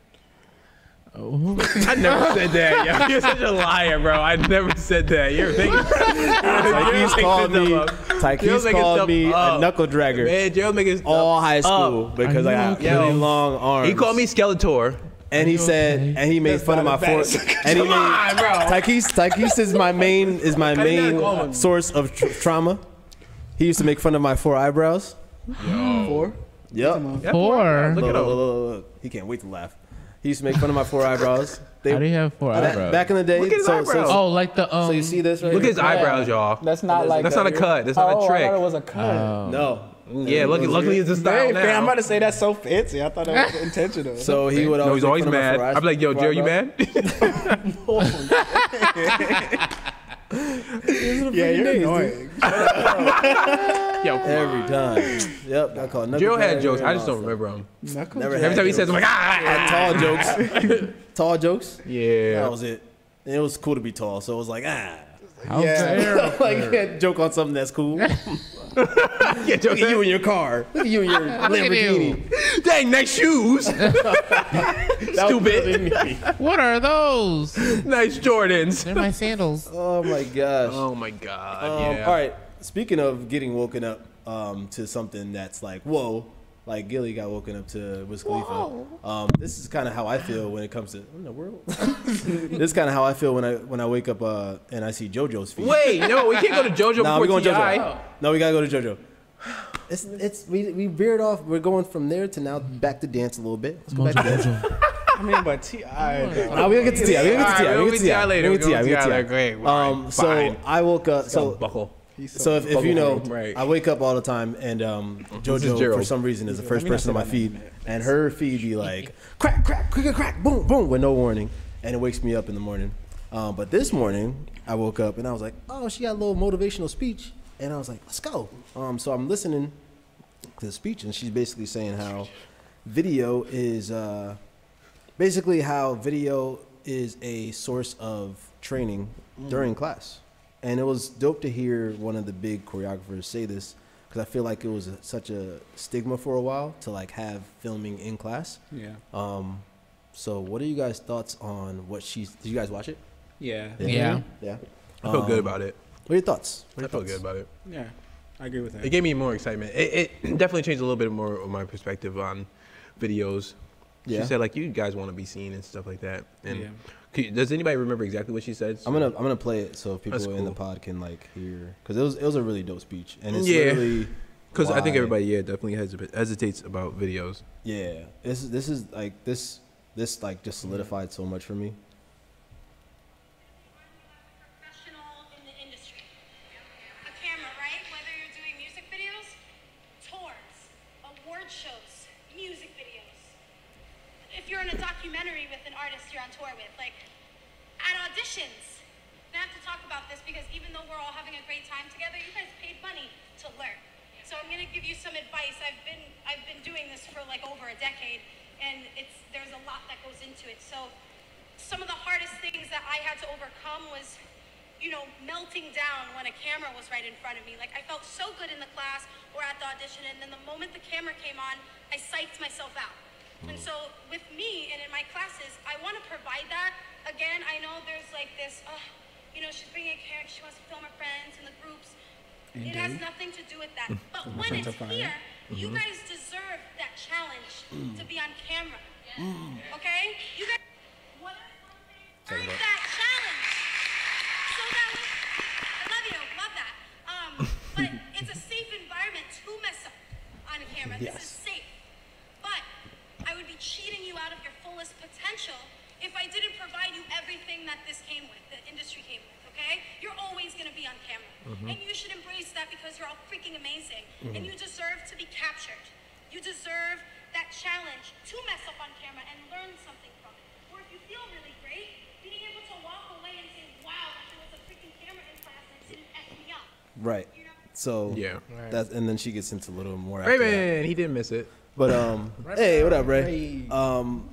[SPEAKER 2] I never said that yo. you're such a liar bro I never said that you're thinking
[SPEAKER 8] Like he's called me.
[SPEAKER 2] You're
[SPEAKER 8] Tykees
[SPEAKER 2] making
[SPEAKER 8] called
[SPEAKER 2] stuff
[SPEAKER 8] me a
[SPEAKER 2] up.
[SPEAKER 8] knuckle dragger
[SPEAKER 2] man Gerald making stuff
[SPEAKER 8] all high school because I
[SPEAKER 3] Are
[SPEAKER 8] got
[SPEAKER 3] you
[SPEAKER 8] really
[SPEAKER 3] okay?
[SPEAKER 8] long arms.
[SPEAKER 2] he called me Skeletor
[SPEAKER 8] and he said
[SPEAKER 3] okay?
[SPEAKER 8] and he made
[SPEAKER 4] That's
[SPEAKER 8] fun of my
[SPEAKER 4] not
[SPEAKER 8] four.
[SPEAKER 4] as bad as-
[SPEAKER 8] And he
[SPEAKER 2] come on
[SPEAKER 8] made
[SPEAKER 2] bro
[SPEAKER 8] Tykees. Tykees is my main is my
[SPEAKER 2] did not call
[SPEAKER 8] main
[SPEAKER 2] him.
[SPEAKER 8] source of tr- trauma. He used to make fun of my four eyebrows.
[SPEAKER 4] Four.
[SPEAKER 8] Yep.
[SPEAKER 2] That poor guy,
[SPEAKER 3] four.
[SPEAKER 8] Look, look,
[SPEAKER 2] look at him
[SPEAKER 8] look, look, look. He can't wait to laugh. He used to make fun of my four eyebrows. They,
[SPEAKER 3] How do you have four
[SPEAKER 8] that-
[SPEAKER 3] eyebrows?
[SPEAKER 8] back in the day,
[SPEAKER 2] Look at his
[SPEAKER 8] so, so-
[SPEAKER 2] eyebrows.
[SPEAKER 3] oh, like the um.
[SPEAKER 8] so you see this right
[SPEAKER 2] Look at
[SPEAKER 8] here?
[SPEAKER 2] his eyebrows, y'all.
[SPEAKER 4] That's not like
[SPEAKER 2] That's not a cut. That's not a
[SPEAKER 4] oh, I
[SPEAKER 2] trick.
[SPEAKER 4] thought it was a cut.
[SPEAKER 8] no.
[SPEAKER 2] yeah, lucky, luckily it's the style
[SPEAKER 4] Hey,
[SPEAKER 2] now.
[SPEAKER 4] fam, I'm about to say that's so fancy. I thought that was intentional.
[SPEAKER 8] So he would
[SPEAKER 2] no,
[SPEAKER 8] always.
[SPEAKER 2] he's always
[SPEAKER 8] make fun of my
[SPEAKER 2] mad.
[SPEAKER 8] four eyes-
[SPEAKER 2] I'm like, yo, Jerry, you mad?
[SPEAKER 4] yeah, you're annoying.
[SPEAKER 2] yo,
[SPEAKER 8] every time.
[SPEAKER 1] Yep, I call knuckle.
[SPEAKER 2] Gerald had
[SPEAKER 1] dragger
[SPEAKER 2] jokes. I
[SPEAKER 1] and
[SPEAKER 2] just
[SPEAKER 1] all
[SPEAKER 2] don't remember them.
[SPEAKER 4] Knuckle
[SPEAKER 1] Never
[SPEAKER 4] jack.
[SPEAKER 2] Every time he
[SPEAKER 1] jokes.
[SPEAKER 2] says, I'm like, ah,
[SPEAKER 1] that. Tall jokes. tall jokes.
[SPEAKER 2] yeah.
[SPEAKER 1] That was it. And it was cool to be tall, so it was like ah,
[SPEAKER 3] How
[SPEAKER 4] Yeah.
[SPEAKER 3] dare
[SPEAKER 1] like yeah, joke on something that's cool. Look
[SPEAKER 2] yeah joke.
[SPEAKER 1] at you in your car. Look at you in your
[SPEAKER 3] at you.
[SPEAKER 1] Lamborghini.
[SPEAKER 2] Dang, nice shoes. Stupid.
[SPEAKER 3] What are those?
[SPEAKER 2] nice Jordans.
[SPEAKER 3] They're my sandals.
[SPEAKER 1] Oh my gosh.
[SPEAKER 2] Oh my god.
[SPEAKER 1] Um,
[SPEAKER 2] yeah.
[SPEAKER 1] All right. Speaking of getting woken up um, to something that's like whoa, like Gilly got woken up to Wiz Khalifa. Um, this is kind of how I feel when it comes to in the world. this is kind of how I feel when I when I wake up uh, and I see JoJo's feet.
[SPEAKER 2] Wait, no, we can't go to JoJo
[SPEAKER 1] nah,
[SPEAKER 2] before
[SPEAKER 1] we're going
[SPEAKER 2] T.I.
[SPEAKER 1] JoJo. No, we gotta go to JoJo. It's it's we we veered off. We're going from there to now back to dance a little bit. Let's go back to dance.
[SPEAKER 4] I mean, but Ti. though.
[SPEAKER 1] Nah, we'll get to Ti. We'll get to Ti.
[SPEAKER 2] Alright,
[SPEAKER 1] We'll
[SPEAKER 2] we'll
[SPEAKER 1] get to
[SPEAKER 2] be T.I.
[SPEAKER 1] Ti
[SPEAKER 2] later.
[SPEAKER 1] We'll get to
[SPEAKER 2] We'll
[SPEAKER 1] Ti.
[SPEAKER 2] be
[SPEAKER 1] We'll
[SPEAKER 2] T.I.
[SPEAKER 1] get to
[SPEAKER 2] Great,
[SPEAKER 1] Ti.
[SPEAKER 2] fine,
[SPEAKER 1] Um, so
[SPEAKER 2] fine.
[SPEAKER 1] I woke up. So
[SPEAKER 2] buckle.
[SPEAKER 4] He's
[SPEAKER 1] So if, if you know,
[SPEAKER 2] Bubble wrap. Right.
[SPEAKER 1] I wake up all the time, and um, JoJo for
[SPEAKER 2] Gerald.
[SPEAKER 1] some reason is the
[SPEAKER 4] Let
[SPEAKER 1] first
[SPEAKER 4] me not
[SPEAKER 1] person on
[SPEAKER 4] say
[SPEAKER 1] my
[SPEAKER 4] my
[SPEAKER 1] feed,
[SPEAKER 4] name.
[SPEAKER 1] and her feed be like crack, crack, crack, crack, boom, boom, with no warning, and it wakes me up in the morning. Um, but this morning, I woke up and I was like, oh, she got a little motivational speech, and I was like, let's go. Um, so I'm listening to the speech, and she's basically saying how video is uh, basically how video is a source of training
[SPEAKER 2] Mm.
[SPEAKER 1] during class. And it was dope to hear one of the big choreographers say this because I feel like it was a, such a stigma for a while to like have filming in class.
[SPEAKER 4] Yeah.
[SPEAKER 1] Um, so what are you guys' thoughts on what she's? Did you guys watch it?
[SPEAKER 4] Yeah.
[SPEAKER 3] Yeah.
[SPEAKER 1] Yeah.
[SPEAKER 2] I feel
[SPEAKER 1] Um,
[SPEAKER 2] good about it.
[SPEAKER 1] What are your thoughts? What are
[SPEAKER 2] I
[SPEAKER 1] your
[SPEAKER 2] feel
[SPEAKER 1] thoughts?
[SPEAKER 2] good about it.
[SPEAKER 4] Yeah. I agree with that.
[SPEAKER 2] It gave me more excitement. It, it definitely changed a little bit more of my perspective on videos.
[SPEAKER 1] Yeah.
[SPEAKER 2] She said like you guys want to be seen and stuff like that. And
[SPEAKER 4] Yeah.
[SPEAKER 2] could- does anybody remember exactly what she said?
[SPEAKER 1] I'm gonna I'm gonna play it so people
[SPEAKER 2] That's
[SPEAKER 1] in the
[SPEAKER 2] cool.
[SPEAKER 1] pod can like hear because it was it was a really dope speech and it's
[SPEAKER 2] Yeah.
[SPEAKER 1] literally
[SPEAKER 2] because I think
[SPEAKER 1] why-
[SPEAKER 2] everybody yeah definitely hesit- hesitates about videos.
[SPEAKER 1] yeah this is this is like this this like just solidified so much for me
[SPEAKER 9] professional in the industry. A camera, right? Whether you're doing music videos, tours, award shows, music videos. If you're in a documentary with an artist you're on tour with, like at auditions. And I have to talk about this because even though we're all having a great time together, you guys paid money to learn. So I'm gonna give you some advice. I've been I've been doing this for like over a decade, and it's there's a lot that goes into it. So some of the hardest things that I had to overcome was, you know, melting down when a camera was right in front of me. Like I felt so good in the class or at the audition, and then the moment the camera came on, I psyched myself out. And so with me and in my classes, I want to provide that. Again, I know there's like this, oh, you know, she's bringing a camera, she wants to film her friends and the groups. it has nothing to do with that. But when it's here, you guys deserve that challenge to be on camera. Okay? You guys what earn that challenge. So that was, I love you, love that. Um, but it's a safe environment to mess up on camera. This is safe. But I would be cheating you out of your fullest potential if I didn't provide you everything that this came with, the industry came with, okay? You're always gonna be on camera. And you should embrace that because you're all freaking amazing. And you deserve to be captured. You deserve that challenge to mess up on camera and learn something from it. Or if you feel really great, being able to walk away and say, wow, there was a freaking camera in class and it didn't F me up.
[SPEAKER 1] Right.
[SPEAKER 9] You know?
[SPEAKER 1] So
[SPEAKER 2] Yeah.
[SPEAKER 1] that's and then she gets into a little more. After that.
[SPEAKER 2] Raven, he didn't miss it.
[SPEAKER 1] But um, hey, what up, Ray? Um,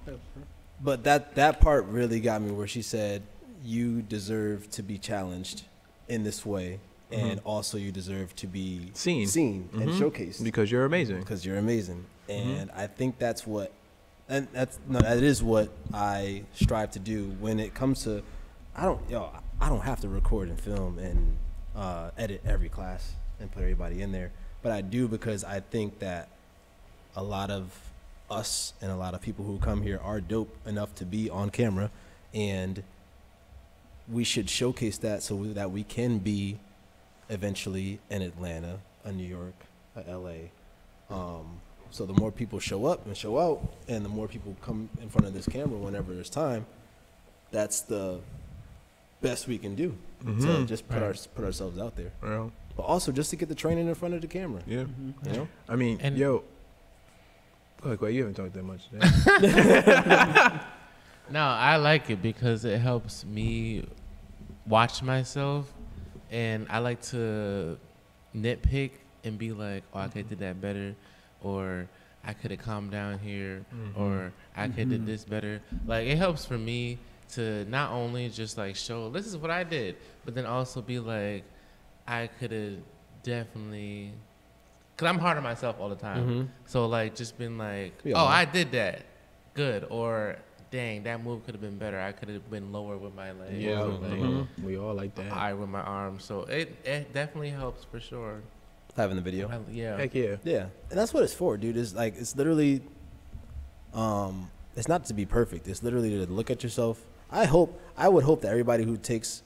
[SPEAKER 1] but that that part really got me where she said, "You deserve to be challenged in this way, and also you deserve to be
[SPEAKER 2] Mm-hmm. Seen. Mm-hmm.
[SPEAKER 1] seen and showcased
[SPEAKER 2] Because you're amazing.
[SPEAKER 1] because you're amazing." And I think that's what, and that's no, that is what I strive to do when it comes to. I don't yo, I don't have to record and film and uh, edit every class and put everybody in there, but I do because I think that a lot of us and a lot of people who come here are dope enough to be on camera and we should showcase that so that we can be eventually in Atlanta, a New York, a LA. Um, so the more people show up and show out and the more people come in front of this camera whenever there's time, that's the best we can do. So
[SPEAKER 2] Mm-hmm.
[SPEAKER 1] just put our put ourselves out there.
[SPEAKER 2] Well,
[SPEAKER 1] But also just to get the training in front of the camera.
[SPEAKER 2] yeah.
[SPEAKER 1] You know?
[SPEAKER 2] I mean,
[SPEAKER 3] And-
[SPEAKER 2] yo. Go ahead, Quay, you haven't talked that much today.
[SPEAKER 3] No, I like it because it helps me watch myself, and I like to nitpick and be like, "Oh, I could have did that better," or "I could have calmed down here,"
[SPEAKER 1] Mm-hmm.
[SPEAKER 3] or "I could have did this better." Like it helps for me to not only just like show this is what I did, but then also be like, "I could have definitely." Cause I'm hard on myself all the time, so like just been like,
[SPEAKER 1] Mm-hmm. We
[SPEAKER 3] "Oh,
[SPEAKER 1] all are.
[SPEAKER 3] I did that, good," or "Dang, that move could have been better. I could have been lower with my leg."
[SPEAKER 2] Yeah,
[SPEAKER 3] or, like,
[SPEAKER 2] we all like that.
[SPEAKER 3] I with my arm. So it, it definitely helps for sure.
[SPEAKER 1] Having the video.
[SPEAKER 3] I- yeah.
[SPEAKER 2] Heck yeah.
[SPEAKER 1] Yeah, and that's what it's for, dude. It's like it's literally, um, it's not to be perfect. It's literally to look at yourself. I hope I would hope that everybody who takes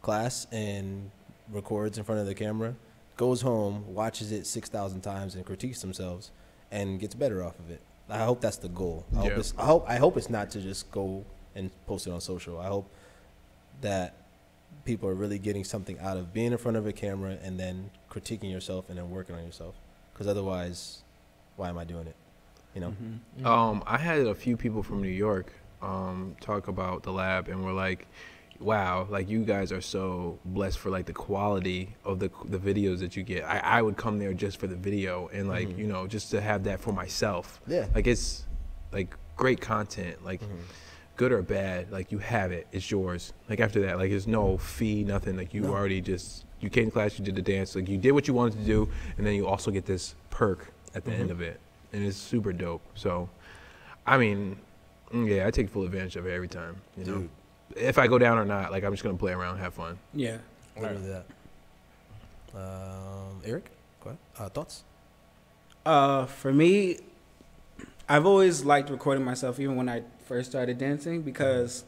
[SPEAKER 1] class and records in front of the camera goes home, watches it six thousand times, and critiques themselves, and gets better off of it. I hope that's the goal. I, hope
[SPEAKER 2] Yeah.
[SPEAKER 1] it's, I hope I hope it's not to just go and post it on social. I hope that people are really getting something out of being in front of a camera and then critiquing yourself and then working on yourself. Because otherwise, why am I doing it? You know?
[SPEAKER 2] Um, I had a few people from New York um, talk about the lab and were like, "Wow, like you guys are so blessed for like the quality of the the videos that you get. I, I would come there just for the video and like you know just to have that for myself.
[SPEAKER 1] Yeah.
[SPEAKER 2] like it's like great content. Like."
[SPEAKER 4] Mm-hmm.
[SPEAKER 2] Good or bad, like you have it, it's yours. Like after that, like there's no fee, nothing. Like you already just you came to class, you did the dance, like you did what you wanted to do, and then you also get this perk at the
[SPEAKER 4] Mm-hmm.
[SPEAKER 2] end of it, and it's super dope. So I mean, mm, yeah, I take full advantage of it every time. You know, if I go down or not, like I'm just gonna play around, have fun.
[SPEAKER 4] Yeah.
[SPEAKER 1] Literally that. Um, Eric, go ahead. Uh, thoughts?
[SPEAKER 4] Uh, for me, I've always liked recording myself, even when I first started dancing, because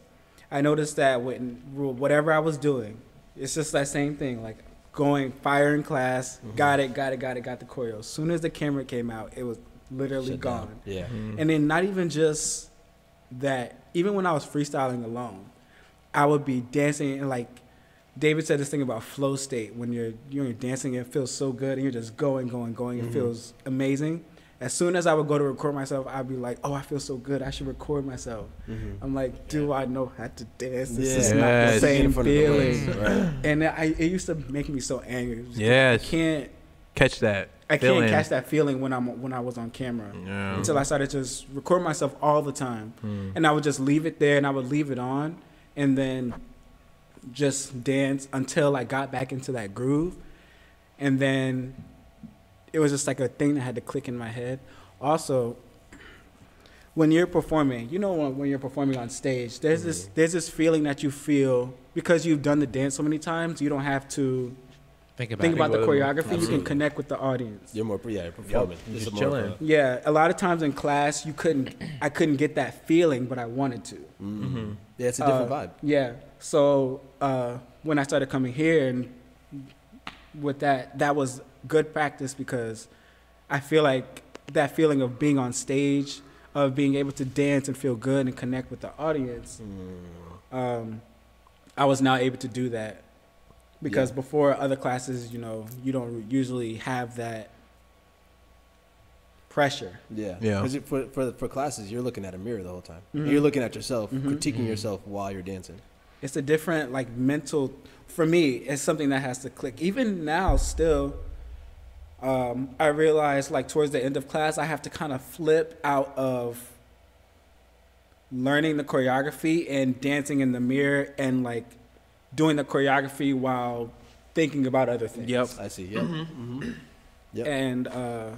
[SPEAKER 4] I noticed that when whatever I was doing, it's just that same thing, like going fire in class,
[SPEAKER 1] Mm-hmm.
[SPEAKER 4] got it, got it, got it, got the choreo. As soon as the camera came out, it was literally
[SPEAKER 1] Shut
[SPEAKER 4] gone.
[SPEAKER 1] down. Yeah.
[SPEAKER 4] Mm-hmm. And then not even just that, even when I was freestyling alone, I would be dancing and like David said this thing about flow state when you're you're dancing, it feels so good and you're just going, going, going. It feels amazing. As soon as I would go to record myself, I'd be like, "Oh, I feel so good. I should record myself." I'm like, "Do I know how to dance? This is not the
[SPEAKER 2] Yes.
[SPEAKER 4] same
[SPEAKER 1] the
[SPEAKER 4] feeling."
[SPEAKER 1] right.
[SPEAKER 4] And I, it used to make me so angry. It was just like,
[SPEAKER 2] Yes.
[SPEAKER 4] I can't
[SPEAKER 2] Catch that.
[SPEAKER 4] I
[SPEAKER 2] Fill
[SPEAKER 4] can't
[SPEAKER 2] in.
[SPEAKER 4] catch that feeling when I'm when I was on camera
[SPEAKER 2] Yeah.
[SPEAKER 4] until I started to just record myself all the time, and I would just leave it there and I would leave it on, and then just dance until I got back into that groove, and then it was just like a thing that had to click in my head. Also, when you're performing, you know when, when you're performing on stage, there's this there's this feeling that you feel because you've done the dance so many times, you don't have to
[SPEAKER 3] Think about
[SPEAKER 4] think
[SPEAKER 3] it.
[SPEAKER 4] about the choreography. You
[SPEAKER 1] Absolutely.
[SPEAKER 4] can connect with the audience.
[SPEAKER 1] You're more, yeah, you're performing.
[SPEAKER 2] You're
[SPEAKER 1] It's
[SPEAKER 2] just
[SPEAKER 1] more of a-
[SPEAKER 2] chilling.
[SPEAKER 4] Yeah, a lot of times in class, you couldn't. I couldn't get that feeling, but I wanted to.
[SPEAKER 1] Yeah, it's a different
[SPEAKER 4] Uh,
[SPEAKER 1] vibe.
[SPEAKER 4] Yeah. So uh, when I started coming here and with that, that was good practice because I feel like that feeling of being on stage, of being able to dance and feel good and connect with the audience,
[SPEAKER 1] Mm.
[SPEAKER 4] um, I was now able to do that because before other classes, you know, you don't usually have that pressure.
[SPEAKER 1] Yeah. Mm-hmm.
[SPEAKER 2] Yeah.
[SPEAKER 1] Because for, for, for classes, you're looking at a mirror the whole time. You're looking at yourself, critiquing yourself while you're dancing.
[SPEAKER 4] it's a different like mental for me it's something that has to click even now still um, i realize like towards the end of class i have to kind of flip out of learning the choreography and dancing in the mirror and like doing the choreography while thinking about other things
[SPEAKER 1] I see. Yeah. Yep.
[SPEAKER 4] and uh,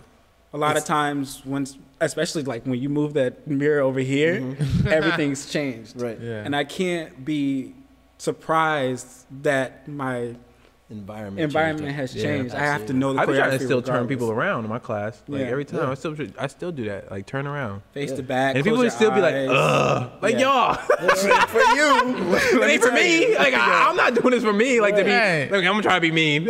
[SPEAKER 4] a lot of times once especially like when you move that mirror over here everything's changed
[SPEAKER 1] Mm-hmm. Right.
[SPEAKER 3] Yeah.
[SPEAKER 4] and I can't be surprised that my
[SPEAKER 1] Environment.
[SPEAKER 4] environment
[SPEAKER 1] changed
[SPEAKER 4] has
[SPEAKER 2] Yeah.
[SPEAKER 4] changed. I have to know the
[SPEAKER 2] I've been trying to
[SPEAKER 4] choreography
[SPEAKER 2] still turn
[SPEAKER 4] regardless.
[SPEAKER 2] people around in my class. Like
[SPEAKER 4] Yeah.
[SPEAKER 2] every time,
[SPEAKER 1] Yeah.
[SPEAKER 2] I still I still do that. Like turn around.
[SPEAKER 4] face
[SPEAKER 1] Yeah.
[SPEAKER 4] to back.
[SPEAKER 2] And people
[SPEAKER 4] close
[SPEAKER 2] would still
[SPEAKER 4] your
[SPEAKER 2] be like,
[SPEAKER 4] eyes.
[SPEAKER 2] ugh, like
[SPEAKER 4] Yeah.
[SPEAKER 2] y'all, for you, it ain't for me. Like I, I'm not doing this for me. Like to be,
[SPEAKER 3] Right.
[SPEAKER 2] like I'm gonna try to be mean.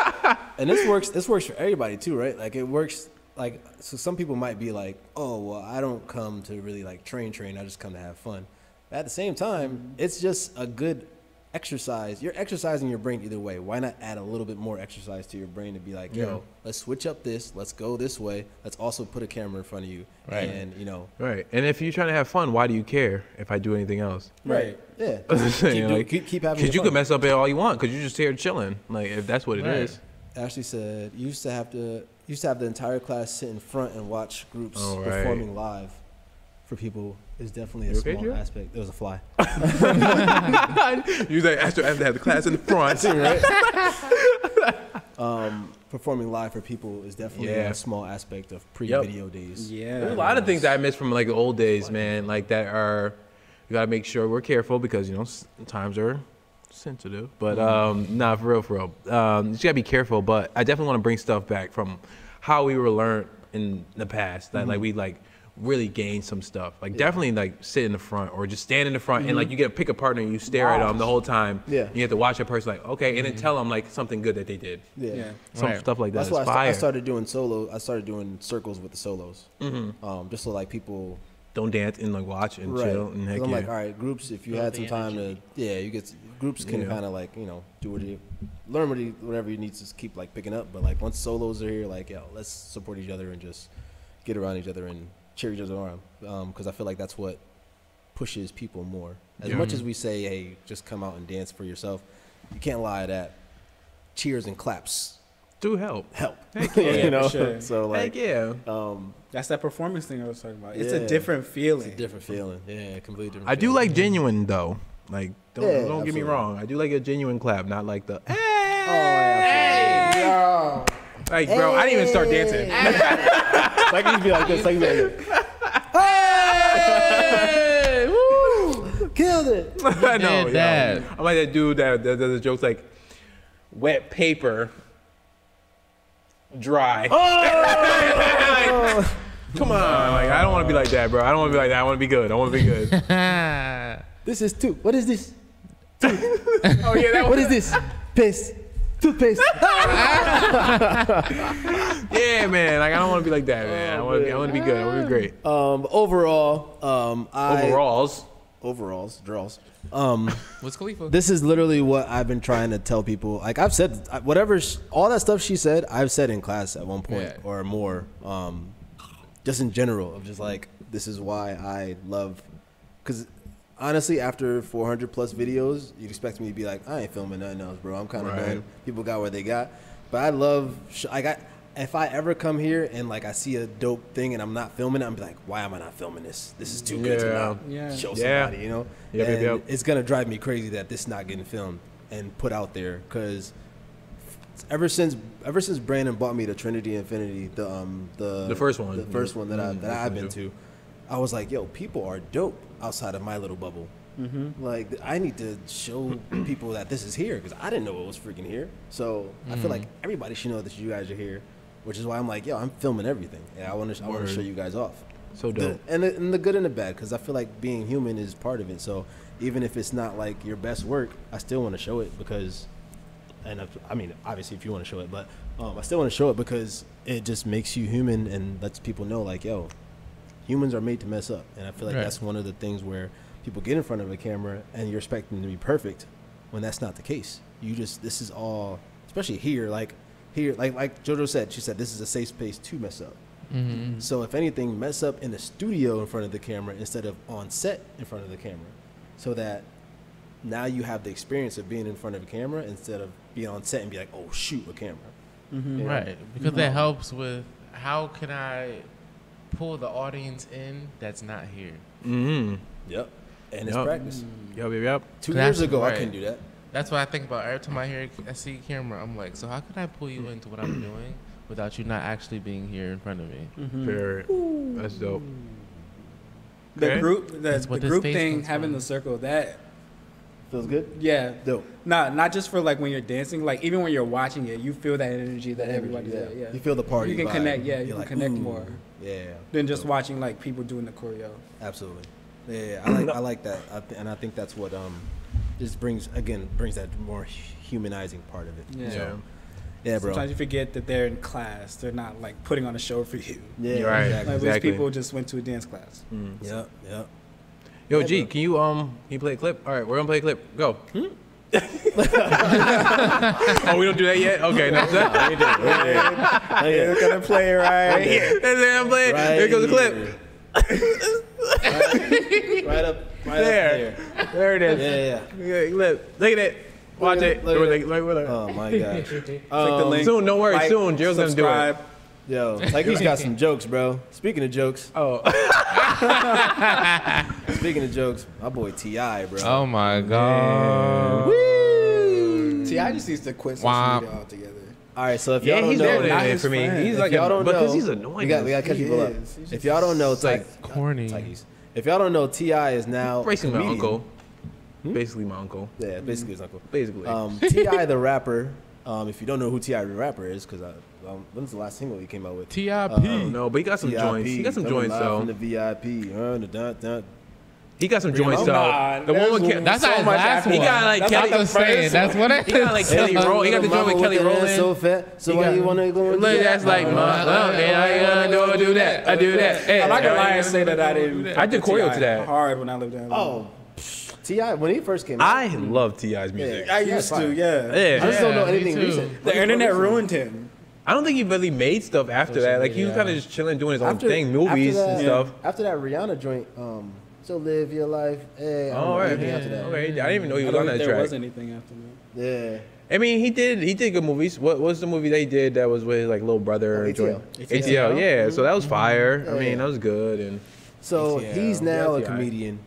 [SPEAKER 1] and this works this works for everybody too right like it works like so some people might be like oh well i don't come to really like train train i just come to have fun at the same time it's just a good exercise you're exercising your brain either way why not add a little bit more exercise to your brain to be like yo let's switch up this let's go this way let's also put a camera in front of you
[SPEAKER 3] Right.
[SPEAKER 1] and you know
[SPEAKER 2] right. And if you're trying to have fun, why do you care if I do anything else?
[SPEAKER 4] Right.
[SPEAKER 1] yeah keep,
[SPEAKER 2] Because
[SPEAKER 1] doing- keep, keep having your
[SPEAKER 2] you
[SPEAKER 1] fun.
[SPEAKER 2] can mess up it all you want because you're just here chilling. Like if that's what it is.
[SPEAKER 3] Right.
[SPEAKER 1] Ashley said you used to have to used to have the entire class sit in front and watch groups
[SPEAKER 2] Oh, right.
[SPEAKER 1] performing live for people is definitely a
[SPEAKER 2] You okay,
[SPEAKER 1] small
[SPEAKER 2] Drew?
[SPEAKER 1] aspect. There was a fly.
[SPEAKER 2] you like after after have the class in the front.
[SPEAKER 1] Um, performing live for people is definitely
[SPEAKER 2] Yeah.
[SPEAKER 1] a small aspect of pre-video days.
[SPEAKER 4] Yeah.
[SPEAKER 2] There's a lot of things I miss from like the old days, man. Like that are you gotta make sure we're careful because you know s- times are sensitive. But
[SPEAKER 1] Mm-hmm.
[SPEAKER 2] um, nah, for real, for real. Um, you just gotta be careful. But I definitely want to bring stuff back from how we were learned in the past. That
[SPEAKER 1] Mm-hmm.
[SPEAKER 2] like we like really gained some stuff. Like definitely like sit in the front or just stand in the front and like you get to pick a partner and you stare at them the whole time.
[SPEAKER 1] Mm-hmm. Yeah. Mm-hmm.
[SPEAKER 2] You have to watch that person like okay and then tell them like something good that they did.
[SPEAKER 1] Yeah.
[SPEAKER 4] Yeah.
[SPEAKER 2] Some
[SPEAKER 3] Right.
[SPEAKER 2] stuff like that.
[SPEAKER 1] That's
[SPEAKER 2] is
[SPEAKER 1] why I, sta- I
[SPEAKER 2] fire.
[SPEAKER 1] started doing solo. I started doing circles with the solos,
[SPEAKER 2] Mm-hmm.
[SPEAKER 1] um, just so like people
[SPEAKER 2] Don't dance and like watch and
[SPEAKER 1] right.
[SPEAKER 2] chill and heck
[SPEAKER 1] 'Cause I'm
[SPEAKER 2] yeah.
[SPEAKER 1] like, all right, groups. If you had some time to, yeah, you get s- groups can
[SPEAKER 2] Yeah.
[SPEAKER 1] kind of like you know do what you learn what you, whatever you need to s- keep like picking up. But like once solos are here, like yo, let's support each other and just get around each other and cheer each other on. Because I feel like that's what pushes people more. As
[SPEAKER 2] Yeah.
[SPEAKER 1] much
[SPEAKER 4] Mm-hmm.
[SPEAKER 1] as we say, hey, just come out and dance for yourself, you can't lie to that. Cheers and claps
[SPEAKER 2] Do help.
[SPEAKER 1] help.
[SPEAKER 4] yeah,
[SPEAKER 1] you
[SPEAKER 4] for
[SPEAKER 1] know,
[SPEAKER 4] sure.
[SPEAKER 1] so
[SPEAKER 2] Like,
[SPEAKER 1] like
[SPEAKER 2] yeah.
[SPEAKER 1] um,
[SPEAKER 4] That's that performance thing I was talking about. It's
[SPEAKER 1] Yeah.
[SPEAKER 4] a different feeling.
[SPEAKER 1] it's a different feeling. Yeah, completely different.
[SPEAKER 2] I do
[SPEAKER 1] feeling.
[SPEAKER 2] like genuine though. Like don't
[SPEAKER 1] Yeah,
[SPEAKER 2] don't get
[SPEAKER 1] absolutely.
[SPEAKER 2] me wrong. I do like a genuine clap, not like the
[SPEAKER 1] Oh, yeah, absolutely.
[SPEAKER 2] like bro. I didn't even start dancing.
[SPEAKER 8] Like you'd be like this. Like, you'd be like this.
[SPEAKER 1] killed it.
[SPEAKER 2] I know.
[SPEAKER 3] did
[SPEAKER 2] yeah.
[SPEAKER 3] that.
[SPEAKER 2] I'm like that dude that, that does the jokes like wet paper, dry.
[SPEAKER 1] Oh!
[SPEAKER 2] Like, come on, like I don't want to be like that, bro. I don't want to be like that. I want to be good. I want to be good.
[SPEAKER 3] Ah.
[SPEAKER 1] This is two. What is this?
[SPEAKER 2] oh yeah, that
[SPEAKER 1] What
[SPEAKER 2] was
[SPEAKER 1] is this? Paste. Toothpaste.
[SPEAKER 2] yeah, man. Like I don't want to be like that, man. I want to be. I want to be good. I want to be great.
[SPEAKER 1] um, overall, um, I
[SPEAKER 2] Overalls.
[SPEAKER 1] overalls draws. Um,
[SPEAKER 3] What's Khalifa?
[SPEAKER 1] this is literally what I've been trying to tell people. Like I've said, I- whatever, sh- all that stuff she said, I've said in class at one point
[SPEAKER 3] Yeah.
[SPEAKER 1] or more. Um, just in general, of just like this is why I love, because honestly, after 400 plus videos, you'd expect me to be like, I ain't filming nothing else, bro. I'm kind of
[SPEAKER 2] Right.
[SPEAKER 1] done. People got what they got, but I love. Sh- I got if I ever come here and like I see a dope thing and I'm not filming it, I'm like, why am I not filming this? This is too good to
[SPEAKER 2] Yeah.
[SPEAKER 1] not
[SPEAKER 4] Yeah.
[SPEAKER 1] show
[SPEAKER 2] Yeah.
[SPEAKER 1] somebody, you know.
[SPEAKER 2] Yep, yep,
[SPEAKER 1] And
[SPEAKER 2] yep.
[SPEAKER 1] It's gonna drive me crazy that this not getting filmed and put out there because ever since ever since Brandon bought me the Trinity Infinity, the um the
[SPEAKER 2] The first one.
[SPEAKER 1] the first one that I
[SPEAKER 2] Mm,
[SPEAKER 1] that
[SPEAKER 2] that's
[SPEAKER 1] I've
[SPEAKER 2] what I
[SPEAKER 1] been
[SPEAKER 2] do.
[SPEAKER 1] to, I was like, yo, people are dope outside of my little bubble.
[SPEAKER 2] Mm-hmm.
[SPEAKER 1] Like th- I need to show people that this is here because I didn't know it was freaking here. So I feel like
[SPEAKER 2] Mm.
[SPEAKER 1] everybody should know that you guys are here, which is why I'm like, yo, I'm filming everything, and I want to I want
[SPEAKER 2] Word.
[SPEAKER 1] to show you guys off.
[SPEAKER 2] So
[SPEAKER 1] The-
[SPEAKER 2] dope.
[SPEAKER 1] and, the, and the good and the bad because I feel like being human is part of it. So even if it's not like your best work, I still want to show it because, and if, I mean obviously if you want to show it, but um, I still want to show it because it just makes you human and lets people know like yo, humans are made to mess up, and I feel like
[SPEAKER 3] Right.
[SPEAKER 1] that's one of the things where people get in front of a camera and you're expecting to be perfect when that's not the case. You just this is all especially here like here like like JoJo said she said this is a safe space to mess up.
[SPEAKER 3] Mm-hmm.
[SPEAKER 1] So if anything, mess up in the studio in front of the camera instead of on set in front of the camera, so that now you have the experience of being in front of a camera instead of being on set and be like, oh shoot, a camera. You know?
[SPEAKER 3] Right, because that helps with how can I pull the audience in that's not here.
[SPEAKER 2] Mm.
[SPEAKER 1] Yep. And it's
[SPEAKER 2] Yup.
[SPEAKER 1] practice.
[SPEAKER 2] Yup, yup, yup.
[SPEAKER 1] Two
[SPEAKER 3] That's
[SPEAKER 1] years ago,
[SPEAKER 3] right.
[SPEAKER 1] I couldn't do that.
[SPEAKER 3] That's what I think about every time I hear I see camera. I'm like, so how can I pull you into what I'm doing without you not actually being here in front of me?
[SPEAKER 1] Mm-hmm.
[SPEAKER 2] Mm-hmm. Fair. That's dope.
[SPEAKER 4] The
[SPEAKER 2] Okay.
[SPEAKER 4] group, the,
[SPEAKER 3] That's
[SPEAKER 4] the
[SPEAKER 3] what this
[SPEAKER 4] group
[SPEAKER 3] space
[SPEAKER 4] thing,
[SPEAKER 3] comes
[SPEAKER 4] having
[SPEAKER 3] from.
[SPEAKER 4] the circle, that
[SPEAKER 1] Feels good.
[SPEAKER 4] yeah,
[SPEAKER 1] Dope.
[SPEAKER 4] Nah, not just for like when you're dancing, like even when you're watching it, you feel that energy that everybody's
[SPEAKER 1] yeah.
[SPEAKER 4] at. Yeah.
[SPEAKER 1] You feel the party.
[SPEAKER 4] You can
[SPEAKER 1] vibe.
[SPEAKER 4] connect, yeah, you
[SPEAKER 1] You're
[SPEAKER 4] can connect
[SPEAKER 1] "Ooh."
[SPEAKER 4] more.
[SPEAKER 1] Yeah.
[SPEAKER 4] than just
[SPEAKER 1] Dope.
[SPEAKER 4] watching like people doing the choreo.
[SPEAKER 1] Absolutely. Yeah, yeah, I like I like that, I th- and I think that's what um, just brings again brings that more humanizing part of it.
[SPEAKER 4] Yeah.
[SPEAKER 1] So, yeah, bro.
[SPEAKER 4] Sometimes you forget that they're in class. They're not like putting on a show for you.
[SPEAKER 1] Yeah,
[SPEAKER 2] You're right.
[SPEAKER 1] exactly.
[SPEAKER 4] Like
[SPEAKER 2] Exactly.
[SPEAKER 4] those people just went to a dance class.
[SPEAKER 1] Yep, yep.
[SPEAKER 2] Yo, G, can you um, can you play a clip? All right, we're gonna play a clip. Go.
[SPEAKER 1] Hmm?
[SPEAKER 2] oh, we don't do that yet. Okay, no. That's
[SPEAKER 1] They're gonna play right here.
[SPEAKER 2] it. I'm playing. Here goes the clip.
[SPEAKER 1] right, up, right
[SPEAKER 2] There.
[SPEAKER 1] up
[SPEAKER 2] There it is.
[SPEAKER 1] there. Yeah, yeah.
[SPEAKER 2] Yeah, clip. Look at it. Watch
[SPEAKER 1] at it,
[SPEAKER 2] it.
[SPEAKER 1] look at
[SPEAKER 2] We're
[SPEAKER 1] it.
[SPEAKER 2] like- like- we're like-
[SPEAKER 1] Oh my gosh.
[SPEAKER 4] Click the link.
[SPEAKER 2] soon, don't worry, soon, Gerald's gonna do it.
[SPEAKER 4] do it.
[SPEAKER 1] Yo, like he's got some jokes, bro. Speaking of jokes,
[SPEAKER 2] Oh,
[SPEAKER 1] speaking of jokes, my boy Ti, bro.
[SPEAKER 3] Oh my god!
[SPEAKER 4] See, I just used to quit social
[SPEAKER 3] Wow.
[SPEAKER 4] media altogether.
[SPEAKER 1] All right, so if y'all
[SPEAKER 2] yeah,
[SPEAKER 1] don't
[SPEAKER 2] he's
[SPEAKER 1] know,
[SPEAKER 2] doing
[SPEAKER 4] not
[SPEAKER 2] it
[SPEAKER 4] his
[SPEAKER 2] for me.
[SPEAKER 4] friend.
[SPEAKER 2] He's
[SPEAKER 1] if
[SPEAKER 2] like,
[SPEAKER 1] y'all don't know,
[SPEAKER 2] because he's annoying.
[SPEAKER 1] We got, we got to catch
[SPEAKER 4] He
[SPEAKER 1] people up.
[SPEAKER 4] is. He's
[SPEAKER 1] If y'all don't know, it's like
[SPEAKER 3] Corny.
[SPEAKER 1] Tykes. If y'all don't know, Ti is now
[SPEAKER 2] Basically, my
[SPEAKER 1] comedian.
[SPEAKER 2] uncle. Basically, my uncle.
[SPEAKER 1] Yeah, basically his uncle.
[SPEAKER 2] Basically.
[SPEAKER 1] Um, Ti the rapper. Um, if you don't know who Ti the rapper is, because um, when's the last single he came out with?
[SPEAKER 3] Tip.
[SPEAKER 2] uh, no, but he got some
[SPEAKER 1] TIP,
[SPEAKER 2] joints. He got some
[SPEAKER 1] coming
[SPEAKER 2] joints
[SPEAKER 1] live From the
[SPEAKER 2] though.
[SPEAKER 1] VIP. Uh, da, da, da.
[SPEAKER 2] He got some joints though.
[SPEAKER 4] Nah,
[SPEAKER 2] the one with
[SPEAKER 4] there's
[SPEAKER 2] Ke-
[SPEAKER 3] that's
[SPEAKER 4] So
[SPEAKER 3] not his
[SPEAKER 4] much
[SPEAKER 3] last
[SPEAKER 4] after
[SPEAKER 3] one.
[SPEAKER 2] he got like
[SPEAKER 4] That's
[SPEAKER 2] Kelly.
[SPEAKER 4] not
[SPEAKER 3] I'm saying that's what it
[SPEAKER 2] He got like
[SPEAKER 3] is.
[SPEAKER 2] Kelly Roll. He got the
[SPEAKER 1] Little
[SPEAKER 2] joint with
[SPEAKER 1] mama
[SPEAKER 2] Kelly
[SPEAKER 1] her hands So
[SPEAKER 2] Rowland.
[SPEAKER 1] fat. So
[SPEAKER 2] He
[SPEAKER 1] why
[SPEAKER 2] got-
[SPEAKER 1] you wanna go? and do
[SPEAKER 2] Look,
[SPEAKER 1] that?
[SPEAKER 2] that's like my love. and I gotta go do that. I do that.
[SPEAKER 4] I'm not gonna
[SPEAKER 2] Yeah.
[SPEAKER 4] lie and say that I didn't.
[SPEAKER 2] I did choreo to that.
[SPEAKER 4] hard when I lived in.
[SPEAKER 1] Oh, psh, Ti when he first came. out,
[SPEAKER 2] I love Ti's music.
[SPEAKER 4] I used to, yeah.
[SPEAKER 1] I
[SPEAKER 2] Yeah.
[SPEAKER 1] just don't know
[SPEAKER 3] Yeah, me
[SPEAKER 1] anything
[SPEAKER 3] too.
[SPEAKER 1] recent.
[SPEAKER 4] The internet ruined him.
[SPEAKER 2] I don't think he really made stuff after that. Like he was kind of just chilling, doing his own thing, movies
[SPEAKER 1] after
[SPEAKER 2] and
[SPEAKER 1] that-
[SPEAKER 2] stuff.
[SPEAKER 1] After that Rihanna joint, um, so live your life. Hey, I don't know
[SPEAKER 2] All right.
[SPEAKER 1] anything after that.
[SPEAKER 2] Oh, Okay. I didn't even know he
[SPEAKER 4] I
[SPEAKER 2] was
[SPEAKER 4] don't
[SPEAKER 2] on that
[SPEAKER 4] think there
[SPEAKER 2] track.
[SPEAKER 4] was anything after that.
[SPEAKER 1] Yeah.
[SPEAKER 2] I mean, he did. He did good movies. What was the movie they did that was with his like little brother?
[SPEAKER 1] Oh,
[SPEAKER 2] and
[SPEAKER 1] ATL.
[SPEAKER 2] joint? ATL. Yeah. So that was fire. I
[SPEAKER 1] Yeah,
[SPEAKER 2] mean,
[SPEAKER 1] yeah.
[SPEAKER 2] that was good. And
[SPEAKER 1] So
[SPEAKER 2] ATL.
[SPEAKER 1] he's now a
[SPEAKER 2] Yeah, T.I.
[SPEAKER 1] comedian.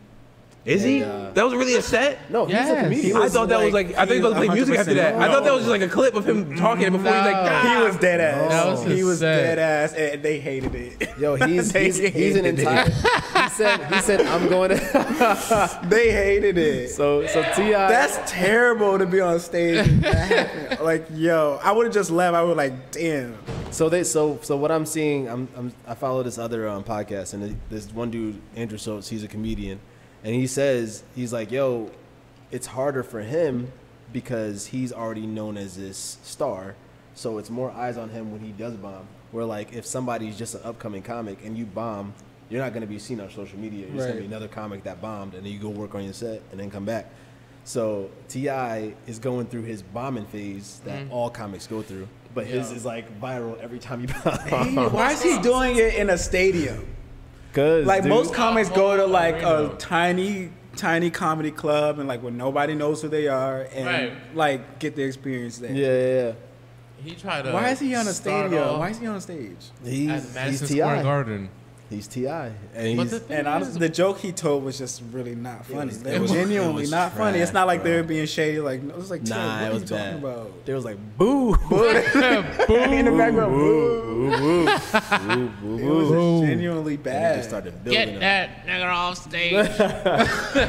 [SPEAKER 2] is he?
[SPEAKER 1] And, uh,
[SPEAKER 2] that was really a set.
[SPEAKER 1] No, he's a
[SPEAKER 3] Yes.
[SPEAKER 1] comedian.
[SPEAKER 3] He
[SPEAKER 2] I thought that was like I thought he was gonna play music after that. I thought that was just like a clip of him talking before he's like,
[SPEAKER 3] No.
[SPEAKER 2] "Ah."
[SPEAKER 4] He was dead ass.
[SPEAKER 3] That was
[SPEAKER 4] he
[SPEAKER 3] his
[SPEAKER 4] was
[SPEAKER 3] set.
[SPEAKER 4] dead ass, and they hated it.
[SPEAKER 1] Yo, he's
[SPEAKER 4] They
[SPEAKER 1] he's, he's an
[SPEAKER 4] hated it.
[SPEAKER 1] entire. He said he said I'm going to.
[SPEAKER 4] They hated it.
[SPEAKER 1] so so Ti.
[SPEAKER 3] Oh,
[SPEAKER 4] That's terrible to be on stage. and that happened. like, yo, I would have just left. I would like, damn.
[SPEAKER 1] So they so so what I'm seeing I'm, I'm I follow this other um, podcast and this one dude Andrew Schultz he's a comedian and he says he's like yo it's harder for him because he's already known as this star so it's more eyes on him when he does bomb where like if somebody's just an upcoming comic and you bomb you're not going to be seen on social media you're just going to
[SPEAKER 4] Right.
[SPEAKER 1] be another comic that bombed and then you go work on your set and then come back so Ti is going through his bombing phase that all comics go through, but his is like viral every time you bomb.
[SPEAKER 4] Why is he doing it in a stadium?
[SPEAKER 1] Cause
[SPEAKER 4] Like most comics go to like a tiny, tiny comedy club and like where nobody knows who they are and
[SPEAKER 3] Right.
[SPEAKER 4] like get the experience there.
[SPEAKER 1] yeah, yeah, yeah.
[SPEAKER 3] He tried to.
[SPEAKER 4] Why is he on a
[SPEAKER 3] start
[SPEAKER 4] stage? yo?
[SPEAKER 3] off
[SPEAKER 4] Why is he on a stage?
[SPEAKER 3] at
[SPEAKER 10] He's,
[SPEAKER 3] Madison
[SPEAKER 10] he's
[SPEAKER 3] Square
[SPEAKER 10] Ti.
[SPEAKER 3] Garden?
[SPEAKER 10] He's Ti, and
[SPEAKER 3] But
[SPEAKER 10] he's
[SPEAKER 3] the thing
[SPEAKER 4] And honestly,
[SPEAKER 3] is,
[SPEAKER 4] the joke he told was just really not funny.
[SPEAKER 10] was-
[SPEAKER 4] Like,
[SPEAKER 10] it was- it
[SPEAKER 4] genuinely
[SPEAKER 10] was
[SPEAKER 4] not funny. It's not
[SPEAKER 10] trash,
[SPEAKER 4] like they
[SPEAKER 10] bro.
[SPEAKER 4] were being shady. Like no, it was like, Tim,
[SPEAKER 10] Nah,
[SPEAKER 4] what
[SPEAKER 10] it
[SPEAKER 4] are you
[SPEAKER 10] was
[SPEAKER 4] talking
[SPEAKER 10] bad.
[SPEAKER 4] about?
[SPEAKER 10] there was like boo,
[SPEAKER 3] boom,
[SPEAKER 4] In the background,
[SPEAKER 10] boo, boo, boo, boo,
[SPEAKER 4] it was
[SPEAKER 10] boo.
[SPEAKER 4] just genuinely
[SPEAKER 10] And it just
[SPEAKER 4] bad.
[SPEAKER 10] started building.
[SPEAKER 3] get
[SPEAKER 10] up.
[SPEAKER 3] that nigga off stage.
[SPEAKER 2] Get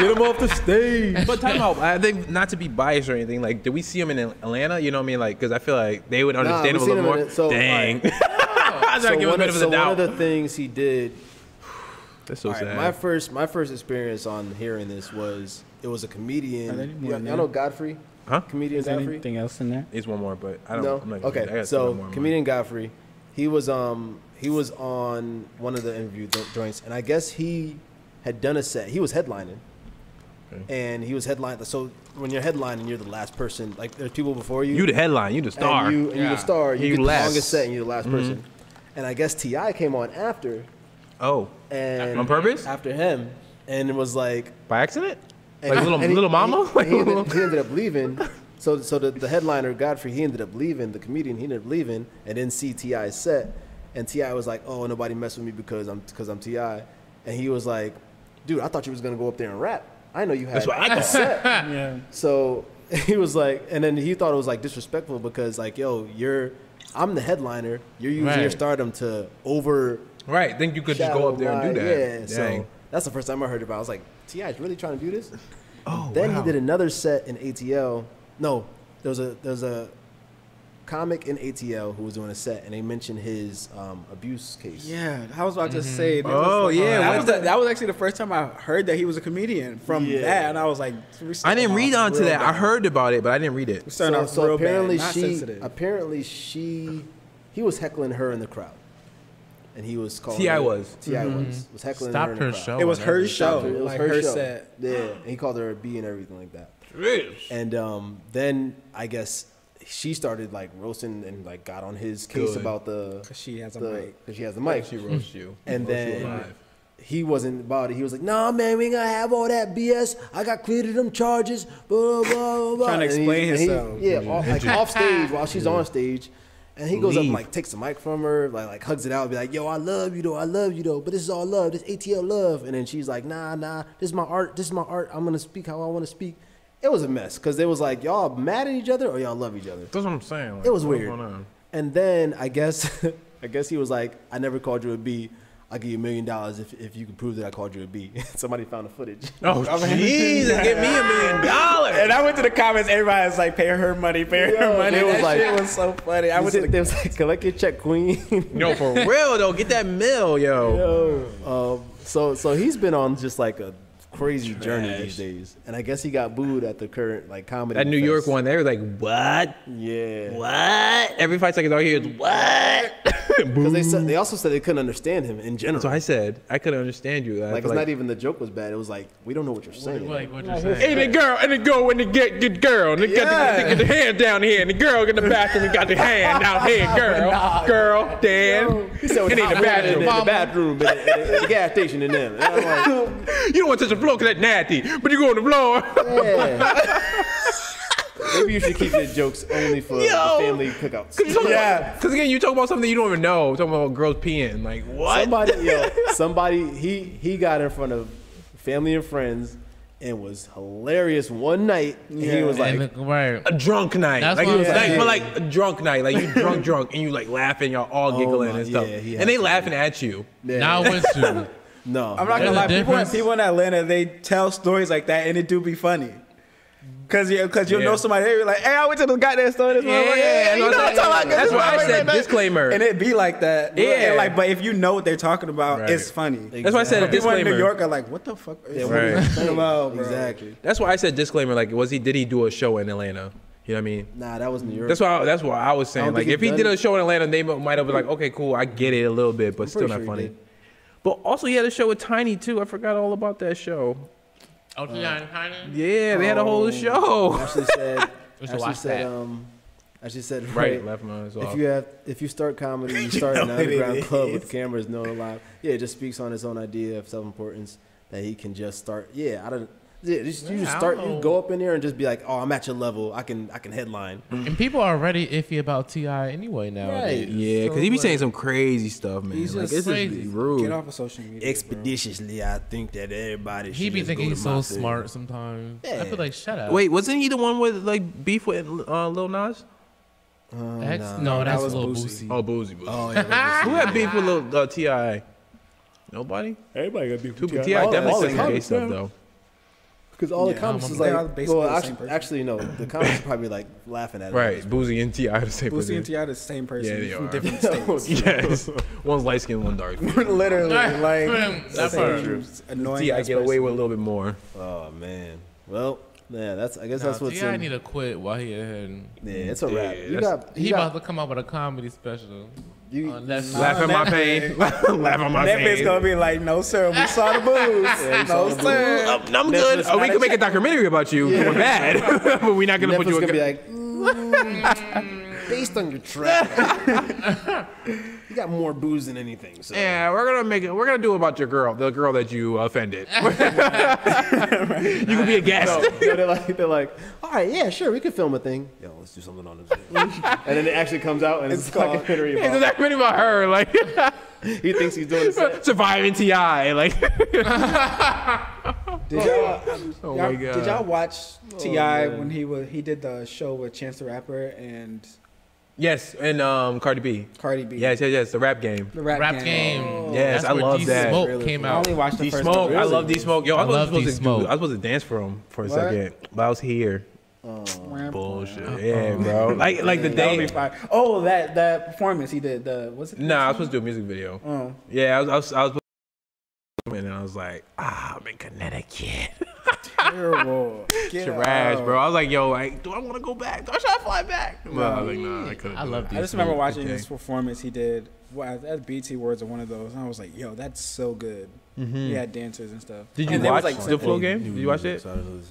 [SPEAKER 2] him off the stage. But time out. I think not to be biased or anything. Like, did we see him in Atlanta? You know what I mean? Like, because I feel like they would
[SPEAKER 1] we
[SPEAKER 2] understand him a
[SPEAKER 1] seen
[SPEAKER 2] little
[SPEAKER 1] him in
[SPEAKER 2] more.
[SPEAKER 1] it, so,
[SPEAKER 2] Dang. I was
[SPEAKER 1] So
[SPEAKER 2] trying to give him a
[SPEAKER 1] one
[SPEAKER 2] bit
[SPEAKER 1] of-
[SPEAKER 2] of
[SPEAKER 1] so
[SPEAKER 2] the
[SPEAKER 1] one
[SPEAKER 2] doubt.
[SPEAKER 1] of the things he did
[SPEAKER 2] That's so
[SPEAKER 1] All right,
[SPEAKER 2] sad.
[SPEAKER 1] my first my first experience on hearing this was it was a
[SPEAKER 4] Are there
[SPEAKER 1] comedian.
[SPEAKER 4] any more
[SPEAKER 1] Y'all,
[SPEAKER 4] in
[SPEAKER 1] y'all
[SPEAKER 4] there?
[SPEAKER 1] know Godfrey?
[SPEAKER 2] Huh?
[SPEAKER 1] Comedian
[SPEAKER 4] Is there
[SPEAKER 1] Godfrey.
[SPEAKER 4] anything else in there?
[SPEAKER 2] It's one more, but I don't.
[SPEAKER 1] no.
[SPEAKER 2] I'm not gonna do that. I
[SPEAKER 1] okay.
[SPEAKER 2] got
[SPEAKER 1] So
[SPEAKER 2] one more in mind.
[SPEAKER 1] comedian Godfrey, he was um he was on one of the interview jo- joints, and I guess he had done a set. He was headlining, and he was headlining. So when you're headlining, you're the last person. Like there's people before you.
[SPEAKER 2] You the headline. You the star. Mm-hmm.
[SPEAKER 1] And you, and you
[SPEAKER 3] Yeah.
[SPEAKER 1] the star. You,
[SPEAKER 2] You
[SPEAKER 1] get the
[SPEAKER 2] last.
[SPEAKER 1] longest set, and you're the last person. And I guess Ti came on after
[SPEAKER 2] oh,
[SPEAKER 1] and
[SPEAKER 2] on purpose?
[SPEAKER 1] after him, and it was like.
[SPEAKER 2] By accident?
[SPEAKER 1] And-
[SPEAKER 2] Like little
[SPEAKER 1] and he-
[SPEAKER 2] little mama?
[SPEAKER 1] He, he ended, he ended up leaving. So, so the, the headliner Godfrey, he ended up leaving. The comedian, he ended up leaving, and then CTI set, and Ti was like, "Oh, nobody mess with me because I'm because I'm Ti," and he was like, "Dude, I thought you was gonna go up there and rap. I know you had
[SPEAKER 2] That's what I
[SPEAKER 1] a
[SPEAKER 2] thought."
[SPEAKER 1] set."
[SPEAKER 4] Yeah.
[SPEAKER 1] So he was like, and then he thought it was like disrespectful because like, yo, you're, I'm the headliner. You're using your
[SPEAKER 3] Right.
[SPEAKER 1] stardom to over.
[SPEAKER 2] right. Then you could just go up there and do that.
[SPEAKER 1] Yeah.
[SPEAKER 2] Dang.
[SPEAKER 1] So that's the first time I heard about. it. I was like, Ti is really trying to do this.
[SPEAKER 2] Oh,
[SPEAKER 1] Then he did another set in ATL. No, there was a there was a comic in ATL who was doing a set, and they mentioned his um, abuse case.
[SPEAKER 4] Yeah, I was about to say. that
[SPEAKER 2] Oh,
[SPEAKER 4] was-
[SPEAKER 2] yeah,
[SPEAKER 4] that
[SPEAKER 2] what
[SPEAKER 4] was, the, that was actually the first time I heard that he was a comedian from
[SPEAKER 1] Yeah.
[SPEAKER 4] that, and I was like,
[SPEAKER 2] I didn't read onto
[SPEAKER 4] real
[SPEAKER 2] that. I
[SPEAKER 4] bad.
[SPEAKER 2] heard about it, but I didn't read it.
[SPEAKER 4] Starting
[SPEAKER 1] So,
[SPEAKER 4] off
[SPEAKER 1] so
[SPEAKER 4] real bad,
[SPEAKER 1] apparently
[SPEAKER 4] not
[SPEAKER 1] she
[SPEAKER 4] sensitive.
[SPEAKER 1] apparently she he was heckling her in the crowd, and he was calling
[SPEAKER 2] T.I.
[SPEAKER 1] her-
[SPEAKER 2] was.
[SPEAKER 1] Ti
[SPEAKER 4] Mm-hmm.
[SPEAKER 1] was was heckling her
[SPEAKER 3] Stopped
[SPEAKER 1] in the
[SPEAKER 3] her
[SPEAKER 1] crowd.
[SPEAKER 2] Oh,
[SPEAKER 3] show.
[SPEAKER 4] it was
[SPEAKER 3] and
[SPEAKER 4] her
[SPEAKER 3] everything.
[SPEAKER 4] show,
[SPEAKER 1] It was
[SPEAKER 4] like
[SPEAKER 1] her,
[SPEAKER 4] her,
[SPEAKER 1] show.
[SPEAKER 4] set.
[SPEAKER 1] Yeah, and he called her a B and everything like that. And um, then I guess she started like roasting and like got on his case
[SPEAKER 2] Good.
[SPEAKER 1] about the
[SPEAKER 4] 'Cause she has a
[SPEAKER 1] the-
[SPEAKER 4] mic.
[SPEAKER 1] 'cause she has the mic.
[SPEAKER 2] She roast you.
[SPEAKER 1] and
[SPEAKER 2] Roast you
[SPEAKER 1] then
[SPEAKER 2] alive.
[SPEAKER 1] he wasn't about it. He was like, "Nah, man, we ain't gonna have all that BS. I got cleared of them charges." Blah blah blah. blah.
[SPEAKER 4] Trying to
[SPEAKER 1] And he-
[SPEAKER 4] explain
[SPEAKER 1] and he-
[SPEAKER 4] himself.
[SPEAKER 1] yeah, off, like off stage while she's on stage, and he goes up and like takes the mic from her, like like hugs it out, be like, "Yo, I love you though. I love you though. But this is all love. This ATL love." And then she's like, "Nah, nah. This is my art. This is my art. I'm gonna speak how I want to speak." It was a mess because they was like, "Y'all mad at each other or y'all love each other?"
[SPEAKER 2] That's what I'm saying. like,
[SPEAKER 1] It was
[SPEAKER 2] what's
[SPEAKER 1] weird.
[SPEAKER 2] going on?
[SPEAKER 1] And then I guess I guess he was like, I never called you a B. I'll give you a million dollars if, if you can prove that I called you a B. Somebody found the footage.
[SPEAKER 2] Oh, Jesus, give me a million dollars.
[SPEAKER 4] And I went to the comments. Everybody's like, "Pay her money, pay her
[SPEAKER 1] Yo,
[SPEAKER 4] money."
[SPEAKER 1] it was
[SPEAKER 4] that
[SPEAKER 1] like-
[SPEAKER 4] shit was so funny. I
[SPEAKER 1] I
[SPEAKER 4] went
[SPEAKER 1] was,
[SPEAKER 4] to the
[SPEAKER 1] they was like, collect your check, queen.
[SPEAKER 2] No, for real though, get that mill, yo.
[SPEAKER 1] um, so so he's been on just like a crazy journey these days. And I guess he got booed at the current like comedy.
[SPEAKER 2] That New York
[SPEAKER 1] fest.
[SPEAKER 2] one, they were like, what?
[SPEAKER 1] Yeah.
[SPEAKER 2] What? Every five seconds out here is what?
[SPEAKER 1] Because they said they also said they couldn't understand him in general.
[SPEAKER 2] so I said, I couldn't understand you. I
[SPEAKER 1] like
[SPEAKER 2] feel
[SPEAKER 1] it's
[SPEAKER 4] e-
[SPEAKER 1] not even the joke was bad. It was like we don't know what you're saying.
[SPEAKER 3] Like what you're saying.
[SPEAKER 11] And the girl, and the girl, and the get, get girl, and the, got the, they get the hand down here, and the girl get the bathroom, and got the hand out here, girl, girl,
[SPEAKER 4] Oh.
[SPEAKER 11] Dan.
[SPEAKER 1] he said,
[SPEAKER 11] It ain't the bathroom,
[SPEAKER 1] in the
[SPEAKER 11] mama.
[SPEAKER 1] bathroom, but in the, in the gas station, and them. And I'm like,
[SPEAKER 11] You don't want to touch the floor 'cause that's nasty, but you go on the floor.
[SPEAKER 1] Yeah. Maybe you should keep your jokes only for the
[SPEAKER 2] Yo.
[SPEAKER 1] family cookouts.
[SPEAKER 2] yeah. Because again, you talk about something you don't even know. You're talking about girls peeing. Like, what?
[SPEAKER 1] Somebody, yo, somebody, he he got in front of family and friends and was hilarious one night. And he
[SPEAKER 4] Yeah.
[SPEAKER 1] was like,
[SPEAKER 3] And the- right.
[SPEAKER 2] a drunk night.
[SPEAKER 3] That's
[SPEAKER 2] like,
[SPEAKER 3] what I'm
[SPEAKER 2] like,
[SPEAKER 3] saying.
[SPEAKER 2] but like a drunk night. Like you drunk drunk and you like laughing, y'all all giggling
[SPEAKER 1] Oh my-
[SPEAKER 2] and stuff.
[SPEAKER 1] yeah, he has
[SPEAKER 2] and they
[SPEAKER 1] to
[SPEAKER 2] laughing at you.
[SPEAKER 1] "Yeah,
[SPEAKER 3] Now with you.
[SPEAKER 1] no,
[SPEAKER 4] I'm not
[SPEAKER 3] There's
[SPEAKER 4] gonna
[SPEAKER 3] a
[SPEAKER 4] lie. People, in-
[SPEAKER 3] difference.
[SPEAKER 4] people in Atlanta, they tell stories like that, and it do be funfunny. Cause you, cause you'll
[SPEAKER 2] Yeah.
[SPEAKER 4] know somebody. They be like, "Hey, I went to the goddamn store this morning." Like,
[SPEAKER 2] Yeah,
[SPEAKER 4] "Hey,
[SPEAKER 2] that's
[SPEAKER 4] you
[SPEAKER 2] what I'm
[SPEAKER 4] know what I'm
[SPEAKER 2] saying.
[SPEAKER 4] talking about?
[SPEAKER 2] That's why I
[SPEAKER 4] This is
[SPEAKER 2] said
[SPEAKER 4] right back."
[SPEAKER 2] disclaimer.
[SPEAKER 4] And it be like that. Yeah.
[SPEAKER 2] Yeah.
[SPEAKER 4] like, but if you know what they're talking about,
[SPEAKER 2] Right.
[SPEAKER 4] it's funny.
[SPEAKER 2] That's why I said a
[SPEAKER 4] People
[SPEAKER 2] disclaimer.
[SPEAKER 4] in New York are like, "What the fuck?" Is
[SPEAKER 1] Yeah,
[SPEAKER 4] this?"
[SPEAKER 1] what are you
[SPEAKER 2] Right.
[SPEAKER 1] saying?
[SPEAKER 4] Hello, bro.
[SPEAKER 1] exactly.
[SPEAKER 2] That's why I said disclaimer. Like, was he? Did he do a show in Atlanta? You know what I mean?
[SPEAKER 1] Nah, that was New York.
[SPEAKER 2] That's why. That's why I was
[SPEAKER 1] I
[SPEAKER 2] saying.
[SPEAKER 1] don't
[SPEAKER 2] like,
[SPEAKER 1] think
[SPEAKER 2] if he
[SPEAKER 1] he's
[SPEAKER 2] did
[SPEAKER 1] done
[SPEAKER 2] a show in Atlanta, they might have been like, okay, cool, I get it a little bit, but still
[SPEAKER 1] pretty
[SPEAKER 2] not
[SPEAKER 1] sure he
[SPEAKER 2] funny.
[SPEAKER 1] did.
[SPEAKER 2] But also, he had a show with Tiny too. I forgot all about that show.
[SPEAKER 3] Oh, yeah, kinda.
[SPEAKER 2] Yeah, they had a
[SPEAKER 1] Oh.
[SPEAKER 2] whole show.
[SPEAKER 1] Um, Ashley said.
[SPEAKER 3] We should
[SPEAKER 1] Ashley
[SPEAKER 3] watch
[SPEAKER 1] said.
[SPEAKER 3] that.
[SPEAKER 1] Um, Ashley said.
[SPEAKER 2] Right, left mine as well.
[SPEAKER 1] If you have, if you start comedy, you start in an underground club with cameras, no one alive. Yeah, it just speaks on his own idea of self-importance that he can just start. Yeah, I don't. Yeah, you just, you just
[SPEAKER 3] Yeah, I
[SPEAKER 1] start.
[SPEAKER 3] don't
[SPEAKER 1] You
[SPEAKER 3] know.
[SPEAKER 1] go up in there and just be like, "Oh, I'm at your level. I can, I can headline."
[SPEAKER 3] And people are already iffy about Ti anyway nowadays.
[SPEAKER 2] Yeah, because he be saying some crazy stuff, man.
[SPEAKER 4] He's
[SPEAKER 2] like,
[SPEAKER 4] just
[SPEAKER 2] this
[SPEAKER 3] crazy.
[SPEAKER 2] is rude.
[SPEAKER 4] Get off of social media. bro.
[SPEAKER 1] Expeditiously, I think that everybody.
[SPEAKER 3] He
[SPEAKER 1] should
[SPEAKER 3] be
[SPEAKER 1] just
[SPEAKER 3] thinking
[SPEAKER 1] go to
[SPEAKER 3] he's
[SPEAKER 1] my
[SPEAKER 3] so
[SPEAKER 1] thing.
[SPEAKER 3] smart sometimes. I feel like shut up.
[SPEAKER 2] Wait, wasn't he the one with like beef with uh, Lil Nas?
[SPEAKER 3] That's, no, that's a little boozy.
[SPEAKER 2] Oh, Boozy Boozy.
[SPEAKER 1] Oh, yeah,
[SPEAKER 2] Who had beef with Lil uh, Ti? Nobody.
[SPEAKER 12] Everybody got beef
[SPEAKER 2] Two
[SPEAKER 12] with
[SPEAKER 2] Ti
[SPEAKER 12] T.I.
[SPEAKER 1] all
[SPEAKER 2] definitely
[SPEAKER 1] the
[SPEAKER 2] said some gay
[SPEAKER 1] comments,
[SPEAKER 2] stuff
[SPEAKER 1] man.
[SPEAKER 2] though.
[SPEAKER 1] because all
[SPEAKER 4] Yeah,
[SPEAKER 1] the comments
[SPEAKER 3] I'm-
[SPEAKER 1] is
[SPEAKER 4] they're
[SPEAKER 1] like,
[SPEAKER 4] all basically
[SPEAKER 1] well,
[SPEAKER 4] the same
[SPEAKER 1] actually,
[SPEAKER 4] person.
[SPEAKER 1] actually, no, the comments are probably like laughing at it.
[SPEAKER 2] Right, Boozy and Ti are the same
[SPEAKER 4] Boosie
[SPEAKER 2] person.
[SPEAKER 4] and Ti are the same person.
[SPEAKER 2] Yeah, they
[SPEAKER 4] from
[SPEAKER 2] are.
[SPEAKER 4] different states.
[SPEAKER 2] Yes, one's light skinned, one dark.
[SPEAKER 1] Literally, like.
[SPEAKER 3] That's
[SPEAKER 4] Same
[SPEAKER 3] true.
[SPEAKER 4] Annoying.
[SPEAKER 2] Ti
[SPEAKER 4] ass
[SPEAKER 2] get away
[SPEAKER 4] person.
[SPEAKER 2] with a little bit more.
[SPEAKER 1] Oh man. Well, yeah. That's. I guess
[SPEAKER 3] Nah,
[SPEAKER 1] that's what's.
[SPEAKER 3] T.I.
[SPEAKER 1] in,
[SPEAKER 3] need to quit while he ahead.
[SPEAKER 1] yeah, it's a wrap.
[SPEAKER 2] Yeah,
[SPEAKER 1] you
[SPEAKER 2] that's-
[SPEAKER 1] got. You
[SPEAKER 3] He
[SPEAKER 1] got.
[SPEAKER 3] about to come out with a comedy special. Uh,
[SPEAKER 1] You,
[SPEAKER 3] on Netflix.
[SPEAKER 2] Laugh at my pain. Laugh at my
[SPEAKER 4] Netflix
[SPEAKER 2] pain.
[SPEAKER 4] gonna be like, no sir, we saw the boobs. no sir.
[SPEAKER 2] Oh, no, I'm good. Oh, we can make a documentary about you. We're bad, but we're not gonna
[SPEAKER 1] Netflix
[SPEAKER 2] put you.
[SPEAKER 1] gonna
[SPEAKER 2] in
[SPEAKER 1] be like, "Mm, based on your track, you got more booze than anything. So
[SPEAKER 2] Yeah, we're gonna make it. We're gonna do about your girl, the girl that you offended. You can be a guest.
[SPEAKER 1] So they're like, they're like, all right, yeah, sure, we could film a thing. Yo, let's do something on this. and then it actually comes out, and it's, a documentary.
[SPEAKER 2] It's a
[SPEAKER 1] About,
[SPEAKER 2] documentary about her, like
[SPEAKER 1] he thinks he's doing the same.
[SPEAKER 2] surviving Ti, like
[SPEAKER 4] Did y'all,
[SPEAKER 2] oh
[SPEAKER 4] y'all-
[SPEAKER 2] my god. Oh,
[SPEAKER 4] did y'all watch Ti when he was he did the show with Chance the Rapper and
[SPEAKER 2] Yes, and um, Cardi B.
[SPEAKER 4] Cardi B?
[SPEAKER 2] Yes, yes, yes. The rap game.
[SPEAKER 4] the rap, Oh,
[SPEAKER 3] Rap game.
[SPEAKER 2] Yes,
[SPEAKER 3] That's
[SPEAKER 2] I
[SPEAKER 3] where
[SPEAKER 2] love
[SPEAKER 3] D
[SPEAKER 2] that.
[SPEAKER 3] Smoke came
[SPEAKER 4] I
[SPEAKER 3] out.
[SPEAKER 4] only watched the
[SPEAKER 2] D
[SPEAKER 4] first.
[SPEAKER 2] Smoke,
[SPEAKER 4] one.
[SPEAKER 2] I love D Smoke. Yo, I,
[SPEAKER 3] I love
[SPEAKER 2] wasn't supposed
[SPEAKER 3] D
[SPEAKER 2] to
[SPEAKER 3] Smoke.
[SPEAKER 2] do. I was supposed to dance for him for a
[SPEAKER 4] What?
[SPEAKER 2] second, but I was here. Bullshit. Yeah, bro. Like, like the
[SPEAKER 4] Oh. That would
[SPEAKER 2] day.
[SPEAKER 4] be fire. Oh, that that performance he did. The what's it?
[SPEAKER 2] Nah, I was supposed to do a music video.
[SPEAKER 4] Oh.
[SPEAKER 2] Yeah, I was. I was, I was supposed to and then I was like, ah, I'm in Connecticut.
[SPEAKER 4] terrible. Get
[SPEAKER 2] Trash,
[SPEAKER 4] out.
[SPEAKER 2] bro. I was like, yo, like, do I want to go back? Do I should I fly back? No, I was like, nah, I couldn't.
[SPEAKER 3] I
[SPEAKER 2] do
[SPEAKER 3] love
[SPEAKER 2] it.
[SPEAKER 3] D
[SPEAKER 4] I just remember
[SPEAKER 3] Smoke.
[SPEAKER 4] watching
[SPEAKER 2] okay.
[SPEAKER 4] his performance he did wow, at BT Awards or one of those, and I was like, "Yo, that's so good." He had dancers and stuff.
[SPEAKER 2] Mm-hmm. Did you
[SPEAKER 4] And they was,
[SPEAKER 2] watch
[SPEAKER 4] like,
[SPEAKER 2] the flow game? Did you watch it?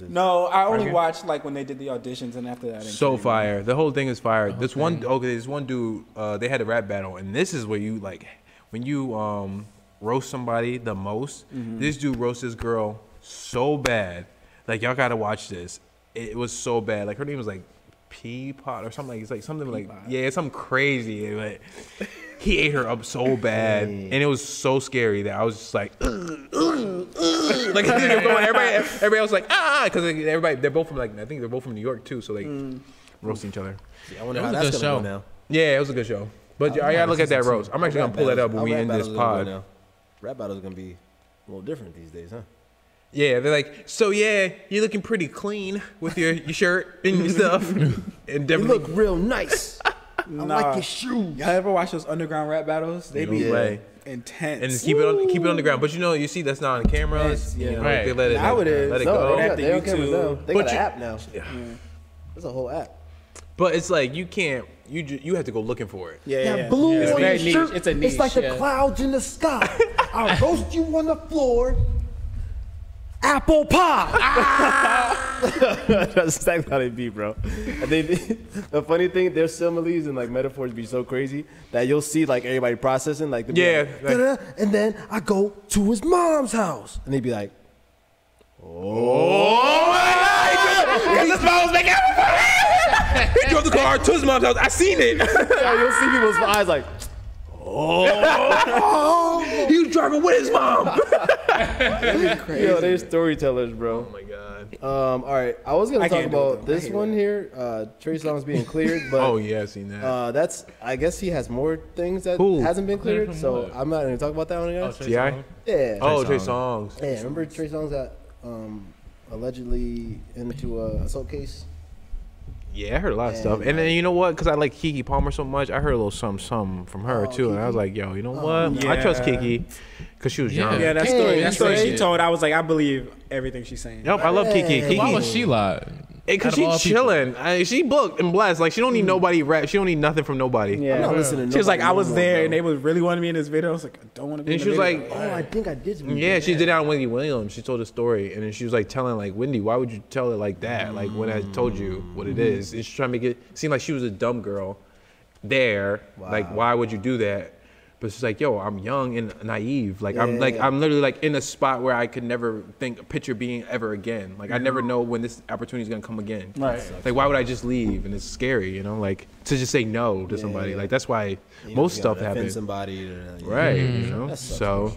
[SPEAKER 4] No, I only
[SPEAKER 2] Okay.
[SPEAKER 4] watched like when they did the auditions, and after that, I didn't
[SPEAKER 2] So
[SPEAKER 4] care
[SPEAKER 2] fire. The whole thing is fire. This one okay, this one dude, uh, they had a rap battle and this is where you like when you um roast somebody the most, this dude roasts this girl so bad. Like y'all gotta watch this. It, it was so bad. Like her name was like Peapot or something like it's like something like yeah, it's something crazy. and, Like he ate her up so bad, and it was so scary that I was just like, like everybody, everybody else like ah, because everybody they're both from like I think they're both from New York too, so they roasting each other.
[SPEAKER 1] I wonder
[SPEAKER 3] It
[SPEAKER 1] how
[SPEAKER 3] was a
[SPEAKER 1] that's
[SPEAKER 3] good
[SPEAKER 1] gonna go
[SPEAKER 3] show.
[SPEAKER 1] now.
[SPEAKER 2] Yeah, it was a good show. But I gotta look at that roast. I'm actually gonna pull that up when we end this pod.
[SPEAKER 1] Rap battles gonna be a little different these days, huh?
[SPEAKER 2] Yeah, they're like, so yeah, you're looking pretty clean with your, your shirt and your stuff, and
[SPEAKER 1] You
[SPEAKER 2] definitely
[SPEAKER 1] look real nice. I
[SPEAKER 4] Nah.
[SPEAKER 1] like your shoes.
[SPEAKER 4] Y'all ever watch those underground rap battles? They
[SPEAKER 2] No
[SPEAKER 4] be
[SPEAKER 2] way.
[SPEAKER 4] intense.
[SPEAKER 2] and just keep it on keep it on the ground. But you know, you see that's not on camera. It's, you
[SPEAKER 4] Yeah.
[SPEAKER 2] know,
[SPEAKER 3] Right.
[SPEAKER 2] They let it
[SPEAKER 4] Nowadays,
[SPEAKER 2] let it
[SPEAKER 4] no,
[SPEAKER 2] go.
[SPEAKER 4] they
[SPEAKER 1] yeah,
[SPEAKER 4] got the
[SPEAKER 1] they don't care
[SPEAKER 4] YouTube.
[SPEAKER 1] now. They
[SPEAKER 2] But
[SPEAKER 1] got an
[SPEAKER 2] you-
[SPEAKER 1] app now. There's a whole app.
[SPEAKER 2] But it's like you can't. You ju- you have to go looking for it.
[SPEAKER 4] yeah, yeah, yeah.
[SPEAKER 1] blue
[SPEAKER 4] It's
[SPEAKER 1] on
[SPEAKER 4] very
[SPEAKER 1] your
[SPEAKER 4] niche.
[SPEAKER 1] shirt.
[SPEAKER 4] It's a niche.
[SPEAKER 1] like
[SPEAKER 4] yeah.
[SPEAKER 1] the clouds in the sky. I'll roast you on the floor. Apple pie. That's exactly how they be, bro. And They, the funny thing, their similes and like metaphors be so crazy that you'll see like everybody processing like. they'll be
[SPEAKER 2] Yeah,
[SPEAKER 1] like, "Da-da-da," and then I go to his mom's house, and they'd be like,
[SPEAKER 2] Oh my god! Because his mom was making apple pie. He drove the car to his mom's house. I seen it.
[SPEAKER 1] yeah, you'll see people's eyes like.
[SPEAKER 2] he was driving with his mom.
[SPEAKER 1] Yo, they're storytellers, bro.
[SPEAKER 2] Oh my god.
[SPEAKER 1] Um, all right, I was gonna
[SPEAKER 4] I
[SPEAKER 1] talk
[SPEAKER 4] can't do it,
[SPEAKER 1] about
[SPEAKER 4] though. I
[SPEAKER 1] this
[SPEAKER 4] hate
[SPEAKER 1] one
[SPEAKER 4] it.
[SPEAKER 1] here. Uh, Trey Songz being cleared, but
[SPEAKER 2] Oh yeah, I seen that.
[SPEAKER 1] Uh, that's I guess he has more things that
[SPEAKER 2] Who?
[SPEAKER 1] hasn't been cleared,
[SPEAKER 3] Cleared from
[SPEAKER 1] so
[SPEAKER 3] what?
[SPEAKER 1] I'm not gonna talk about that one
[SPEAKER 4] Oh,
[SPEAKER 1] again.
[SPEAKER 3] Trey
[SPEAKER 2] Ti.
[SPEAKER 3] Songz.
[SPEAKER 1] yeah.
[SPEAKER 2] Oh,
[SPEAKER 3] Trey
[SPEAKER 2] Trey Songs.
[SPEAKER 1] yeah. Remember Trey Songz got um, allegedly into a assault case.
[SPEAKER 2] Yeah, I heard a lot of
[SPEAKER 1] And,
[SPEAKER 2] stuff. And then you know what? Because I like Kiki Palmer so much, I heard a little something, something from her
[SPEAKER 1] Oh,
[SPEAKER 2] too. And I was like, yo, you know what? I trust
[SPEAKER 4] yeah.
[SPEAKER 2] Kiki because she was
[SPEAKER 3] Yeah.
[SPEAKER 2] young.
[SPEAKER 4] Yeah, that story.
[SPEAKER 1] Hey,
[SPEAKER 4] That
[SPEAKER 1] that's
[SPEAKER 4] story
[SPEAKER 3] crazy.
[SPEAKER 4] she told. I was like, I believe everything she's saying.
[SPEAKER 2] Yep, I love
[SPEAKER 1] Hey.
[SPEAKER 2] Kiki. Kiki.
[SPEAKER 3] Why was she lying?
[SPEAKER 2] Because
[SPEAKER 3] Out of all
[SPEAKER 2] she's
[SPEAKER 3] people.
[SPEAKER 2] chilling. I, she booked and blessed. Like she don't need nobody rap. She don't need nothing from nobody.
[SPEAKER 4] Yeah.
[SPEAKER 1] I'm not listening. To
[SPEAKER 4] She was like,
[SPEAKER 1] nobody
[SPEAKER 4] I was
[SPEAKER 1] no more,
[SPEAKER 4] there,
[SPEAKER 1] bro.
[SPEAKER 4] and they was really wanted me in this video. I was like, I don't want to be.
[SPEAKER 2] And
[SPEAKER 4] in
[SPEAKER 2] she
[SPEAKER 4] the
[SPEAKER 2] was
[SPEAKER 4] video.
[SPEAKER 2] like,
[SPEAKER 1] Oh, I think I did. something.
[SPEAKER 2] Yeah, she did that on Wendy Williams. She told a story, and then she was like telling like Wendy, why would you tell it like that? Like when I told you what it is, and she's trying to make it seem like she was a dumb girl there. Like why would you do that? But it's just like, yo, I'm young and naive. Like I'm
[SPEAKER 1] Yeah.
[SPEAKER 2] like I'm literally like in a spot where I could never think picture being ever again. Like I never
[SPEAKER 1] Mm-hmm.
[SPEAKER 2] know when this opportunity is gonna come again.
[SPEAKER 13] Right.
[SPEAKER 2] Like why would I just leave? And it's scary, you know. Like to just say no to somebody. Like that's why most stuff happens.
[SPEAKER 14] Somebody,
[SPEAKER 1] uh,
[SPEAKER 14] or, yeah.
[SPEAKER 2] Right.
[SPEAKER 4] Mm-hmm.
[SPEAKER 2] You know.
[SPEAKER 14] sucks.
[SPEAKER 2] So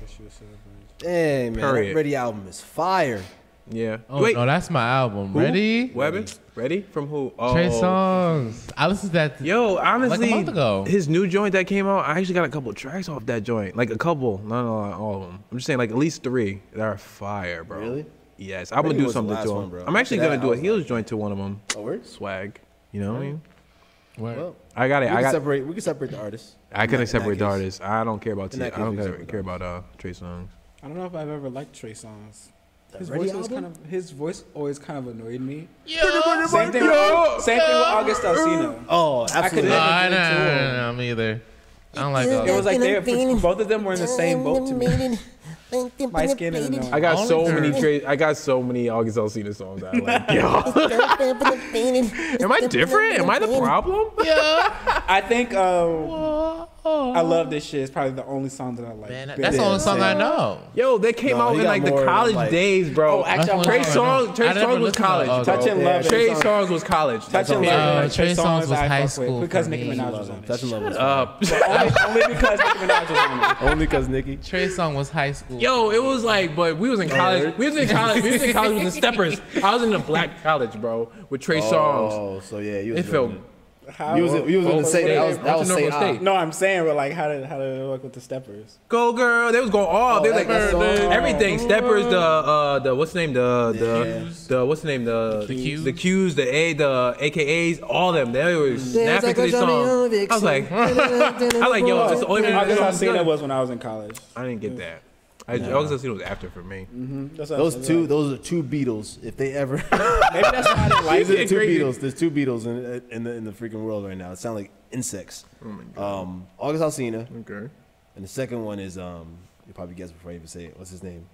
[SPEAKER 14] Hey man,
[SPEAKER 2] Period.
[SPEAKER 14] that Ready album is fire.
[SPEAKER 2] yeah.
[SPEAKER 3] Oh no, that's my album.
[SPEAKER 2] who?
[SPEAKER 3] Ready?
[SPEAKER 2] Weapon? Ready? From who? Oh.
[SPEAKER 3] Trey Songs. I listened to that.
[SPEAKER 2] Yo, honestly,
[SPEAKER 3] month ago.
[SPEAKER 2] his new joint that came out, I actually got a couple tracks off that joint. Like a couple, not all, all of them. I'm just saying, like at least three that are fire, bro.
[SPEAKER 14] Really?
[SPEAKER 2] Yes, I'm
[SPEAKER 14] Really
[SPEAKER 2] gonna do
[SPEAKER 14] was the
[SPEAKER 2] something
[SPEAKER 14] last
[SPEAKER 2] to
[SPEAKER 14] one,
[SPEAKER 2] him.
[SPEAKER 14] bro.
[SPEAKER 2] I'm actually
[SPEAKER 14] After
[SPEAKER 2] gonna
[SPEAKER 14] that,
[SPEAKER 2] do
[SPEAKER 14] I
[SPEAKER 2] a
[SPEAKER 14] was
[SPEAKER 2] heels joint to one of them.
[SPEAKER 14] Oh, word?
[SPEAKER 2] Swag. You know what I mean?
[SPEAKER 3] Word.
[SPEAKER 14] Well,
[SPEAKER 2] I got
[SPEAKER 14] we
[SPEAKER 2] it. I
[SPEAKER 14] can
[SPEAKER 2] got.
[SPEAKER 14] separate. We can separate the artists.
[SPEAKER 2] I
[SPEAKER 14] in
[SPEAKER 2] couldn't
[SPEAKER 14] that
[SPEAKER 2] separate the
[SPEAKER 14] case.
[SPEAKER 2] artists. I don't care about. T-
[SPEAKER 14] In
[SPEAKER 2] I
[SPEAKER 14] that case,
[SPEAKER 2] don't
[SPEAKER 14] we
[SPEAKER 2] care,
[SPEAKER 14] separate
[SPEAKER 2] care about uh, Trey Songz.
[SPEAKER 4] I don't know if I've ever liked Trey Songz. His
[SPEAKER 14] Ready
[SPEAKER 4] voice always
[SPEAKER 14] album?
[SPEAKER 4] kind of his voice always kind of annoyed me.
[SPEAKER 3] Yo.
[SPEAKER 4] Same thing. With, same thing with August Alsina.
[SPEAKER 14] Oh,
[SPEAKER 4] could
[SPEAKER 14] absolutely.
[SPEAKER 3] No,
[SPEAKER 4] never-
[SPEAKER 3] I, no, no, no, no, I'm either. I don't like all
[SPEAKER 4] It
[SPEAKER 3] that.
[SPEAKER 4] was like they both of them were in the same boat to me. My skin is annoying.
[SPEAKER 2] I got
[SPEAKER 3] Only
[SPEAKER 2] so
[SPEAKER 3] third.
[SPEAKER 2] many Trey. I got so many August Alsina songs. I like. Yo, am I different? Am I the problem?
[SPEAKER 4] I think um, I love this shit. It's probably the only song that I like.
[SPEAKER 3] Man,
[SPEAKER 4] Bit
[SPEAKER 3] that's the
[SPEAKER 4] it.
[SPEAKER 3] only song I know.
[SPEAKER 2] Yo, they came
[SPEAKER 14] No,
[SPEAKER 2] out
[SPEAKER 14] he
[SPEAKER 2] in
[SPEAKER 14] got
[SPEAKER 2] like the
[SPEAKER 14] more than,
[SPEAKER 2] college
[SPEAKER 14] like-
[SPEAKER 2] days, bro.
[SPEAKER 4] Oh, actually, I'm
[SPEAKER 3] That's
[SPEAKER 2] Trey
[SPEAKER 3] one
[SPEAKER 4] pretty
[SPEAKER 3] I
[SPEAKER 4] song.
[SPEAKER 3] know.
[SPEAKER 2] Song, Trey
[SPEAKER 3] I never
[SPEAKER 2] Song was
[SPEAKER 3] listened to
[SPEAKER 2] college.
[SPEAKER 3] all
[SPEAKER 2] bro.
[SPEAKER 3] those.
[SPEAKER 4] Touch and Love.
[SPEAKER 2] Trey
[SPEAKER 4] Song.
[SPEAKER 2] Songs was college.
[SPEAKER 4] Touch and
[SPEAKER 2] all.
[SPEAKER 4] Love.
[SPEAKER 3] Uh, Trey Songz was
[SPEAKER 4] I
[SPEAKER 3] high
[SPEAKER 4] fuck with
[SPEAKER 3] school
[SPEAKER 4] because
[SPEAKER 3] for
[SPEAKER 4] Nicki
[SPEAKER 3] me.
[SPEAKER 4] Minaj was on it.
[SPEAKER 14] That's in love. was fire.
[SPEAKER 2] Up.
[SPEAKER 4] only, only because Nicki Minaj was on it.
[SPEAKER 14] Only because Nicki.
[SPEAKER 3] Trey Song was high school.
[SPEAKER 2] Yo, it was like, but we was in college. We was in college. We was in college with the Steppers. I was in the black college, bro, with Trey Songs.
[SPEAKER 1] Oh, so yeah, you
[SPEAKER 2] It
[SPEAKER 1] was
[SPEAKER 2] felt.
[SPEAKER 1] doing
[SPEAKER 4] How-
[SPEAKER 1] it. You was you was
[SPEAKER 2] Oh,
[SPEAKER 1] gonna say that was
[SPEAKER 2] State.
[SPEAKER 1] that was
[SPEAKER 2] Norfolk
[SPEAKER 1] say ah.
[SPEAKER 2] State.
[SPEAKER 4] no, I'm saying, but like, how did how did it work with the steppers?
[SPEAKER 2] Go girl, they was going all. they was like
[SPEAKER 1] that song.
[SPEAKER 2] everything. Steppers, the uh, the what's the name, the the the what's the name, the
[SPEAKER 3] The Qs.
[SPEAKER 2] the Q's, the A, the AKAs, all them. They were snapping to the song. I was like, I was like,
[SPEAKER 4] Oh,
[SPEAKER 2] yo, it's the only thing I
[SPEAKER 4] August
[SPEAKER 2] was
[SPEAKER 4] Alsina
[SPEAKER 2] good.
[SPEAKER 4] was when I was in college.
[SPEAKER 2] I didn't get that. I, August Alsina was after for me.
[SPEAKER 4] That's what I
[SPEAKER 1] Those
[SPEAKER 4] was
[SPEAKER 1] two,
[SPEAKER 4] like.
[SPEAKER 1] those are two Beatles. If they ever,
[SPEAKER 4] Maybe that's why I didn't like
[SPEAKER 1] these are
[SPEAKER 4] it.
[SPEAKER 1] the two
[SPEAKER 2] crazy.
[SPEAKER 1] Beatles. There's two Beatles in in the in the freaking world right now. It sounds like insects.
[SPEAKER 2] Oh
[SPEAKER 1] Um, August Alsina,
[SPEAKER 2] Okay.
[SPEAKER 1] and the second one is um, you probably guess before I even say it. What's his name?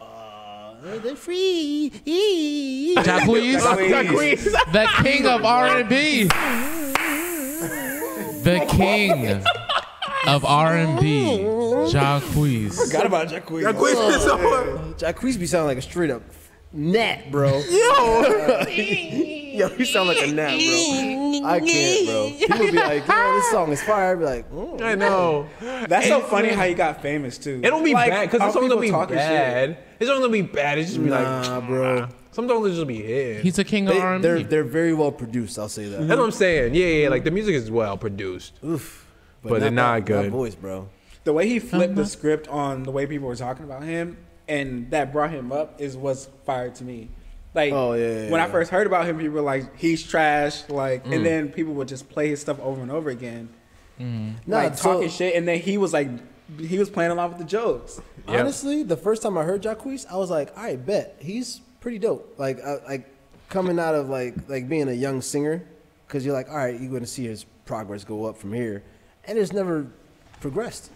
[SPEAKER 1] Uh, they're free.
[SPEAKER 3] Jacquees,
[SPEAKER 4] Please.
[SPEAKER 3] the king of R&B. The king of R&B, Jacquees.
[SPEAKER 4] Forgot about Jacquees.
[SPEAKER 1] Jacquees be sounding like a straight up gnat, bro. Yo, yo, you sound like a gnat, bro. I can't, bro. People be like, yo, this song is fire. I'd be like, mm.
[SPEAKER 2] I know.
[SPEAKER 4] That's so
[SPEAKER 2] It's-
[SPEAKER 4] funny how he got famous too.
[SPEAKER 2] It don't be
[SPEAKER 4] Like,
[SPEAKER 2] bad because
[SPEAKER 4] how
[SPEAKER 2] it's only gonna
[SPEAKER 4] people
[SPEAKER 2] be
[SPEAKER 4] talking
[SPEAKER 2] bad.
[SPEAKER 4] shit.
[SPEAKER 2] It's only gonna be bad. It's just be
[SPEAKER 1] Nah,
[SPEAKER 2] like,
[SPEAKER 1] bro.
[SPEAKER 2] Sometimes it just be hit.
[SPEAKER 3] He's a king of
[SPEAKER 1] They,
[SPEAKER 3] R&B.
[SPEAKER 1] they're they're very well produced. I'll say that.
[SPEAKER 2] That's what I'm saying. Yeah, yeah. Like the music is well produced.
[SPEAKER 1] Oof,
[SPEAKER 2] But they're not
[SPEAKER 1] that-
[SPEAKER 2] good.
[SPEAKER 1] That voice, bro.
[SPEAKER 4] The way he flipped the script on the way people were talking about him and that brought him up is what's fire to me. Like
[SPEAKER 1] Oh, yeah, yeah,
[SPEAKER 4] when I
[SPEAKER 1] yeah.
[SPEAKER 4] first heard about him, people were like, "He's trash," like, and then people would just play his stuff over and over again,
[SPEAKER 1] Nah,
[SPEAKER 4] like
[SPEAKER 1] so-
[SPEAKER 4] talking shit. And then he was like, he was playing along with the jokes.
[SPEAKER 2] Yep.
[SPEAKER 1] Honestly, the first time I heard Jacquees, I was like, I bet he's pretty dope. Like, I, like coming out of like like being a young singer, because you're like, all right, you're going to see his progress go up from here, and it's never progressed.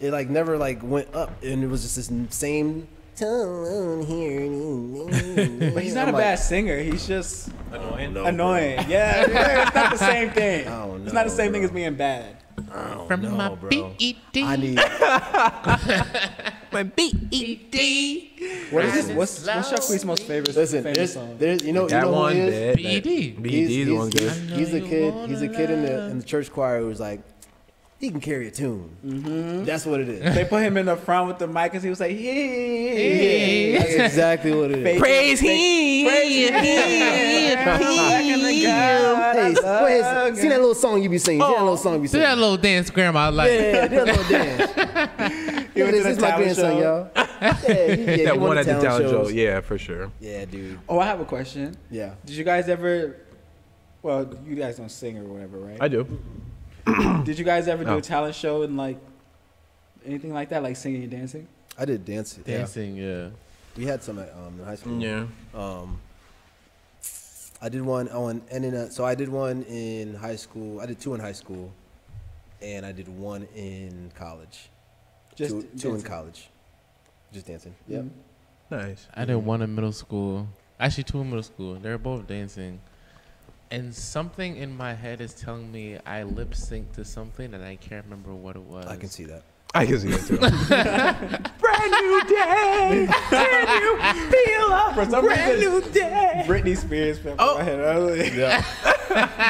[SPEAKER 1] It like never like went up, and it was just this n- same tone here.
[SPEAKER 4] But he's not
[SPEAKER 1] I'm
[SPEAKER 4] a
[SPEAKER 1] like,
[SPEAKER 4] bad singer. He's just
[SPEAKER 2] Annoying.
[SPEAKER 4] annoying. Yeah, yeah, it's not the same thing.
[SPEAKER 1] don't
[SPEAKER 4] It's not the
[SPEAKER 1] know,
[SPEAKER 4] same thing
[SPEAKER 1] bro.
[SPEAKER 4] as being bad.
[SPEAKER 1] I don't
[SPEAKER 3] From
[SPEAKER 1] know,
[SPEAKER 3] my E
[SPEAKER 1] bro.
[SPEAKER 3] B.E.D.
[SPEAKER 1] I need
[SPEAKER 3] my B.E.D.
[SPEAKER 4] What is this? What's, what's Jacquees' most favorite
[SPEAKER 1] listen.
[SPEAKER 4] famous
[SPEAKER 1] There's,
[SPEAKER 4] song?
[SPEAKER 1] there's, you know, you
[SPEAKER 2] That
[SPEAKER 1] know
[SPEAKER 2] one
[SPEAKER 1] who he is?
[SPEAKER 2] bad.
[SPEAKER 3] B.E.D.
[SPEAKER 1] He's,
[SPEAKER 2] BD's
[SPEAKER 1] he's-
[SPEAKER 2] one good.
[SPEAKER 1] he's- he's a
[SPEAKER 3] you
[SPEAKER 1] kid.
[SPEAKER 3] wanna
[SPEAKER 1] He's a kid in the in the church choir who was like, he can carry a tune.
[SPEAKER 4] Mm-hmm.
[SPEAKER 1] That's what it is.
[SPEAKER 4] They put him in the front with the mic because he was like, hey.
[SPEAKER 1] That's exactly what it is.
[SPEAKER 4] Praise him. Praise him.
[SPEAKER 1] Hey, what is- see that little song you be singing.
[SPEAKER 2] Oh,
[SPEAKER 1] See that little song you be
[SPEAKER 3] Do
[SPEAKER 1] singing.
[SPEAKER 3] that little dance, Grandma. I like
[SPEAKER 1] yeah, yeah, do that little dance.
[SPEAKER 4] You
[SPEAKER 1] Look at
[SPEAKER 4] went to
[SPEAKER 1] this
[SPEAKER 4] the
[SPEAKER 1] this is my
[SPEAKER 4] talent
[SPEAKER 1] grandson,
[SPEAKER 4] show?
[SPEAKER 1] y'all. Yeah, he- yeah, he
[SPEAKER 2] That
[SPEAKER 1] won
[SPEAKER 2] one
[SPEAKER 1] the
[SPEAKER 2] at the talent show.
[SPEAKER 1] shows.
[SPEAKER 2] Yeah, for sure.
[SPEAKER 1] Yeah, dude.
[SPEAKER 4] Oh, I have a question.
[SPEAKER 1] Yeah.
[SPEAKER 4] Did you guys ever, well, you guys don't sing or whatever, right?
[SPEAKER 2] I do.
[SPEAKER 4] Did you guys ever do
[SPEAKER 2] No.
[SPEAKER 4] a talent show and like anything like that, like singing and dancing?
[SPEAKER 1] I did dance. Yeah.
[SPEAKER 3] dancing. Yeah.
[SPEAKER 1] We had some at um, in high school.
[SPEAKER 2] Yeah.
[SPEAKER 1] Um, I did one. Oh, and, and in a, so I did one in high school. I did two in high school, and I did one in college.
[SPEAKER 4] Just
[SPEAKER 1] two, two in
[SPEAKER 4] dancing.
[SPEAKER 1] college, just dancing. Yeah.
[SPEAKER 2] Nice.
[SPEAKER 3] I did one in middle school. Actually, two in middle school. They were both dancing. And something in my head is telling me I lip sync to something and I can't remember what it was.
[SPEAKER 1] I can see that.
[SPEAKER 2] I can see that too. Brand
[SPEAKER 4] new day, brand new feel up,
[SPEAKER 8] For some
[SPEAKER 4] brand
[SPEAKER 8] reason-
[SPEAKER 4] new day.
[SPEAKER 8] Britney Spears.
[SPEAKER 4] Oh, my head. I was like,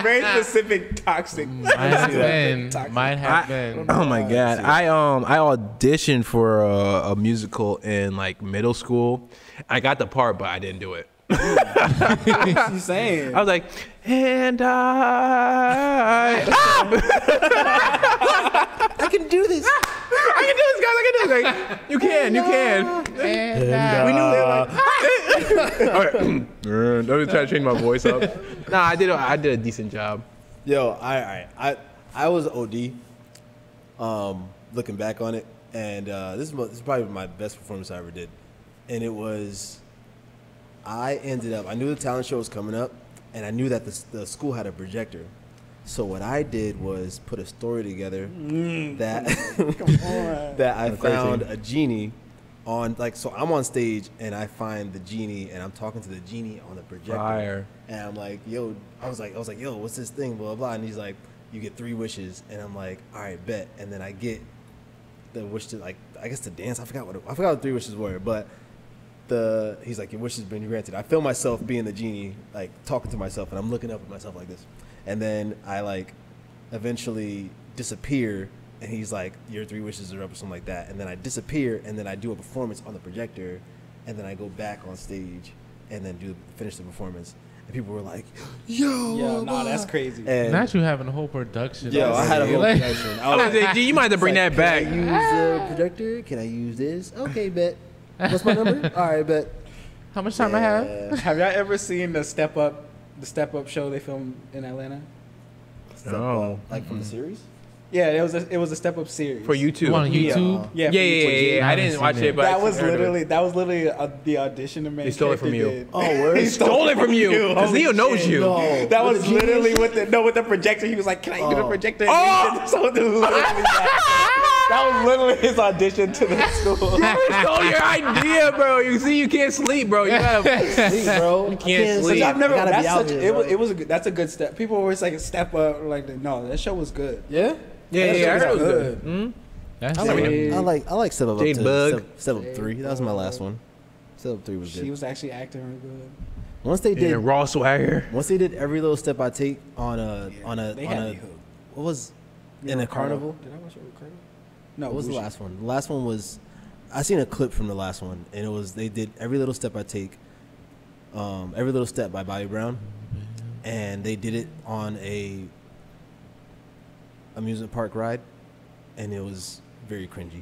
[SPEAKER 4] very specific toxic.
[SPEAKER 3] Might have been.
[SPEAKER 4] Toxic.
[SPEAKER 3] Might have been.
[SPEAKER 2] Oh my god! I um I auditioned for a, a musical in like middle school. I got the part, but I didn't do it.
[SPEAKER 4] you saying?
[SPEAKER 2] I was like, and I, ah!
[SPEAKER 1] I can do this.
[SPEAKER 2] I can do this, guys. I can do this. Like, you can, you can.
[SPEAKER 3] And, uh,
[SPEAKER 2] Okay. I'm just trying to change my voice up. Nah, I did. A, I did a decent job.
[SPEAKER 1] Yo, I, I, I, I was OD. Um, looking back on it, and uh, this is mo- this is probably my best performance I ever did, and it was. I ended up. I knew the talent show was coming up, and I knew that the, s- the school had a projector. So what I did was put a story together that that I found a genie on like so I'm on stage and I find the genie and I'm talking to the genie on the projector.
[SPEAKER 2] Fire.
[SPEAKER 1] And I'm like, yo, I was like, I was like, yo, what's this thing? Blah blah. And he's like, you get three wishes. And I'm like, all right, bet. And then I get the wish to like, I guess the dance. I forgot what it, I forgot what the three wishes were, but the he's like, your wish has been granted. I feel myself being the genie, like talking to myself, and I'm looking up at myself like this. And then I like eventually disappear, and he's like, your three wishes are up or something like that. And then I disappear, and then I do a performance on the projector, and then I go back on stage, and then do finish the performance. And people were like, yo,
[SPEAKER 4] Yo, nah, that's crazy.
[SPEAKER 1] and
[SPEAKER 3] Not you having a whole production.
[SPEAKER 1] yo,
[SPEAKER 3] on
[SPEAKER 1] I had a
[SPEAKER 3] stage.
[SPEAKER 1] whole
[SPEAKER 3] Like,
[SPEAKER 1] production. I
[SPEAKER 2] I
[SPEAKER 1] was
[SPEAKER 2] was like, you might have to bring that back.
[SPEAKER 1] Can I use a projector? Can I use this? Okay, bet. What's my number? All right, bet.
[SPEAKER 3] How much time I have?
[SPEAKER 1] Yeah.
[SPEAKER 4] Have y'all ever seen the Step Up, the Step Up show they filmed in Atlanta?
[SPEAKER 2] No.
[SPEAKER 1] Like from the series?
[SPEAKER 4] Yeah, it was a, it was a Step Up series
[SPEAKER 2] For you
[SPEAKER 3] You
[SPEAKER 2] too.
[SPEAKER 3] on YouTube?
[SPEAKER 2] Yeah, yeah,
[SPEAKER 4] Yeah,
[SPEAKER 2] yeah,
[SPEAKER 4] for you too.
[SPEAKER 2] yeah, yeah. I didn't watch it, but
[SPEAKER 4] that
[SPEAKER 2] I
[SPEAKER 4] was
[SPEAKER 2] heard of it.
[SPEAKER 4] literally that was literally uh the audition to make.
[SPEAKER 2] stole it from you.
[SPEAKER 1] Oh, word.
[SPEAKER 2] He stole it from you because
[SPEAKER 4] Holy
[SPEAKER 2] Neo knows
[SPEAKER 4] shit.
[SPEAKER 2] you.
[SPEAKER 1] No.
[SPEAKER 4] That was literally with the no with the projector. He was like, "Can I do the
[SPEAKER 1] Oh.
[SPEAKER 4] projector?" And
[SPEAKER 2] Ah!
[SPEAKER 4] he did- so dude, literally that. that was literally his audition to the school.
[SPEAKER 2] You stole your idea, bro. You see, you can't sleep, bro. You gotta.
[SPEAKER 1] sleep, bro. I can't
[SPEAKER 2] sleep.
[SPEAKER 4] I've never.
[SPEAKER 1] I gotta be
[SPEAKER 4] That's
[SPEAKER 1] out
[SPEAKER 4] such,
[SPEAKER 1] here,
[SPEAKER 4] it was.
[SPEAKER 1] bro.
[SPEAKER 4] It was. A good, that's a good step. People were like, "Step up!" Like, no, that show was good.
[SPEAKER 1] Yeah.
[SPEAKER 2] Yeah, yeah, I heard it was good.
[SPEAKER 3] That's
[SPEAKER 1] I like,
[SPEAKER 4] Yeah.
[SPEAKER 1] I like I like step up, up
[SPEAKER 2] Jade
[SPEAKER 1] to
[SPEAKER 2] Bug.
[SPEAKER 1] Step, Step up three. That was my last one. Step up three
[SPEAKER 2] Mm-hmm.
[SPEAKER 1] was
[SPEAKER 4] She
[SPEAKER 1] good.
[SPEAKER 4] was actually acting real good.
[SPEAKER 1] Once they
[SPEAKER 2] Yeah,
[SPEAKER 1] did,
[SPEAKER 2] raw swagger.
[SPEAKER 1] once they did every little step I take on a on a
[SPEAKER 4] They
[SPEAKER 1] on
[SPEAKER 4] had
[SPEAKER 1] a
[SPEAKER 4] me hooked.
[SPEAKER 1] what was in a carnival.
[SPEAKER 4] Did I watch it with Carnival? No,
[SPEAKER 1] What was the
[SPEAKER 4] Wuxi.
[SPEAKER 1] last one? The last one was I seen a clip from the last one, and it was they did every little step I take, um, every little step by Bobby Brown, and they did it on a amusement park ride, and it was very cringy.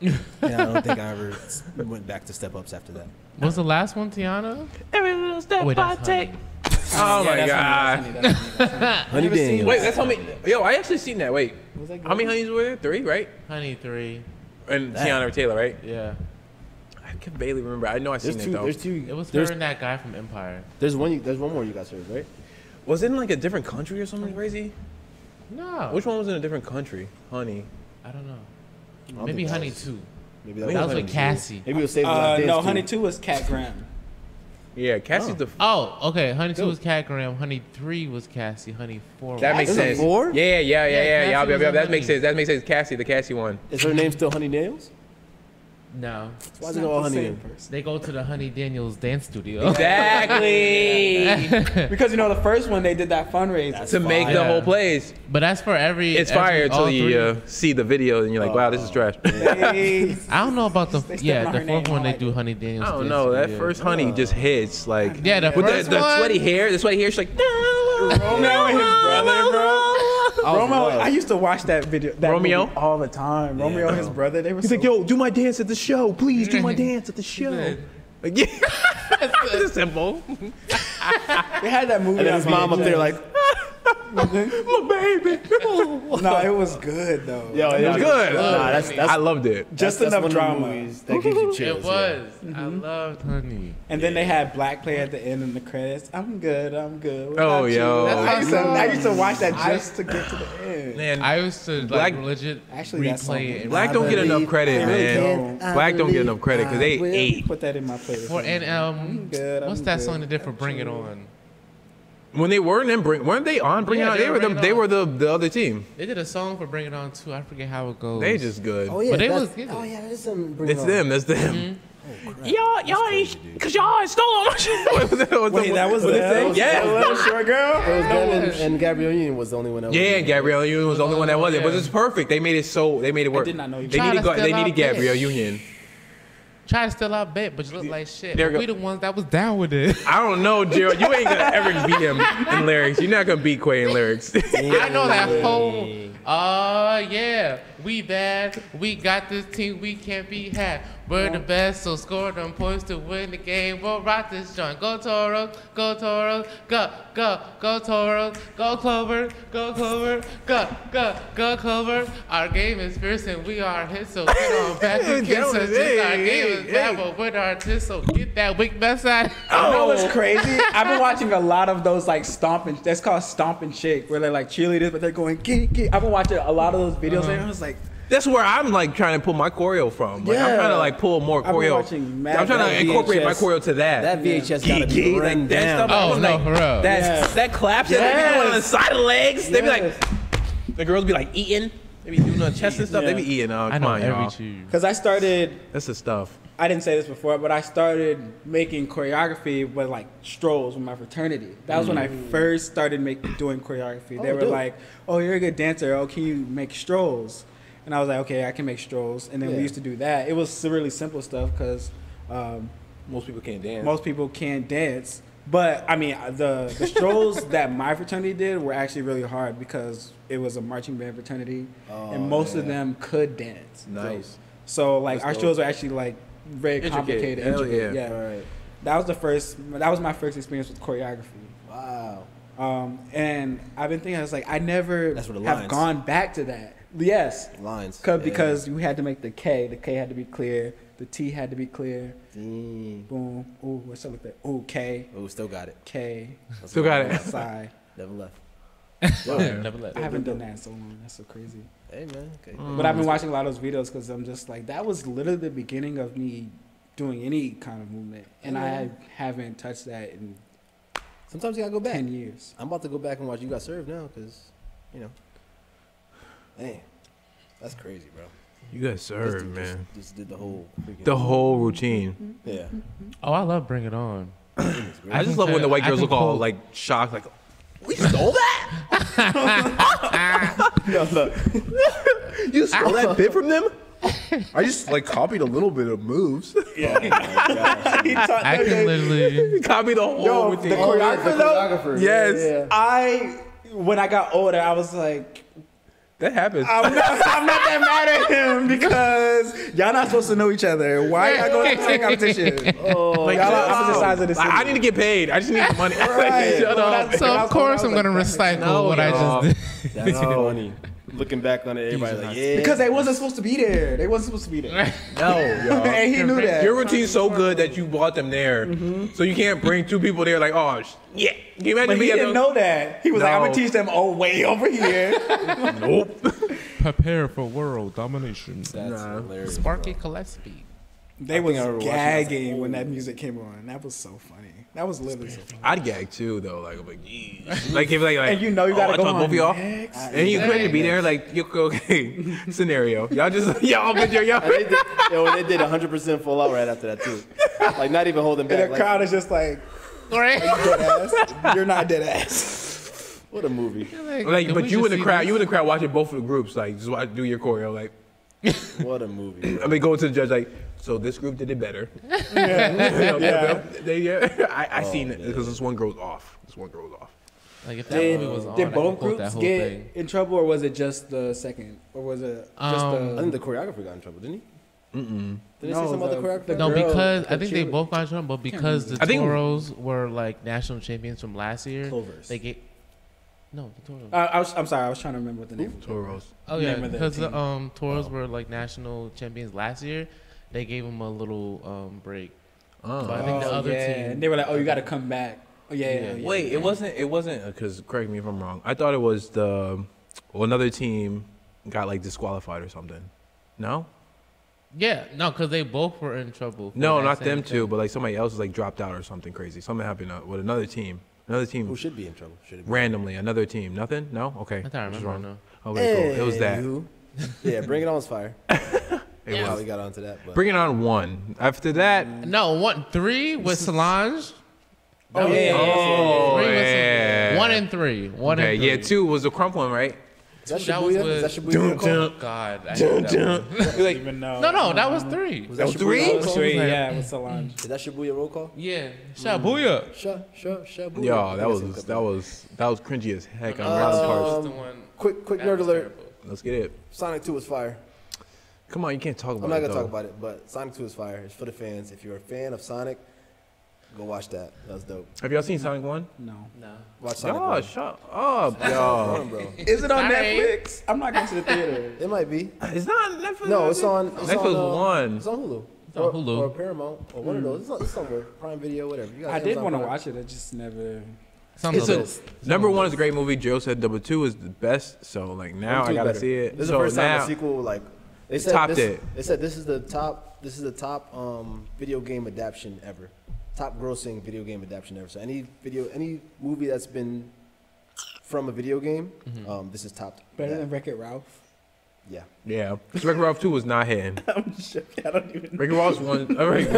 [SPEAKER 1] and I don't think I ever s- went back to step ups after that.
[SPEAKER 3] Was the last one Tiana?
[SPEAKER 2] Every little step
[SPEAKER 3] Wait, that's I take.
[SPEAKER 2] Oh my
[SPEAKER 4] That's
[SPEAKER 2] god.
[SPEAKER 1] Honey
[SPEAKER 4] funny, that's funny, that's funny. never seen-
[SPEAKER 1] Daniels.
[SPEAKER 2] Wait, that's how many. Yo, I actually seen that. Wait,
[SPEAKER 4] Was that
[SPEAKER 2] how many
[SPEAKER 4] good?
[SPEAKER 2] honeys were there? Three, right?
[SPEAKER 3] Honey three.
[SPEAKER 2] And
[SPEAKER 1] That-
[SPEAKER 2] Tiana Taylor, right?
[SPEAKER 3] Yeah.
[SPEAKER 2] I can barely remember. I know I seen
[SPEAKER 1] There's
[SPEAKER 2] it
[SPEAKER 1] two.
[SPEAKER 2] though.
[SPEAKER 1] There's two.
[SPEAKER 3] It was her
[SPEAKER 1] there's,
[SPEAKER 3] and that guy from Empire.
[SPEAKER 1] there's one. You, there's one more you guys heard, right?
[SPEAKER 2] Was it in like a different country or something crazy?
[SPEAKER 3] No.
[SPEAKER 2] Which one was in a different country? Honey.
[SPEAKER 3] I don't know.
[SPEAKER 1] don't
[SPEAKER 3] Maybe
[SPEAKER 1] think that
[SPEAKER 3] Honey
[SPEAKER 1] was-
[SPEAKER 3] Two.
[SPEAKER 1] Maybe
[SPEAKER 3] That was
[SPEAKER 1] Honey
[SPEAKER 3] with
[SPEAKER 1] Daniels.
[SPEAKER 3] Cassie.
[SPEAKER 1] Maybe it was saved.
[SPEAKER 4] Uh,
[SPEAKER 1] Last
[SPEAKER 4] no,
[SPEAKER 1] Dance
[SPEAKER 4] Honey
[SPEAKER 1] too.
[SPEAKER 4] Two was Cat Graham.
[SPEAKER 2] Yeah, Cassie's the. F-
[SPEAKER 3] Oh, okay. Honey two
[SPEAKER 1] Dude.
[SPEAKER 3] was Cat Graham. Honey three was Cassie. Honey four.
[SPEAKER 2] that
[SPEAKER 3] was-
[SPEAKER 2] makes
[SPEAKER 1] There's a
[SPEAKER 2] sense.
[SPEAKER 1] four?
[SPEAKER 2] Yeah, yeah, yeah,
[SPEAKER 3] Yeah,
[SPEAKER 2] yeah, yeah.
[SPEAKER 3] Cassie
[SPEAKER 2] yeah,
[SPEAKER 3] was
[SPEAKER 2] yeah
[SPEAKER 3] on
[SPEAKER 2] that makes
[SPEAKER 3] Honey.
[SPEAKER 2] sense. That makes sense. Cassie, the Cassie one.
[SPEAKER 1] Is her name still Honey Daniels?
[SPEAKER 3] no.
[SPEAKER 1] Why
[SPEAKER 4] It's
[SPEAKER 1] is it
[SPEAKER 4] not
[SPEAKER 1] all
[SPEAKER 4] the
[SPEAKER 1] Honey?
[SPEAKER 4] same
[SPEAKER 1] Daniels?
[SPEAKER 4] person.
[SPEAKER 3] They go to the Honey Daniels dance studio.
[SPEAKER 2] Exactly.
[SPEAKER 4] Because you know the first one they did that fundraiser.
[SPEAKER 2] to make the
[SPEAKER 3] Yeah.
[SPEAKER 2] whole place.
[SPEAKER 3] But that's for every.
[SPEAKER 2] It's
[SPEAKER 3] every-
[SPEAKER 2] fire
[SPEAKER 3] all
[SPEAKER 2] until you
[SPEAKER 3] three.
[SPEAKER 2] uh, see the video and you're like, wow, this is trash.
[SPEAKER 4] Hey,
[SPEAKER 3] I don't know about the
[SPEAKER 4] They stepping
[SPEAKER 3] yeah the
[SPEAKER 4] on her
[SPEAKER 3] fourth
[SPEAKER 4] name,
[SPEAKER 3] one
[SPEAKER 4] I
[SPEAKER 3] they
[SPEAKER 4] like
[SPEAKER 3] do
[SPEAKER 4] it.
[SPEAKER 3] Honey Daniels.
[SPEAKER 2] I don't
[SPEAKER 3] dance
[SPEAKER 2] know. Oh, That
[SPEAKER 3] studio.
[SPEAKER 2] first honey just hits like
[SPEAKER 3] Yeah, the
[SPEAKER 2] with the,
[SPEAKER 3] first
[SPEAKER 2] the
[SPEAKER 3] one.
[SPEAKER 2] sweaty hair. The sweaty hair. She's like
[SPEAKER 4] Romeo and his brother, bro. Romeo,
[SPEAKER 1] wild.
[SPEAKER 4] I used to watch that video. That
[SPEAKER 2] Romeo?
[SPEAKER 4] movie all the time. Romeo and his brother. They were.
[SPEAKER 2] He's
[SPEAKER 4] so
[SPEAKER 2] like, yo, do my dance at the show, please. Do my dance at the show. Like, yeah, it's simple.
[SPEAKER 4] They had that movie.
[SPEAKER 1] And then
[SPEAKER 4] on
[SPEAKER 1] his mom up there
[SPEAKER 4] VHS.
[SPEAKER 1] like,
[SPEAKER 2] My baby.
[SPEAKER 4] No, it was good though.
[SPEAKER 1] yo,
[SPEAKER 2] It was good.
[SPEAKER 1] Nah, that's that's
[SPEAKER 2] I loved it.
[SPEAKER 4] just
[SPEAKER 1] that's
[SPEAKER 4] enough
[SPEAKER 1] one of the
[SPEAKER 4] drama.
[SPEAKER 1] movies that gives you chills.
[SPEAKER 3] It
[SPEAKER 1] yeah.
[SPEAKER 3] was. I loved Honey.
[SPEAKER 4] And then they had black play at the end in the credits. I'm good. I'm good. What
[SPEAKER 2] Oh,
[SPEAKER 4] about you?
[SPEAKER 2] yo.
[SPEAKER 4] I used, to, I used to watch that just to get to the end.
[SPEAKER 2] Man,
[SPEAKER 3] I used to
[SPEAKER 2] Black-
[SPEAKER 3] like legit
[SPEAKER 4] Actually, that song-
[SPEAKER 3] replay it. and
[SPEAKER 2] Black don't get enough credit, man. Black don't get enough credit because they ate.
[SPEAKER 4] Put that in my playlist.
[SPEAKER 3] For and um,
[SPEAKER 4] good,
[SPEAKER 3] what's
[SPEAKER 4] I'm
[SPEAKER 3] that
[SPEAKER 4] good.
[SPEAKER 3] song they did for Bring It On?
[SPEAKER 2] when they were in them, bring, weren't they on Bring It
[SPEAKER 3] Yeah,
[SPEAKER 2] On?
[SPEAKER 3] they
[SPEAKER 2] They
[SPEAKER 3] were
[SPEAKER 2] were the,
[SPEAKER 3] Bring It
[SPEAKER 2] they
[SPEAKER 3] On.
[SPEAKER 2] were the the other team.
[SPEAKER 3] They did a song for Bring It On too. I forget how it goes.
[SPEAKER 2] They just good.
[SPEAKER 8] Oh yeah,
[SPEAKER 3] But they
[SPEAKER 8] that's-
[SPEAKER 3] was good.
[SPEAKER 8] Oh yeah, there's some. Bring
[SPEAKER 2] It's
[SPEAKER 8] It On.
[SPEAKER 2] them. That's
[SPEAKER 3] Mm-hmm.
[SPEAKER 2] them. Y'all, y'all ain't, cause y'all ain't stole all my shit.
[SPEAKER 4] Wait, that was them?
[SPEAKER 2] Yeah,
[SPEAKER 8] short girl. It was them and, and Gabrielle Union was the only one that. was
[SPEAKER 2] yeah.
[SPEAKER 8] in
[SPEAKER 2] And
[SPEAKER 8] there.
[SPEAKER 2] Gabrielle Union was the only one that wasn't, but
[SPEAKER 3] Yeah.
[SPEAKER 2] it's perfect. They made it so they made it work.
[SPEAKER 4] did not know you
[SPEAKER 2] They
[SPEAKER 3] Try
[SPEAKER 2] needed,
[SPEAKER 3] to
[SPEAKER 2] Ga- they
[SPEAKER 3] step
[SPEAKER 2] needed
[SPEAKER 3] out there.
[SPEAKER 2] Gabrielle Union.
[SPEAKER 3] try to steal our bet, but you look like shit.
[SPEAKER 2] There
[SPEAKER 3] But
[SPEAKER 2] go-
[SPEAKER 3] we the ones that was down with it.
[SPEAKER 2] I don't know, Gerald. You ain't gonna ever beat him in lyrics. You're not gonna beat Quay in lyrics.
[SPEAKER 3] I know that whole. Uh, yeah, we bad. We got this team. We can't be had. We're the best, so score them points to win the game. We'll rock this joint. Go Toros, go Toros, go go go Toros, go Clover, go Clover, go go go Clover. Our game is fierce and we are hit, so get on back and kiss
[SPEAKER 2] That
[SPEAKER 3] us.
[SPEAKER 2] was-
[SPEAKER 3] Just our
[SPEAKER 2] hey,
[SPEAKER 3] game
[SPEAKER 2] hey,
[SPEAKER 3] is bad, but we're the artists, so get that weak best side.
[SPEAKER 4] You know what's crazy? I've been watching a lot of those like stomping. That's called stomping shake, where they're like cheerleaders, but they're going kick kick. I've been watching a lot of those videos, and I was like,
[SPEAKER 2] That's where I'm like trying to pull my choreo from. Like I'm
[SPEAKER 4] Yeah.
[SPEAKER 2] trying to like pull more
[SPEAKER 4] I've been
[SPEAKER 2] choreo.
[SPEAKER 4] watching mad
[SPEAKER 2] I'm trying to
[SPEAKER 4] VHS.
[SPEAKER 2] incorporate my choreo to that.
[SPEAKER 1] That VHS got to
[SPEAKER 2] Kiki,
[SPEAKER 1] be
[SPEAKER 2] like,
[SPEAKER 1] run
[SPEAKER 2] that
[SPEAKER 1] down.
[SPEAKER 2] stuff- I
[SPEAKER 3] Oh
[SPEAKER 2] was
[SPEAKER 3] no,
[SPEAKER 2] like,
[SPEAKER 3] for real.
[SPEAKER 2] That that claps that they be doing on the side of the legs. They be
[SPEAKER 4] Yes.
[SPEAKER 2] like, the girls be like eating. They be doing on chest and stuff. They be eating. Oh,
[SPEAKER 3] I
[SPEAKER 2] come
[SPEAKER 3] know
[SPEAKER 2] on,
[SPEAKER 3] every
[SPEAKER 2] y'all.
[SPEAKER 3] tune.
[SPEAKER 4] because I started.
[SPEAKER 2] That's the stuff.
[SPEAKER 4] I didn't say this before, but I started making choreography with like strolls with my fraternity. That was when I first started make, doing choreography. they
[SPEAKER 8] Mm. Oh,
[SPEAKER 4] were
[SPEAKER 8] dope.
[SPEAKER 4] like, "Oh, you're a good dancer. Oh, can you make strolls?" And I was like, "Okay, I can make strolls." And then
[SPEAKER 8] Yeah.
[SPEAKER 4] we used to do that. It was really simple stuff because um,
[SPEAKER 2] Most people can't dance.
[SPEAKER 4] most people can't dance. But I mean, the, the strolls that my fraternity did were actually really hard because it was a marching band fraternity, and most of them could dance.
[SPEAKER 2] nice.
[SPEAKER 4] So like
[SPEAKER 2] That's
[SPEAKER 4] our
[SPEAKER 2] dope.
[SPEAKER 4] shows are actually like very
[SPEAKER 2] Intricate.
[SPEAKER 4] complicated.
[SPEAKER 2] Hell
[SPEAKER 4] intricate,
[SPEAKER 2] yeah.
[SPEAKER 8] Alright.
[SPEAKER 4] That was the first. That was my first experience with choreography.
[SPEAKER 8] Wow.
[SPEAKER 4] Um, and I've been thinking, I was like, I never
[SPEAKER 1] That's where the
[SPEAKER 4] have
[SPEAKER 1] lines-
[SPEAKER 4] gone back to that. Yes,
[SPEAKER 1] Lines.
[SPEAKER 4] Cause,
[SPEAKER 1] Yeah.
[SPEAKER 4] because we had to make the K. The K had to be clear. The T had to be clear.
[SPEAKER 1] Mm.
[SPEAKER 4] Boom. Ooh, what's up with that? Ooh, K,
[SPEAKER 1] Oh, still got it.
[SPEAKER 4] K,
[SPEAKER 2] Still got it.
[SPEAKER 4] Psy.
[SPEAKER 1] Never left.
[SPEAKER 3] Never let.
[SPEAKER 4] I haven't done that in so long. That's so crazy.
[SPEAKER 1] Hey man. Okay.
[SPEAKER 4] But I've been
[SPEAKER 2] Mm.
[SPEAKER 4] watching a lot of those videos because I'm just like, that was literally the beginning of me doing any kind of movement. And I haven't touched that in
[SPEAKER 1] Sometimes you gotta go back.
[SPEAKER 4] 10 years.
[SPEAKER 1] I'm about to go back and watch You Got Served now, cause you know. Man, that's crazy, bro.
[SPEAKER 2] You got
[SPEAKER 1] This
[SPEAKER 2] served,
[SPEAKER 1] dude
[SPEAKER 2] man.
[SPEAKER 1] Just, just did the whole. Freaking,
[SPEAKER 2] The whole routine.
[SPEAKER 1] Yeah.
[SPEAKER 3] Oh, I love Bring It On.
[SPEAKER 2] I just
[SPEAKER 3] can
[SPEAKER 2] love
[SPEAKER 3] tell-
[SPEAKER 2] when the white
[SPEAKER 3] Mm-hmm. I can
[SPEAKER 2] girls look all
[SPEAKER 3] pull-
[SPEAKER 2] like shocked, like we stole that. you stole that bit from them. I just like copied a little bit of moves.
[SPEAKER 3] I can literally.
[SPEAKER 2] Copy the whole
[SPEAKER 4] Yo, the
[SPEAKER 2] routine.
[SPEAKER 4] choreographer, though,
[SPEAKER 8] Choreographer.
[SPEAKER 2] yes,
[SPEAKER 4] I, when I got older, I was like,
[SPEAKER 2] that happens.
[SPEAKER 4] I'm not, I'm not that mad at him because y'all not supposed to know each other. Why y'all going to the competition?
[SPEAKER 2] Like,
[SPEAKER 4] Y'all are
[SPEAKER 2] chill
[SPEAKER 4] opposite
[SPEAKER 2] out.
[SPEAKER 4] sides of the
[SPEAKER 2] Like, I
[SPEAKER 4] city.
[SPEAKER 2] need to get paid. I just need the money.
[SPEAKER 4] Right.
[SPEAKER 2] Shut
[SPEAKER 4] Well,
[SPEAKER 2] up.
[SPEAKER 4] that's-
[SPEAKER 3] So
[SPEAKER 4] I
[SPEAKER 3] of
[SPEAKER 4] was going- I
[SPEAKER 3] course
[SPEAKER 4] was
[SPEAKER 3] I'm
[SPEAKER 4] like,
[SPEAKER 3] gonna recycle what I
[SPEAKER 2] y'all.
[SPEAKER 3] just did.
[SPEAKER 1] That's funny. Looking back on it, everybody like, yeah.
[SPEAKER 4] Because they wasn't supposed to be there. They wasn't supposed to be there.
[SPEAKER 2] No, y'all.
[SPEAKER 4] and he knew that.
[SPEAKER 2] Your routine's so good that you bought them there,
[SPEAKER 4] Mm-hmm.
[SPEAKER 2] so you can't bring two people there. Like, oh, sh- yeah. Can you imagine
[SPEAKER 4] But
[SPEAKER 2] me
[SPEAKER 4] he
[SPEAKER 2] at the-
[SPEAKER 4] didn't know that. He was like, I'm
[SPEAKER 2] No.
[SPEAKER 4] going to teach them, oh, way over here.
[SPEAKER 2] Nope.
[SPEAKER 3] Prepare for world domination.
[SPEAKER 1] That's hilarious.
[SPEAKER 3] Sparky Gillespie.
[SPEAKER 4] They was
[SPEAKER 1] I remember watching that. I was
[SPEAKER 4] gagging when that music came on. That was so funny. That was literally so funny.
[SPEAKER 2] I'd gag too, though. Like, I'm like, "Yeesh." like if like, like,
[SPEAKER 4] And you know you
[SPEAKER 2] oh,
[SPEAKER 4] gotta
[SPEAKER 2] I
[SPEAKER 4] go
[SPEAKER 2] thought
[SPEAKER 4] on
[SPEAKER 2] both of y'all.
[SPEAKER 4] next.
[SPEAKER 2] And you couldn't be there. Like, you okay scenario. Y'all just y'all, but y'all. y'all-
[SPEAKER 8] They did, yo, they did 100% full out right after that too. Like not even holding
[SPEAKER 4] And
[SPEAKER 8] back.
[SPEAKER 4] the
[SPEAKER 8] Like,
[SPEAKER 4] crowd is just like,
[SPEAKER 3] Right?
[SPEAKER 4] dead ass. You're not dead ass.
[SPEAKER 8] what a movie.
[SPEAKER 2] Like, but you in the crowd, you in the crowd watching both of the groups. Like, just watch, do your choreo. Like,
[SPEAKER 8] What a movie.
[SPEAKER 2] I mean, go to the judge. Like, so this group did it better. yeah, They, yeah. I, I seen it because this one girl's off. This one girl's off.
[SPEAKER 3] Like if that
[SPEAKER 4] Did,
[SPEAKER 3] movie was on, I
[SPEAKER 4] did
[SPEAKER 3] could
[SPEAKER 4] both
[SPEAKER 3] quote
[SPEAKER 4] groups
[SPEAKER 3] that whole
[SPEAKER 4] get
[SPEAKER 3] thing.
[SPEAKER 4] in trouble, or was it just the second, or was it just
[SPEAKER 3] Um,
[SPEAKER 1] I
[SPEAKER 4] the?
[SPEAKER 1] think the choreographer got in trouble, didn't he?
[SPEAKER 8] Did they say something about the choreographer?
[SPEAKER 3] No,
[SPEAKER 4] girl,
[SPEAKER 3] because I
[SPEAKER 4] the
[SPEAKER 3] think they
[SPEAKER 4] cheerleader.
[SPEAKER 3] both got drunk, but because the
[SPEAKER 2] I think-
[SPEAKER 3] Toros were like national champions from last year,
[SPEAKER 4] Clovers.
[SPEAKER 3] they get no the Toros.
[SPEAKER 4] I, I was, I'm sorry, I was trying to remember what the name. was.
[SPEAKER 2] Toros.
[SPEAKER 3] oh yeah,
[SPEAKER 4] name of the
[SPEAKER 3] because the
[SPEAKER 4] team.
[SPEAKER 3] um Toros were like national champions last year, they gave them a little um break. But I think the
[SPEAKER 4] Oh,
[SPEAKER 3] other
[SPEAKER 4] yeah.
[SPEAKER 3] team
[SPEAKER 4] And they were like, "Oh, you got to come back." Oh yeah. yeah,
[SPEAKER 3] Yeah.
[SPEAKER 4] yeah.
[SPEAKER 2] Wait, it wasn't. It wasn't because correct me if I'm wrong. I thought it was the well, another team got like disqualified or something. No,
[SPEAKER 3] Yeah, no, because they both were in trouble. for
[SPEAKER 2] no,
[SPEAKER 3] that
[SPEAKER 2] not
[SPEAKER 3] same
[SPEAKER 2] them
[SPEAKER 3] thing.
[SPEAKER 2] two, but like somebody else was like dropped out or something crazy. Something happened uh, with another team. Another team.
[SPEAKER 1] Who should be in trouble? Should it be?
[SPEAKER 2] randomly, another team. Nothing? No? Okay.
[SPEAKER 3] I can't
[SPEAKER 2] Just
[SPEAKER 3] remember.
[SPEAKER 2] wrong.
[SPEAKER 3] No.
[SPEAKER 2] Okay, cool. It was that.
[SPEAKER 1] Anywho. yeah, Bring It On was fire.
[SPEAKER 2] It
[SPEAKER 1] How
[SPEAKER 2] was.
[SPEAKER 1] we got onto that, but
[SPEAKER 2] Bring it on one. After that,
[SPEAKER 3] No, one three with Solange.
[SPEAKER 1] oh yeah,
[SPEAKER 2] oh,
[SPEAKER 3] Three with-
[SPEAKER 2] yeah.
[SPEAKER 3] One and three. One
[SPEAKER 2] Okay,
[SPEAKER 3] and three.
[SPEAKER 2] yeah, two was a crump one, right?
[SPEAKER 1] Is that
[SPEAKER 3] That was
[SPEAKER 1] Shibuya? Is
[SPEAKER 3] with-
[SPEAKER 1] that Shibuya? Nicole?
[SPEAKER 3] Oh, God. I hate that one.
[SPEAKER 4] Even though,
[SPEAKER 3] No, no, that was three.
[SPEAKER 1] Was that
[SPEAKER 2] was
[SPEAKER 1] Shibuya
[SPEAKER 2] three?
[SPEAKER 1] roll
[SPEAKER 4] It
[SPEAKER 1] call?
[SPEAKER 4] was three, yeah, with Solange.
[SPEAKER 1] Is that Shibuya roll call?
[SPEAKER 3] Yeah. Shabuya.
[SPEAKER 1] Sha, sha, Shibuya.
[SPEAKER 2] Yo, that
[SPEAKER 1] I think
[SPEAKER 2] was
[SPEAKER 1] it's-
[SPEAKER 2] that was that was cringy as heck
[SPEAKER 1] Uh,
[SPEAKER 2] on
[SPEAKER 3] That
[SPEAKER 2] Robin Parks.
[SPEAKER 1] um,
[SPEAKER 3] was the one.
[SPEAKER 1] Quick, quick
[SPEAKER 3] that
[SPEAKER 1] nerd
[SPEAKER 3] was
[SPEAKER 1] alert.
[SPEAKER 3] terrible.
[SPEAKER 2] Let's get it.
[SPEAKER 1] Sonic 2 was fire.
[SPEAKER 2] Come on, you can't talk about
[SPEAKER 1] I'm not
[SPEAKER 2] it.
[SPEAKER 1] gonna
[SPEAKER 2] though.
[SPEAKER 1] talk about it, but Sonic 2 is fire. It's for the fans. If you're a fan of Sonic, go watch that. That was dope.
[SPEAKER 2] Have y'all seen Sonic One?
[SPEAKER 4] No.
[SPEAKER 1] Watch Sonic.
[SPEAKER 2] Y'all,
[SPEAKER 1] 1.
[SPEAKER 2] shut up, y'all.
[SPEAKER 1] Come on, bro.
[SPEAKER 4] Is it on
[SPEAKER 3] Sorry.
[SPEAKER 4] Netflix? I'm not going to the theater.
[SPEAKER 1] It might be.
[SPEAKER 2] It's not Netflix.
[SPEAKER 1] No,
[SPEAKER 2] is
[SPEAKER 1] it's
[SPEAKER 2] it?
[SPEAKER 1] on. It's on,
[SPEAKER 2] Netflix
[SPEAKER 1] uh,
[SPEAKER 2] One. Mm.
[SPEAKER 1] It's on Hulu. It's
[SPEAKER 3] on
[SPEAKER 1] or,
[SPEAKER 3] Hulu.
[SPEAKER 1] Or Paramount. Or one of those. It's, on, it's somewhere. Prime Video, whatever. You got
[SPEAKER 4] I did
[SPEAKER 1] Amazon
[SPEAKER 4] want to
[SPEAKER 1] Prime.
[SPEAKER 4] watch it. I just never.
[SPEAKER 3] It's on the
[SPEAKER 2] It's a-
[SPEAKER 3] list.
[SPEAKER 2] number one is a great movie. Joe said number two is the best. So like
[SPEAKER 1] Number
[SPEAKER 2] now I
[SPEAKER 1] two's
[SPEAKER 2] gotta
[SPEAKER 1] better.
[SPEAKER 2] see it.
[SPEAKER 1] This is
[SPEAKER 2] so
[SPEAKER 1] the first
[SPEAKER 2] now,
[SPEAKER 1] time a sequel like they said
[SPEAKER 2] topped
[SPEAKER 1] this,
[SPEAKER 2] it.
[SPEAKER 1] They said this is the top. This is the top um, video game adaptation ever. Top grossing video game adaptation ever. So any video, any movie that's been from a video game,
[SPEAKER 3] Mm-hmm.
[SPEAKER 1] um, this is topped.
[SPEAKER 4] Better
[SPEAKER 1] that.
[SPEAKER 4] than Wreck It Ralph.
[SPEAKER 1] yeah.
[SPEAKER 2] Yeah, because Wreck-It Ralph two was not hitting.
[SPEAKER 4] I don't even.
[SPEAKER 2] Wreck-It Ralph one. All right.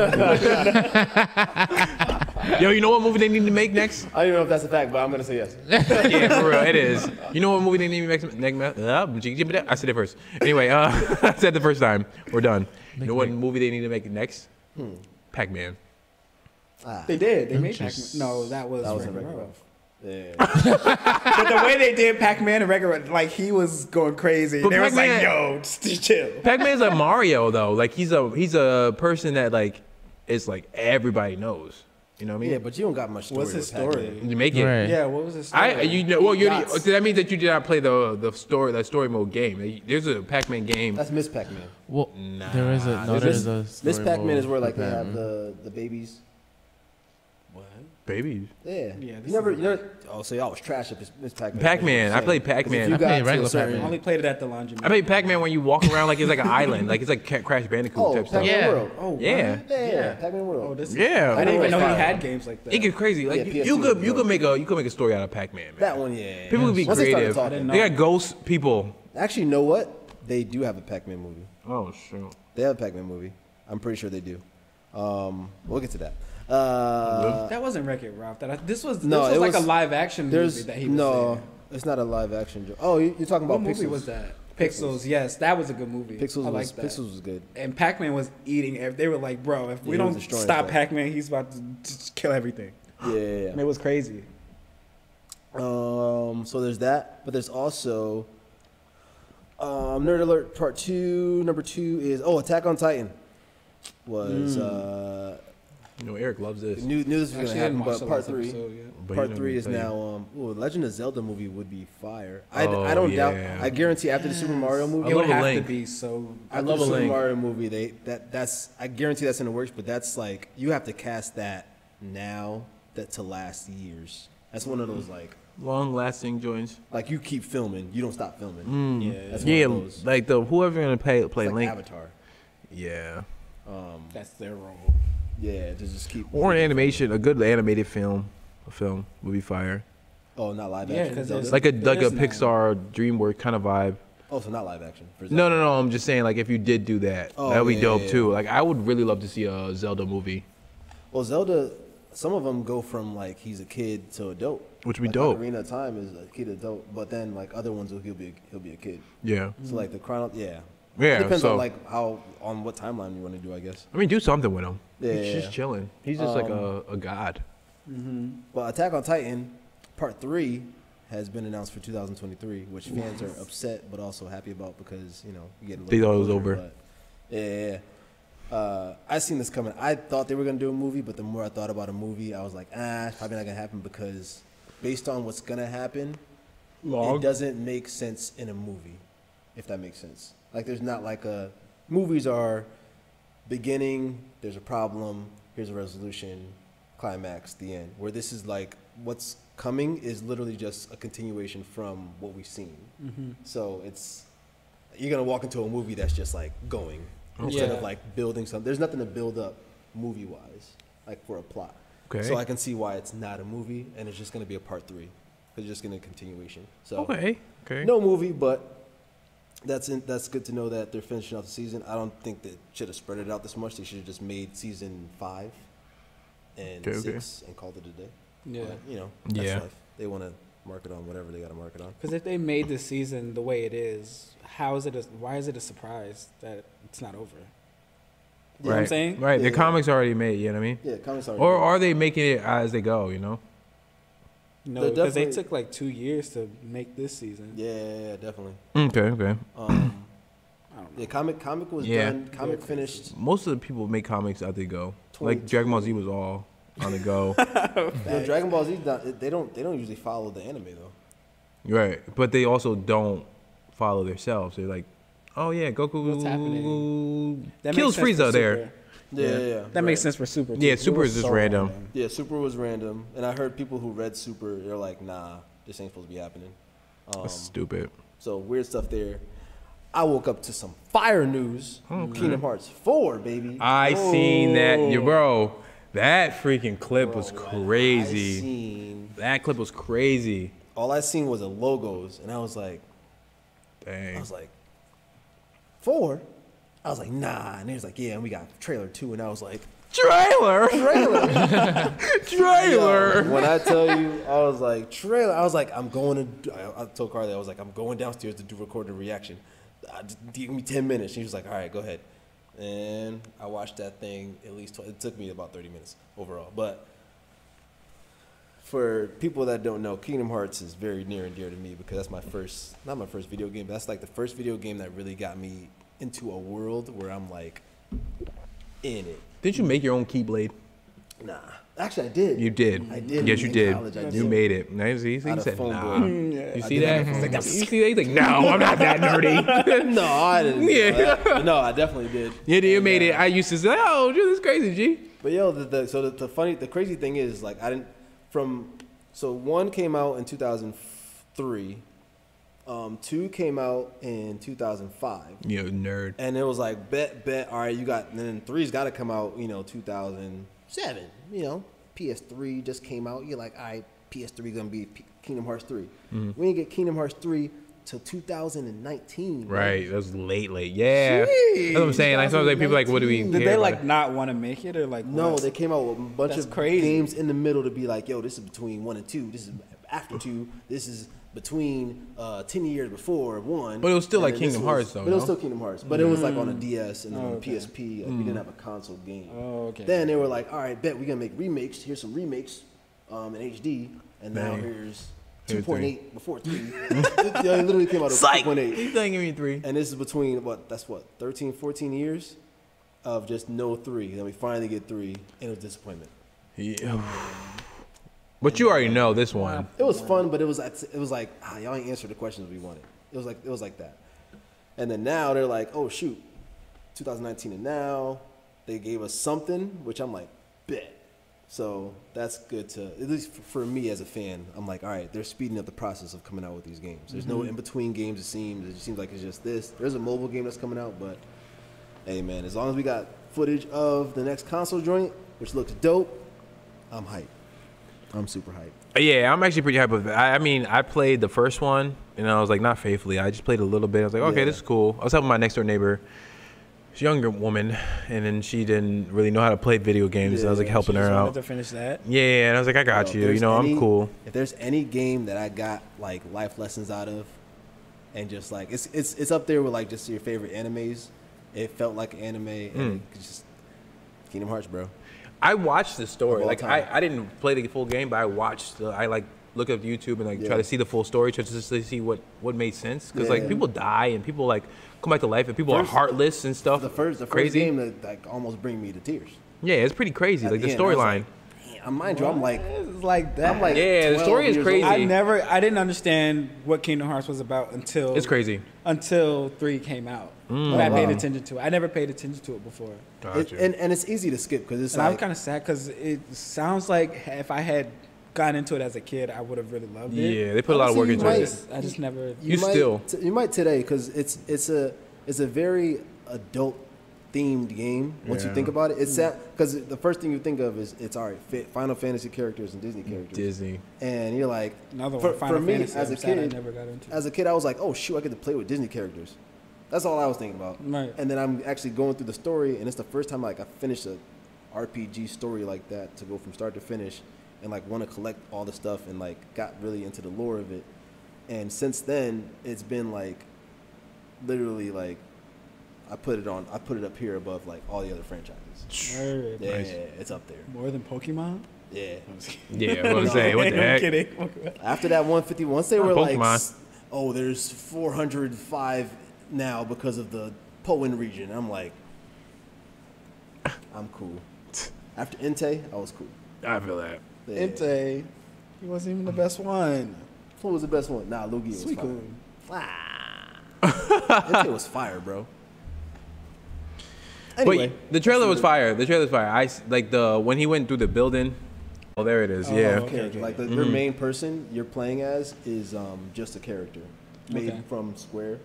[SPEAKER 2] Yo, you know what movie they need to make next?
[SPEAKER 1] I don't even know if that's a fact, but I'm gonna say yes.
[SPEAKER 2] yeah, for real, it is. You know what movie they need to make next? Uh, I said it first. Anyway, uh, I said the first time. We're done. You know what movie they need to make next?
[SPEAKER 1] Hmm.
[SPEAKER 2] Pac-Man.
[SPEAKER 4] They did. They made Pac Man. No, that was,
[SPEAKER 1] That was
[SPEAKER 4] Wreck-It
[SPEAKER 1] Wreck-It
[SPEAKER 4] Ralph.
[SPEAKER 1] Ralph. Yeah.
[SPEAKER 4] But the way they did Pac Man and Wreck It Ralph, like he was going crazy.
[SPEAKER 2] But
[SPEAKER 4] they was like,
[SPEAKER 2] Pac-Man-
[SPEAKER 4] yo, just chill.
[SPEAKER 2] Pac-Man's like Mario though. Like he's a he's a person that like is like everybody knows. You know what I mean?
[SPEAKER 1] yeah, but you don't got much story.
[SPEAKER 4] What's his
[SPEAKER 1] with Pac-Man.
[SPEAKER 4] story?
[SPEAKER 2] You make it.
[SPEAKER 3] Right.
[SPEAKER 4] Yeah, what was his story?
[SPEAKER 2] I you know well you oh,
[SPEAKER 4] Dots.
[SPEAKER 2] so that means that you did not play the the story the story mode game. There's a Pac-Man game.
[SPEAKER 1] That's Miss Pac-Man.
[SPEAKER 3] Well, there is a no, there
[SPEAKER 1] Miss,
[SPEAKER 3] is a
[SPEAKER 1] Miss
[SPEAKER 3] story
[SPEAKER 1] Pac-Man
[SPEAKER 3] mode
[SPEAKER 1] is where like
[SPEAKER 3] for
[SPEAKER 1] they have
[SPEAKER 3] Batman.
[SPEAKER 1] the the babies.
[SPEAKER 2] Baby.
[SPEAKER 1] Yeah.
[SPEAKER 4] Yeah,
[SPEAKER 1] You
[SPEAKER 4] this
[SPEAKER 1] never,
[SPEAKER 4] is-
[SPEAKER 1] you never. Oh, so y'all was trash at Miss- Miss Pac-Man.
[SPEAKER 2] Pac-Man. I played
[SPEAKER 1] If
[SPEAKER 2] Pac-Man.
[SPEAKER 1] you
[SPEAKER 2] I
[SPEAKER 1] got
[SPEAKER 3] played
[SPEAKER 1] to a
[SPEAKER 3] regular
[SPEAKER 1] certain-
[SPEAKER 4] I only played it at the laundromat.
[SPEAKER 2] I mean, Pac-Man when you walk around like it's like an island, like it's like Ca- Crash Bandicoot
[SPEAKER 1] Oh,
[SPEAKER 2] type
[SPEAKER 1] Pac-Man
[SPEAKER 2] stuff.
[SPEAKER 3] Yeah.
[SPEAKER 1] World. Oh,
[SPEAKER 2] Yeah.
[SPEAKER 1] yeah, yeah. Pac-Man World.
[SPEAKER 4] Oh, this
[SPEAKER 2] Yeah.
[SPEAKER 4] I didn't even know he
[SPEAKER 1] Fire.
[SPEAKER 4] had games like that.
[SPEAKER 2] It gets crazy. Like
[SPEAKER 1] Yeah,
[SPEAKER 2] you,
[SPEAKER 1] PS2
[SPEAKER 2] you could
[SPEAKER 1] was
[SPEAKER 2] you
[SPEAKER 1] dope.
[SPEAKER 2] could make a you could make a story out of Pac-Man. Man.
[SPEAKER 1] That one, yeah.
[SPEAKER 2] People would be
[SPEAKER 1] Once They,
[SPEAKER 2] creative.
[SPEAKER 1] started talking,
[SPEAKER 2] They got ghost people.
[SPEAKER 1] actually, you know what? They do have a Pac-Man movie.
[SPEAKER 2] Oh shoot.
[SPEAKER 1] They have a Pac-Man movie. I'm pretty sure they do. Um, we'll get to that. Uh,
[SPEAKER 4] that wasn't Wreck It Ralph. That I, this was,
[SPEAKER 1] No,
[SPEAKER 4] this was
[SPEAKER 1] it
[SPEAKER 4] like
[SPEAKER 1] was-
[SPEAKER 4] a live action movie
[SPEAKER 1] there's
[SPEAKER 4] that he was
[SPEAKER 1] no.
[SPEAKER 4] in.
[SPEAKER 1] It's not a live action. Jo- oh, you- you're talking
[SPEAKER 4] What
[SPEAKER 1] about
[SPEAKER 4] movie
[SPEAKER 1] Pixels.
[SPEAKER 4] was that? Pixels. Yes, that was a good movie.
[SPEAKER 1] Pixels
[SPEAKER 4] I
[SPEAKER 1] was
[SPEAKER 4] like that.
[SPEAKER 1] Pixels was good.
[SPEAKER 4] And Pac Man was eating. Every, they were like, bro, if
[SPEAKER 1] he
[SPEAKER 4] we
[SPEAKER 1] was
[SPEAKER 4] don't
[SPEAKER 1] destroying
[SPEAKER 4] stop
[SPEAKER 1] stuff.
[SPEAKER 4] Pac Man, he's about to just kill everything.
[SPEAKER 1] Yeah. yeah, yeah.
[SPEAKER 4] And it was crazy.
[SPEAKER 1] Um, so there's that, but there's also um, Nerd Alert Part Two. Number two is oh, Attack on Titan was
[SPEAKER 4] Hmm.
[SPEAKER 1] uh,
[SPEAKER 2] You know Eric loves this.
[SPEAKER 1] knew, knew this was
[SPEAKER 4] Actually, I
[SPEAKER 1] gonna happen,
[SPEAKER 4] didn't watch
[SPEAKER 1] but
[SPEAKER 4] the
[SPEAKER 1] Part
[SPEAKER 4] last
[SPEAKER 1] Three,
[SPEAKER 4] episode yet.
[SPEAKER 2] But
[SPEAKER 1] Part
[SPEAKER 2] he
[SPEAKER 1] Three
[SPEAKER 2] didn't
[SPEAKER 1] is
[SPEAKER 2] tell you.
[SPEAKER 1] now um, ooh, Legend of Zelda movie would be fire. I,
[SPEAKER 2] Oh,
[SPEAKER 1] I don't
[SPEAKER 2] yeah.
[SPEAKER 1] doubt. I guarantee after the Super Mario movie,
[SPEAKER 2] I
[SPEAKER 4] It
[SPEAKER 2] love
[SPEAKER 4] would
[SPEAKER 2] a
[SPEAKER 4] have
[SPEAKER 2] link.
[SPEAKER 4] to be so.
[SPEAKER 1] I
[SPEAKER 2] love
[SPEAKER 1] love
[SPEAKER 2] a
[SPEAKER 1] the Super
[SPEAKER 2] link.
[SPEAKER 1] Mario movie. They that that's I guarantee that's in the works, but that's like you have to cast that now that to last years. That's one of those
[SPEAKER 2] Mm-hmm.
[SPEAKER 1] like
[SPEAKER 2] Long lasting joints.
[SPEAKER 1] like you keep filming, you don't stop filming.
[SPEAKER 4] Yeah,
[SPEAKER 1] That's
[SPEAKER 2] Mm. Yeah,
[SPEAKER 1] one of those.
[SPEAKER 2] like the whoever gonna play play
[SPEAKER 1] It's like
[SPEAKER 2] Link.
[SPEAKER 1] Avatar.
[SPEAKER 2] Yeah.
[SPEAKER 4] that's their role.
[SPEAKER 1] Yeah, to just keep.
[SPEAKER 2] Or an animation, a good animated film, a film would be fire.
[SPEAKER 1] oh, not live
[SPEAKER 4] Yeah,
[SPEAKER 1] action.
[SPEAKER 4] 'cause
[SPEAKER 1] Zelda?
[SPEAKER 4] it's-
[SPEAKER 2] Like a
[SPEAKER 4] It
[SPEAKER 2] like a
[SPEAKER 4] is now.
[SPEAKER 2] Pixar DreamWorks kind of vibe.
[SPEAKER 1] oh, so not live action. For
[SPEAKER 2] No, no, no. I'm just saying, like, if you did do that,
[SPEAKER 1] Oh,
[SPEAKER 2] that would be
[SPEAKER 1] yeah,
[SPEAKER 2] dope
[SPEAKER 1] yeah,
[SPEAKER 2] too. Like, I would really love to see a Zelda movie,
[SPEAKER 1] Well, Zelda, some of them go from like he's a kid to adult.
[SPEAKER 2] which would be
[SPEAKER 1] like,
[SPEAKER 2] dope.
[SPEAKER 1] Arena of Time is a kid adult, but then like other ones, he'll be a, he'll be a kid.
[SPEAKER 2] Yeah.
[SPEAKER 1] So like the chrono, yeah.
[SPEAKER 2] Mm. Yeah,
[SPEAKER 1] It depends
[SPEAKER 2] so-
[SPEAKER 1] on like how on what timeline you want to do, I guess.
[SPEAKER 2] I mean, do something with him.
[SPEAKER 1] Yeah,
[SPEAKER 2] He's
[SPEAKER 1] yeah, Um,
[SPEAKER 2] just
[SPEAKER 1] yeah.
[SPEAKER 2] chilling. He's just like a, a god.
[SPEAKER 1] Well, Attack on Titan, Part Three, has been announced for 2023, which fans are upset but also happy about because you know you get a little
[SPEAKER 2] They thought it was
[SPEAKER 1] closure,
[SPEAKER 2] over.
[SPEAKER 1] but- yeah, yeah. yeah. Uh, I seen this coming. I thought they were gonna do a movie, but the more I thought about a movie, I was like, ah, it's probably not gonna happen because based on what's gonna happen, it doesn't make sense in a movie, if that makes sense. Like, there's not like a movies are beginning, there's a problem, here's a resolution, climax, the end. Where this is like what's coming is literally just a continuation from what we've seen. So it's you're gonna walk into a movie that's just like going instead
[SPEAKER 4] Yeah.
[SPEAKER 1] of like building something. There's nothing to build up movie wise, like for a plot.
[SPEAKER 2] Okay.
[SPEAKER 1] So I can see why it's not a movie and it's just going to be a part three. It's just going to continuation. So
[SPEAKER 2] okay. Okay.
[SPEAKER 1] no movie, but that's in, that's good to know that they're finishing out the season. I don't think they should have spread it out this much. They should have just made season five and
[SPEAKER 2] Okay, okay.
[SPEAKER 1] six and called it a day.
[SPEAKER 4] Yeah.
[SPEAKER 1] But, you know, that's
[SPEAKER 2] Yeah.
[SPEAKER 1] life. They want to mark it on whatever they got to mark it on.
[SPEAKER 4] Because if they made the season the way it is, how is it? A, why is it a surprise that it's not over? You know
[SPEAKER 2] right.
[SPEAKER 4] what I'm saying?
[SPEAKER 2] Right.
[SPEAKER 1] Yeah,
[SPEAKER 2] the
[SPEAKER 1] yeah.
[SPEAKER 2] comics already made. You know what I mean?
[SPEAKER 1] Yeah, comments are.
[SPEAKER 2] Or are they making it as they go? You know.
[SPEAKER 1] They're
[SPEAKER 4] No, because they
[SPEAKER 1] definitely-
[SPEAKER 4] took like two years to make this season.
[SPEAKER 1] yeah, yeah, yeah, definitely.
[SPEAKER 2] Okay. Okay.
[SPEAKER 1] Um,
[SPEAKER 4] I don't know.
[SPEAKER 1] yeah, comic comic was
[SPEAKER 2] Yeah.
[SPEAKER 1] done. Comic finished.
[SPEAKER 2] Most of the people make comics as they go. Like Dragon Ball Z was all on the go.
[SPEAKER 1] No, Dragon Ball Z. Not, they don't. They don't usually follow the anime though.
[SPEAKER 2] right. But they also don't follow themselves. They're like, oh yeah, Goku
[SPEAKER 3] What's happening?
[SPEAKER 4] That
[SPEAKER 2] kills
[SPEAKER 4] makes sense for
[SPEAKER 2] Frieza there.
[SPEAKER 4] Super.
[SPEAKER 1] Yeah, yeah. yeah,
[SPEAKER 4] That makes sense for Super.
[SPEAKER 2] Yeah,
[SPEAKER 4] too.
[SPEAKER 2] Super
[SPEAKER 4] It
[SPEAKER 2] is
[SPEAKER 4] was
[SPEAKER 2] just
[SPEAKER 4] so
[SPEAKER 2] random.
[SPEAKER 1] Yeah, Super was random, and I heard people who read Super, they're like, "Nah, this ain't supposed to be happening." Um,
[SPEAKER 2] That's stupid.
[SPEAKER 1] so weird stuff there. I woke up to some fire news. Kingdom Hearts Four, baby.
[SPEAKER 2] I seen that, yeah, bro. That freaking clip was
[SPEAKER 1] Oh. I
[SPEAKER 2] crazy.
[SPEAKER 1] seen
[SPEAKER 2] That clip was crazy.
[SPEAKER 1] all I seen was the logos, and I was like, I
[SPEAKER 2] Dang.
[SPEAKER 1] was like, four. I was like, nah, and he was like, yeah, and we got trailer two, and I was like,
[SPEAKER 2] Trailer.
[SPEAKER 1] trailer.
[SPEAKER 2] Trailer.
[SPEAKER 1] when I tell you, I was like, trailer. I was like, I'm going to. do- I, I told Carly, I was like, I'm going downstairs to do recorded reaction. I, just give me ten minutes. She was like, all right, go ahead. And I watched that thing at least. Tw- it took me about thirty minutes overall, but. For people that don't know, Kingdom Hearts is very near and dear to me because that's my first, not my first video game, but that's like the first video game that really got me into a world where I'm like in it.
[SPEAKER 2] Didn't you make your own Keyblade?
[SPEAKER 1] Nah. Actually, I did.
[SPEAKER 2] You did.
[SPEAKER 1] I did.
[SPEAKER 2] Yes, you
[SPEAKER 1] In
[SPEAKER 2] did.
[SPEAKER 1] college, I
[SPEAKER 2] You
[SPEAKER 1] did.
[SPEAKER 2] made it. Now you see, see,
[SPEAKER 1] Out
[SPEAKER 2] you
[SPEAKER 1] of
[SPEAKER 2] said,
[SPEAKER 1] phone
[SPEAKER 2] nah.
[SPEAKER 1] book.
[SPEAKER 2] You
[SPEAKER 1] I
[SPEAKER 2] see
[SPEAKER 1] did
[SPEAKER 2] that?
[SPEAKER 1] have a phone-
[SPEAKER 2] you see that? He's like, no, I'm not that nerdy.
[SPEAKER 1] no, I didn't. do
[SPEAKER 2] Yeah.
[SPEAKER 1] that. No, I definitely did.
[SPEAKER 2] yeah, you made
[SPEAKER 1] And,
[SPEAKER 2] it.
[SPEAKER 1] uh,
[SPEAKER 2] I used to say, oh, dude, this is crazy, G.
[SPEAKER 1] But yo, the, the so the, the funny, the crazy thing is, like, I didn't from. So one came out in 2003. Um, two came out in 2005.
[SPEAKER 2] You nerd.
[SPEAKER 1] And it was like bet bet. All right, you got. And then three's got to come out. You know, 2007. You know, PS3 just came out. You're like, all right, PS3 gonna be P- Kingdom Hearts 3. We didn't get Kingdom Hearts 3 till 2019.
[SPEAKER 2] Right. That was late, late. Yeah. That's what I'm saying. Like, sometimes like, people like, what do we even care
[SPEAKER 4] Did they
[SPEAKER 2] about
[SPEAKER 4] like
[SPEAKER 2] it?
[SPEAKER 4] not want to make it or like?
[SPEAKER 1] No,
[SPEAKER 4] what?
[SPEAKER 1] they came out with a bunch
[SPEAKER 4] That's
[SPEAKER 1] of
[SPEAKER 4] crazy.
[SPEAKER 1] games in the middle to be like, yo, this is between one and two. This is after two. This is between uh, ten years before one.
[SPEAKER 2] But it was still
[SPEAKER 1] And
[SPEAKER 2] like
[SPEAKER 1] then this
[SPEAKER 2] Kingdom
[SPEAKER 1] was-
[SPEAKER 2] Hearts, though,
[SPEAKER 1] But it was
[SPEAKER 2] no? Mm.
[SPEAKER 1] still Kingdom Hearts. But it was like on a DS and on a
[SPEAKER 4] Mm. Oh, okay.
[SPEAKER 1] PSP. Like we didn't have a console game.
[SPEAKER 4] Oh, okay.
[SPEAKER 1] Then they were like, all right, bet we gonna make remakes. Here's some remakes um, in HD, and now
[SPEAKER 2] Dang.
[SPEAKER 1] here's.
[SPEAKER 2] Here's three.
[SPEAKER 1] 2.8 before 3. yeah, it literally came out of 2.8
[SPEAKER 2] He's not giving me three.
[SPEAKER 1] and this is between what that's what 13 14 years of just no three then we finally get three and it was disappointment
[SPEAKER 2] Yeah. But you already know this one.
[SPEAKER 1] it was fun but it was it was like ah, y'all ain't answered the questions we wanted it was like it was like that and then now they're like oh shoot 2019 and now they gave us something which i'm like bet so that's good to at least f- for me as a fan i'm like all right they're speeding up the process of coming out with these games there's no in-between games it seems it just seems like it's just this there's a mobile game that's coming out but Hey man, as long as we got footage of the next console joint, which looks dope, I'm hyped. I'm super hyped.
[SPEAKER 2] Yeah, I'm actually pretty happy with it. I, I mean, I played the first one, and I was like, not faithfully. I just played a little bit. I was like, okay,
[SPEAKER 1] Yeah.
[SPEAKER 2] this is cool. I was helping my next door neighbor. She's a younger woman, and then she didn't really know how to play video games. and I was like
[SPEAKER 1] Yeah,
[SPEAKER 2] helping
[SPEAKER 4] She
[SPEAKER 2] her
[SPEAKER 4] just wanted
[SPEAKER 2] out.
[SPEAKER 4] to finish that.
[SPEAKER 2] yeah, yeah, and I was like, I got
[SPEAKER 1] Yo,
[SPEAKER 2] you.
[SPEAKER 1] if
[SPEAKER 2] You know,
[SPEAKER 1] Oh, there's
[SPEAKER 2] I'm
[SPEAKER 1] any-
[SPEAKER 2] cool.
[SPEAKER 1] If there's any game that I got like life lessons out of, and just like it's it's it's up there with like just your favorite animes. It felt like an anime, and
[SPEAKER 2] Hmm.
[SPEAKER 1] it just Kingdom Hearts, bro.
[SPEAKER 2] I watched the
[SPEAKER 1] Of
[SPEAKER 2] story.
[SPEAKER 1] all
[SPEAKER 2] Like,
[SPEAKER 1] time.
[SPEAKER 2] I, I didn't play the full game, but I watched. The, I like look up YouTube and like
[SPEAKER 1] Yeah.
[SPEAKER 2] try to see the full story, try to just to see what what made sense. Because
[SPEAKER 1] Yeah.
[SPEAKER 2] like people die and people like come back to life, and people
[SPEAKER 1] First-
[SPEAKER 2] are heartless and stuff.
[SPEAKER 1] The first the first
[SPEAKER 2] Oh, crazy.
[SPEAKER 1] game that like almost bring me to tears.
[SPEAKER 2] yeah, it's pretty crazy.
[SPEAKER 1] At
[SPEAKER 2] Like the
[SPEAKER 1] end, I was
[SPEAKER 2] storyline.
[SPEAKER 1] like, "Damn," mind you, I'm like,
[SPEAKER 4] It's like that.
[SPEAKER 1] I'm like,
[SPEAKER 2] Yeah, the
[SPEAKER 1] 12
[SPEAKER 2] story is
[SPEAKER 1] years
[SPEAKER 2] crazy.
[SPEAKER 1] old.
[SPEAKER 4] I never, I didn't understand what Kingdom Hearts was about until
[SPEAKER 2] It's crazy. Mm.
[SPEAKER 4] until three came out. But I
[SPEAKER 1] Oh,
[SPEAKER 4] paid
[SPEAKER 1] wow.
[SPEAKER 4] attention to it. I never paid attention to it before,
[SPEAKER 1] It- and and it's easy to skip because it's
[SPEAKER 4] and I'm
[SPEAKER 1] like
[SPEAKER 4] kind of sad because it sounds like if I had gotten into it as a kid, I would have really loved it.
[SPEAKER 2] Yeah, they put a lot of work into
[SPEAKER 4] I
[SPEAKER 1] Right.
[SPEAKER 2] it.
[SPEAKER 4] just, I just never.
[SPEAKER 2] You
[SPEAKER 1] might,
[SPEAKER 2] still.
[SPEAKER 1] t- you might today because it's it's a it's a very adult themed game. Once you
[SPEAKER 2] Yeah. Hmm.
[SPEAKER 1] think about it, it's because the first thing you think of is it's all right, fi- Final Fantasy characters and Disney characters,
[SPEAKER 2] Disney.
[SPEAKER 1] and you're like,
[SPEAKER 4] Another
[SPEAKER 1] for,
[SPEAKER 4] one, Final
[SPEAKER 1] for me
[SPEAKER 4] Fantasy,
[SPEAKER 1] as
[SPEAKER 4] I'm
[SPEAKER 1] a
[SPEAKER 4] sad I
[SPEAKER 1] kid,
[SPEAKER 4] never got into.
[SPEAKER 1] as a kid, I was like, oh shoot, I get to play with Disney characters. That's all I was thinking about.
[SPEAKER 4] Right.
[SPEAKER 1] And then I'm actually going through the story, and it's the first time like I finished a RPG story like that to go from start to finish, and like want to collect all the stuff and like got really into the lore of it. And since then, it's been like literally like I put it on, I put it up here above like all the other franchises.
[SPEAKER 4] Word.
[SPEAKER 1] Yeah,
[SPEAKER 2] Nice.
[SPEAKER 1] it's up there.
[SPEAKER 4] More than Pokemon?
[SPEAKER 1] Yeah.
[SPEAKER 2] Yeah, what I'm saying. What the
[SPEAKER 4] I'm
[SPEAKER 2] heck?
[SPEAKER 4] kidding.
[SPEAKER 1] After that 150, once they were like,
[SPEAKER 2] Pokemon.
[SPEAKER 1] s- oh, there's 405 now because of the Poen region. I'm like, I'm cool. After Entei, I was cool.
[SPEAKER 2] I feel that.
[SPEAKER 1] Yeah.
[SPEAKER 4] Entei. He wasn't even the best one.
[SPEAKER 1] Who was the best one? Nah, Lugia was
[SPEAKER 4] Suicune.
[SPEAKER 1] fire. Ah. Entei was fire, bro. Anyway,
[SPEAKER 2] But the trailer was fire. The trailer was fire. I s- like the when he went through the building. Oh, there it is. yeah. Mm-hmm.
[SPEAKER 4] okay.
[SPEAKER 1] character, like the, your main person you're playing as is um, just a character made
[SPEAKER 4] Okay.
[SPEAKER 1] from Square,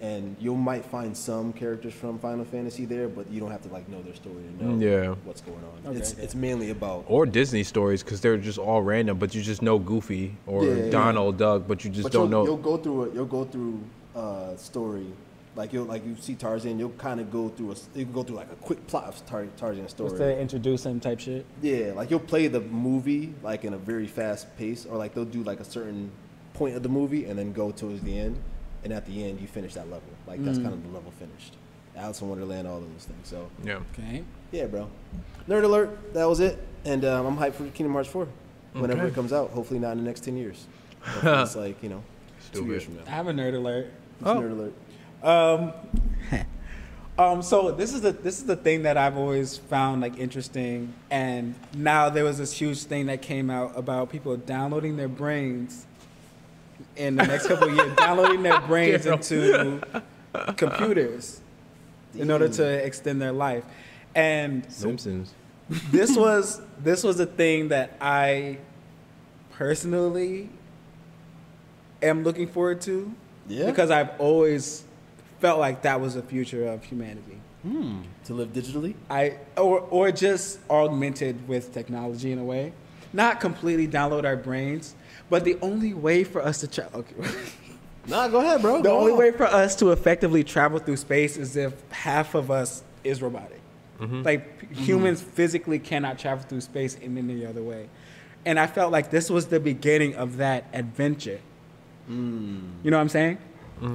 [SPEAKER 1] and you might find some characters from Final Fantasy there, but you don't have to like know their story to know
[SPEAKER 2] Yeah.
[SPEAKER 1] what's going on.
[SPEAKER 4] Okay,
[SPEAKER 1] it's
[SPEAKER 4] okay.
[SPEAKER 1] it's mainly about
[SPEAKER 2] Or Disney stories because they're just all random, but you just know Goofy or
[SPEAKER 1] Yeah, yeah, yeah.
[SPEAKER 2] Donald Duck, but you just
[SPEAKER 1] but
[SPEAKER 2] don't
[SPEAKER 1] you'll,
[SPEAKER 2] know.
[SPEAKER 1] you'll go through a, you'll go through a story like you'll like you see Tarzan, you'll kind of go through a s- you can go through like a quick plot of Tar, Tarzan's story.
[SPEAKER 4] Just to introduce him type shit.
[SPEAKER 1] Yeah, like you'll play the movie like in a very fast pace, or like they'll do like a certain point of the movie and then go towards the end, and at the end you finish that level. Like that's
[SPEAKER 4] Mm.
[SPEAKER 1] kind of the level finished. Alice in Wonderland, all of those things. So
[SPEAKER 2] yeah.
[SPEAKER 4] Okay.
[SPEAKER 1] yeah, bro. Nerd alert. That was it, and um, I'm hyped for Kingdom Hearts 4 whenever it comes out. Hopefully not in the next ten years. Hopefully it's like you know, two
[SPEAKER 2] Stupid.
[SPEAKER 1] years from now.
[SPEAKER 4] I have a nerd alert.
[SPEAKER 1] It's Nerd alert.
[SPEAKER 4] Um, um, so this is the this is the thing that I've always found like interesting, and now there was this huge thing that came out about people downloading their brains in the next couple of years, downloading their brains into computers in order to extend their life, and
[SPEAKER 2] Simpsons.
[SPEAKER 4] this was this was a thing that I personally am looking forward to.
[SPEAKER 1] Yeah.
[SPEAKER 4] Because I've always felt like that was the future of humanity.
[SPEAKER 1] To live digitally.
[SPEAKER 4] I or or just augmented with technology in a way. Not completely download our brains, but the only way for us to tra- okay.
[SPEAKER 1] Nah, go ahead, bro.
[SPEAKER 4] the
[SPEAKER 1] Go
[SPEAKER 4] only
[SPEAKER 1] on.
[SPEAKER 4] way for us to effectively travel through space is if half of us is robotic. Like p- humans physically cannot travel through space in any other way. And I felt like this was the beginning of that adventure. You know what I'm saying?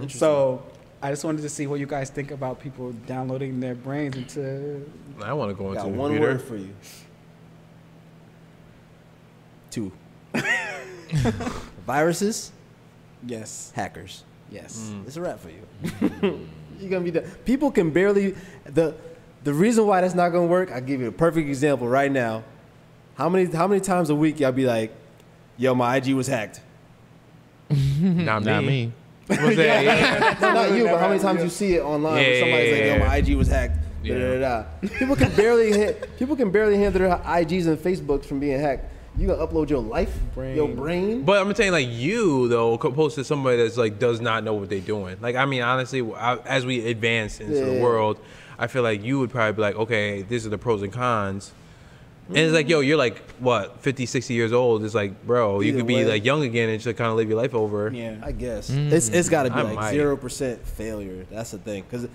[SPEAKER 4] So I just wanted to see what you guys think about people downloading their brains into
[SPEAKER 2] I want to go into
[SPEAKER 1] Got
[SPEAKER 2] the
[SPEAKER 1] one
[SPEAKER 2] computer.
[SPEAKER 1] word for you. Two. Viruses,
[SPEAKER 4] yes,
[SPEAKER 1] hackers.
[SPEAKER 4] yes.
[SPEAKER 1] It's a wrap for you. You're gonna be done. People can barely the the reason why that's not gonna work. I'll give you a perfect example right now. How many how many times a week y'all be like, "Yo, my IG was hacked."
[SPEAKER 2] Not me.
[SPEAKER 3] Not me.
[SPEAKER 2] What's that? Yeah.
[SPEAKER 1] No, not you, but how many times you see it online?
[SPEAKER 2] Yeah,
[SPEAKER 1] where somebody's
[SPEAKER 2] yeah, yeah,
[SPEAKER 1] like, "Yo, my IG was hacked." Da, da, da, da. People can barely hit. People can barely handle their IGs and Facebooks from being hacked. You gonna upload your life, your brain?
[SPEAKER 2] But I'm saying like you though, opposed to somebody that's like does not know what they're doing. Like I mean, honestly, I, as we advance into
[SPEAKER 1] Yeah.
[SPEAKER 2] the world, I feel like you would probably be like, okay, these are the pros and cons. And it's like, yo, you're like what, 50, 60 years old. It's like, bro, you
[SPEAKER 1] Either
[SPEAKER 2] could be
[SPEAKER 1] way.
[SPEAKER 2] like young again and just kind of live your life over.
[SPEAKER 4] Yeah.
[SPEAKER 1] I guess it's it's got to be
[SPEAKER 2] Mm. I
[SPEAKER 1] like
[SPEAKER 2] might.
[SPEAKER 1] zero percent failure. That's the thing, because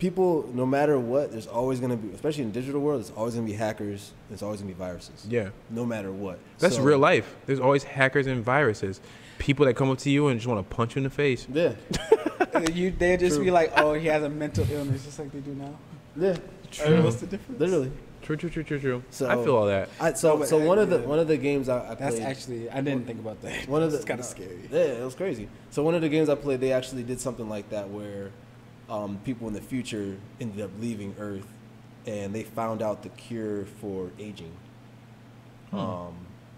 [SPEAKER 1] people, no matter what, there's always gonna be, especially in the digital world, there's always gonna be hackers. There's always gonna be viruses.
[SPEAKER 2] Yeah.
[SPEAKER 1] no matter what.
[SPEAKER 2] That's
[SPEAKER 1] So-
[SPEAKER 2] real life. There's always hackers and viruses. People that come up to you and just want to punch you in the face.
[SPEAKER 1] Yeah,
[SPEAKER 4] you they just
[SPEAKER 1] True.
[SPEAKER 4] be like, "Oh, he has a mental illness," just like they do now.
[SPEAKER 1] yeah,
[SPEAKER 4] Or What's the difference?
[SPEAKER 1] literally.
[SPEAKER 2] True, true, true, true, true.
[SPEAKER 1] So-
[SPEAKER 2] I feel all that.
[SPEAKER 1] I, so
[SPEAKER 4] No, but
[SPEAKER 1] so
[SPEAKER 4] I-
[SPEAKER 1] one of the
[SPEAKER 4] yeah.
[SPEAKER 1] one of the games I, I
[SPEAKER 4] That's
[SPEAKER 1] played.
[SPEAKER 4] actually I didn't think about that.
[SPEAKER 1] One of the
[SPEAKER 4] it's kind
[SPEAKER 1] no,
[SPEAKER 4] of scary.
[SPEAKER 1] Yeah, it was crazy. So one of the games I played, they actually did something like that where um, people in the future ended up leaving Earth, and they found out the cure for aging.
[SPEAKER 4] Hmm.
[SPEAKER 1] Um,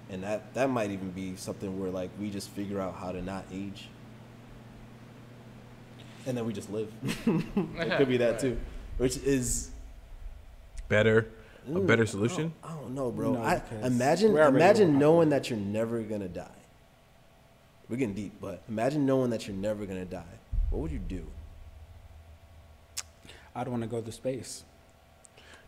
[SPEAKER 1] and that that might even be something where like we just figure out how to not age, and then we just live. it could be that too, which is
[SPEAKER 2] Better, a
[SPEAKER 1] Ooh,
[SPEAKER 2] better solution.
[SPEAKER 1] I don't know, bro.
[SPEAKER 4] No,
[SPEAKER 1] I,
[SPEAKER 4] because
[SPEAKER 1] imagine
[SPEAKER 4] we're already
[SPEAKER 1] imagine
[SPEAKER 4] overpopulated.
[SPEAKER 1] knowing that you're never gonna die. We're getting deep, but imagine knowing that you're never gonna die. What would you do?
[SPEAKER 4] I'd want to go to space.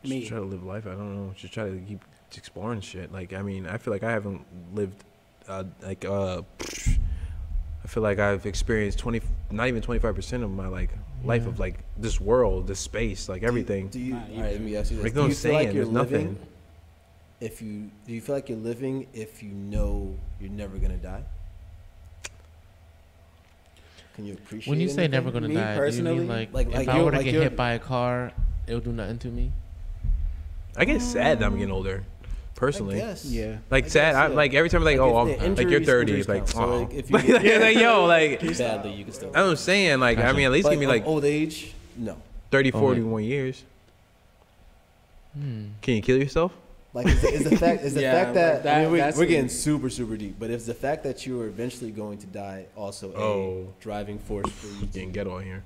[SPEAKER 2] Just
[SPEAKER 4] Me.
[SPEAKER 2] try to live life. I don't know. Just try to keep exploring shit. Like I mean, I feel like I haven't lived uh, like uh. I feel like I've experienced twenty, not even twenty five percent of my like life of like this world, this space, like everything.
[SPEAKER 1] Do you?
[SPEAKER 4] Nah, you-
[SPEAKER 1] all right, let me ask you this.
[SPEAKER 2] Like,
[SPEAKER 1] do
[SPEAKER 2] no
[SPEAKER 1] you feel like
[SPEAKER 2] saying,
[SPEAKER 1] you're
[SPEAKER 2] there's nothing.
[SPEAKER 1] living? If you do, you feel like you're living if you know you're never gonna die. Can you appreciate?
[SPEAKER 3] When you say never
[SPEAKER 1] anything?
[SPEAKER 3] gonna
[SPEAKER 4] Me
[SPEAKER 3] die, do
[SPEAKER 4] personally,
[SPEAKER 3] you mean like,
[SPEAKER 1] like-
[SPEAKER 3] if
[SPEAKER 1] like
[SPEAKER 3] I
[SPEAKER 1] you're-
[SPEAKER 3] were to
[SPEAKER 1] like
[SPEAKER 3] get
[SPEAKER 1] you're-
[SPEAKER 3] hit by a car, it'll do nothing to me?
[SPEAKER 2] I get sad that I'm getting older, personally.
[SPEAKER 1] Mm. I guess.
[SPEAKER 15] Yeah.
[SPEAKER 2] Like
[SPEAKER 1] I
[SPEAKER 2] sad,
[SPEAKER 1] guess,
[SPEAKER 2] I'm
[SPEAKER 1] yeah.
[SPEAKER 2] like every time like,
[SPEAKER 1] Like,
[SPEAKER 2] oh
[SPEAKER 1] if the
[SPEAKER 2] I'm, like you're
[SPEAKER 1] injuries-
[SPEAKER 2] 30,
[SPEAKER 1] injuries
[SPEAKER 2] like
[SPEAKER 1] count. So,
[SPEAKER 2] oh,
[SPEAKER 1] like, if you
[SPEAKER 2] like,
[SPEAKER 1] get-
[SPEAKER 2] yo like
[SPEAKER 1] Sadly, you can still.
[SPEAKER 2] I'm saying like I mean at least
[SPEAKER 1] But oh,
[SPEAKER 2] give me
[SPEAKER 1] of
[SPEAKER 2] like
[SPEAKER 1] old age. No.
[SPEAKER 2] 30,
[SPEAKER 3] Oh,
[SPEAKER 2] 41 years. Can you kill yourself?
[SPEAKER 1] Like is the, is the fact is the
[SPEAKER 4] Yeah,
[SPEAKER 1] fact
[SPEAKER 4] like
[SPEAKER 1] that, I
[SPEAKER 4] that-
[SPEAKER 1] mean, we,
[SPEAKER 4] that's
[SPEAKER 1] are
[SPEAKER 4] the-
[SPEAKER 1] getting super super deep, but if the fact that you are eventually going to die also a
[SPEAKER 2] Oh.
[SPEAKER 1] driving force for you to
[SPEAKER 2] Getting ghetto in here.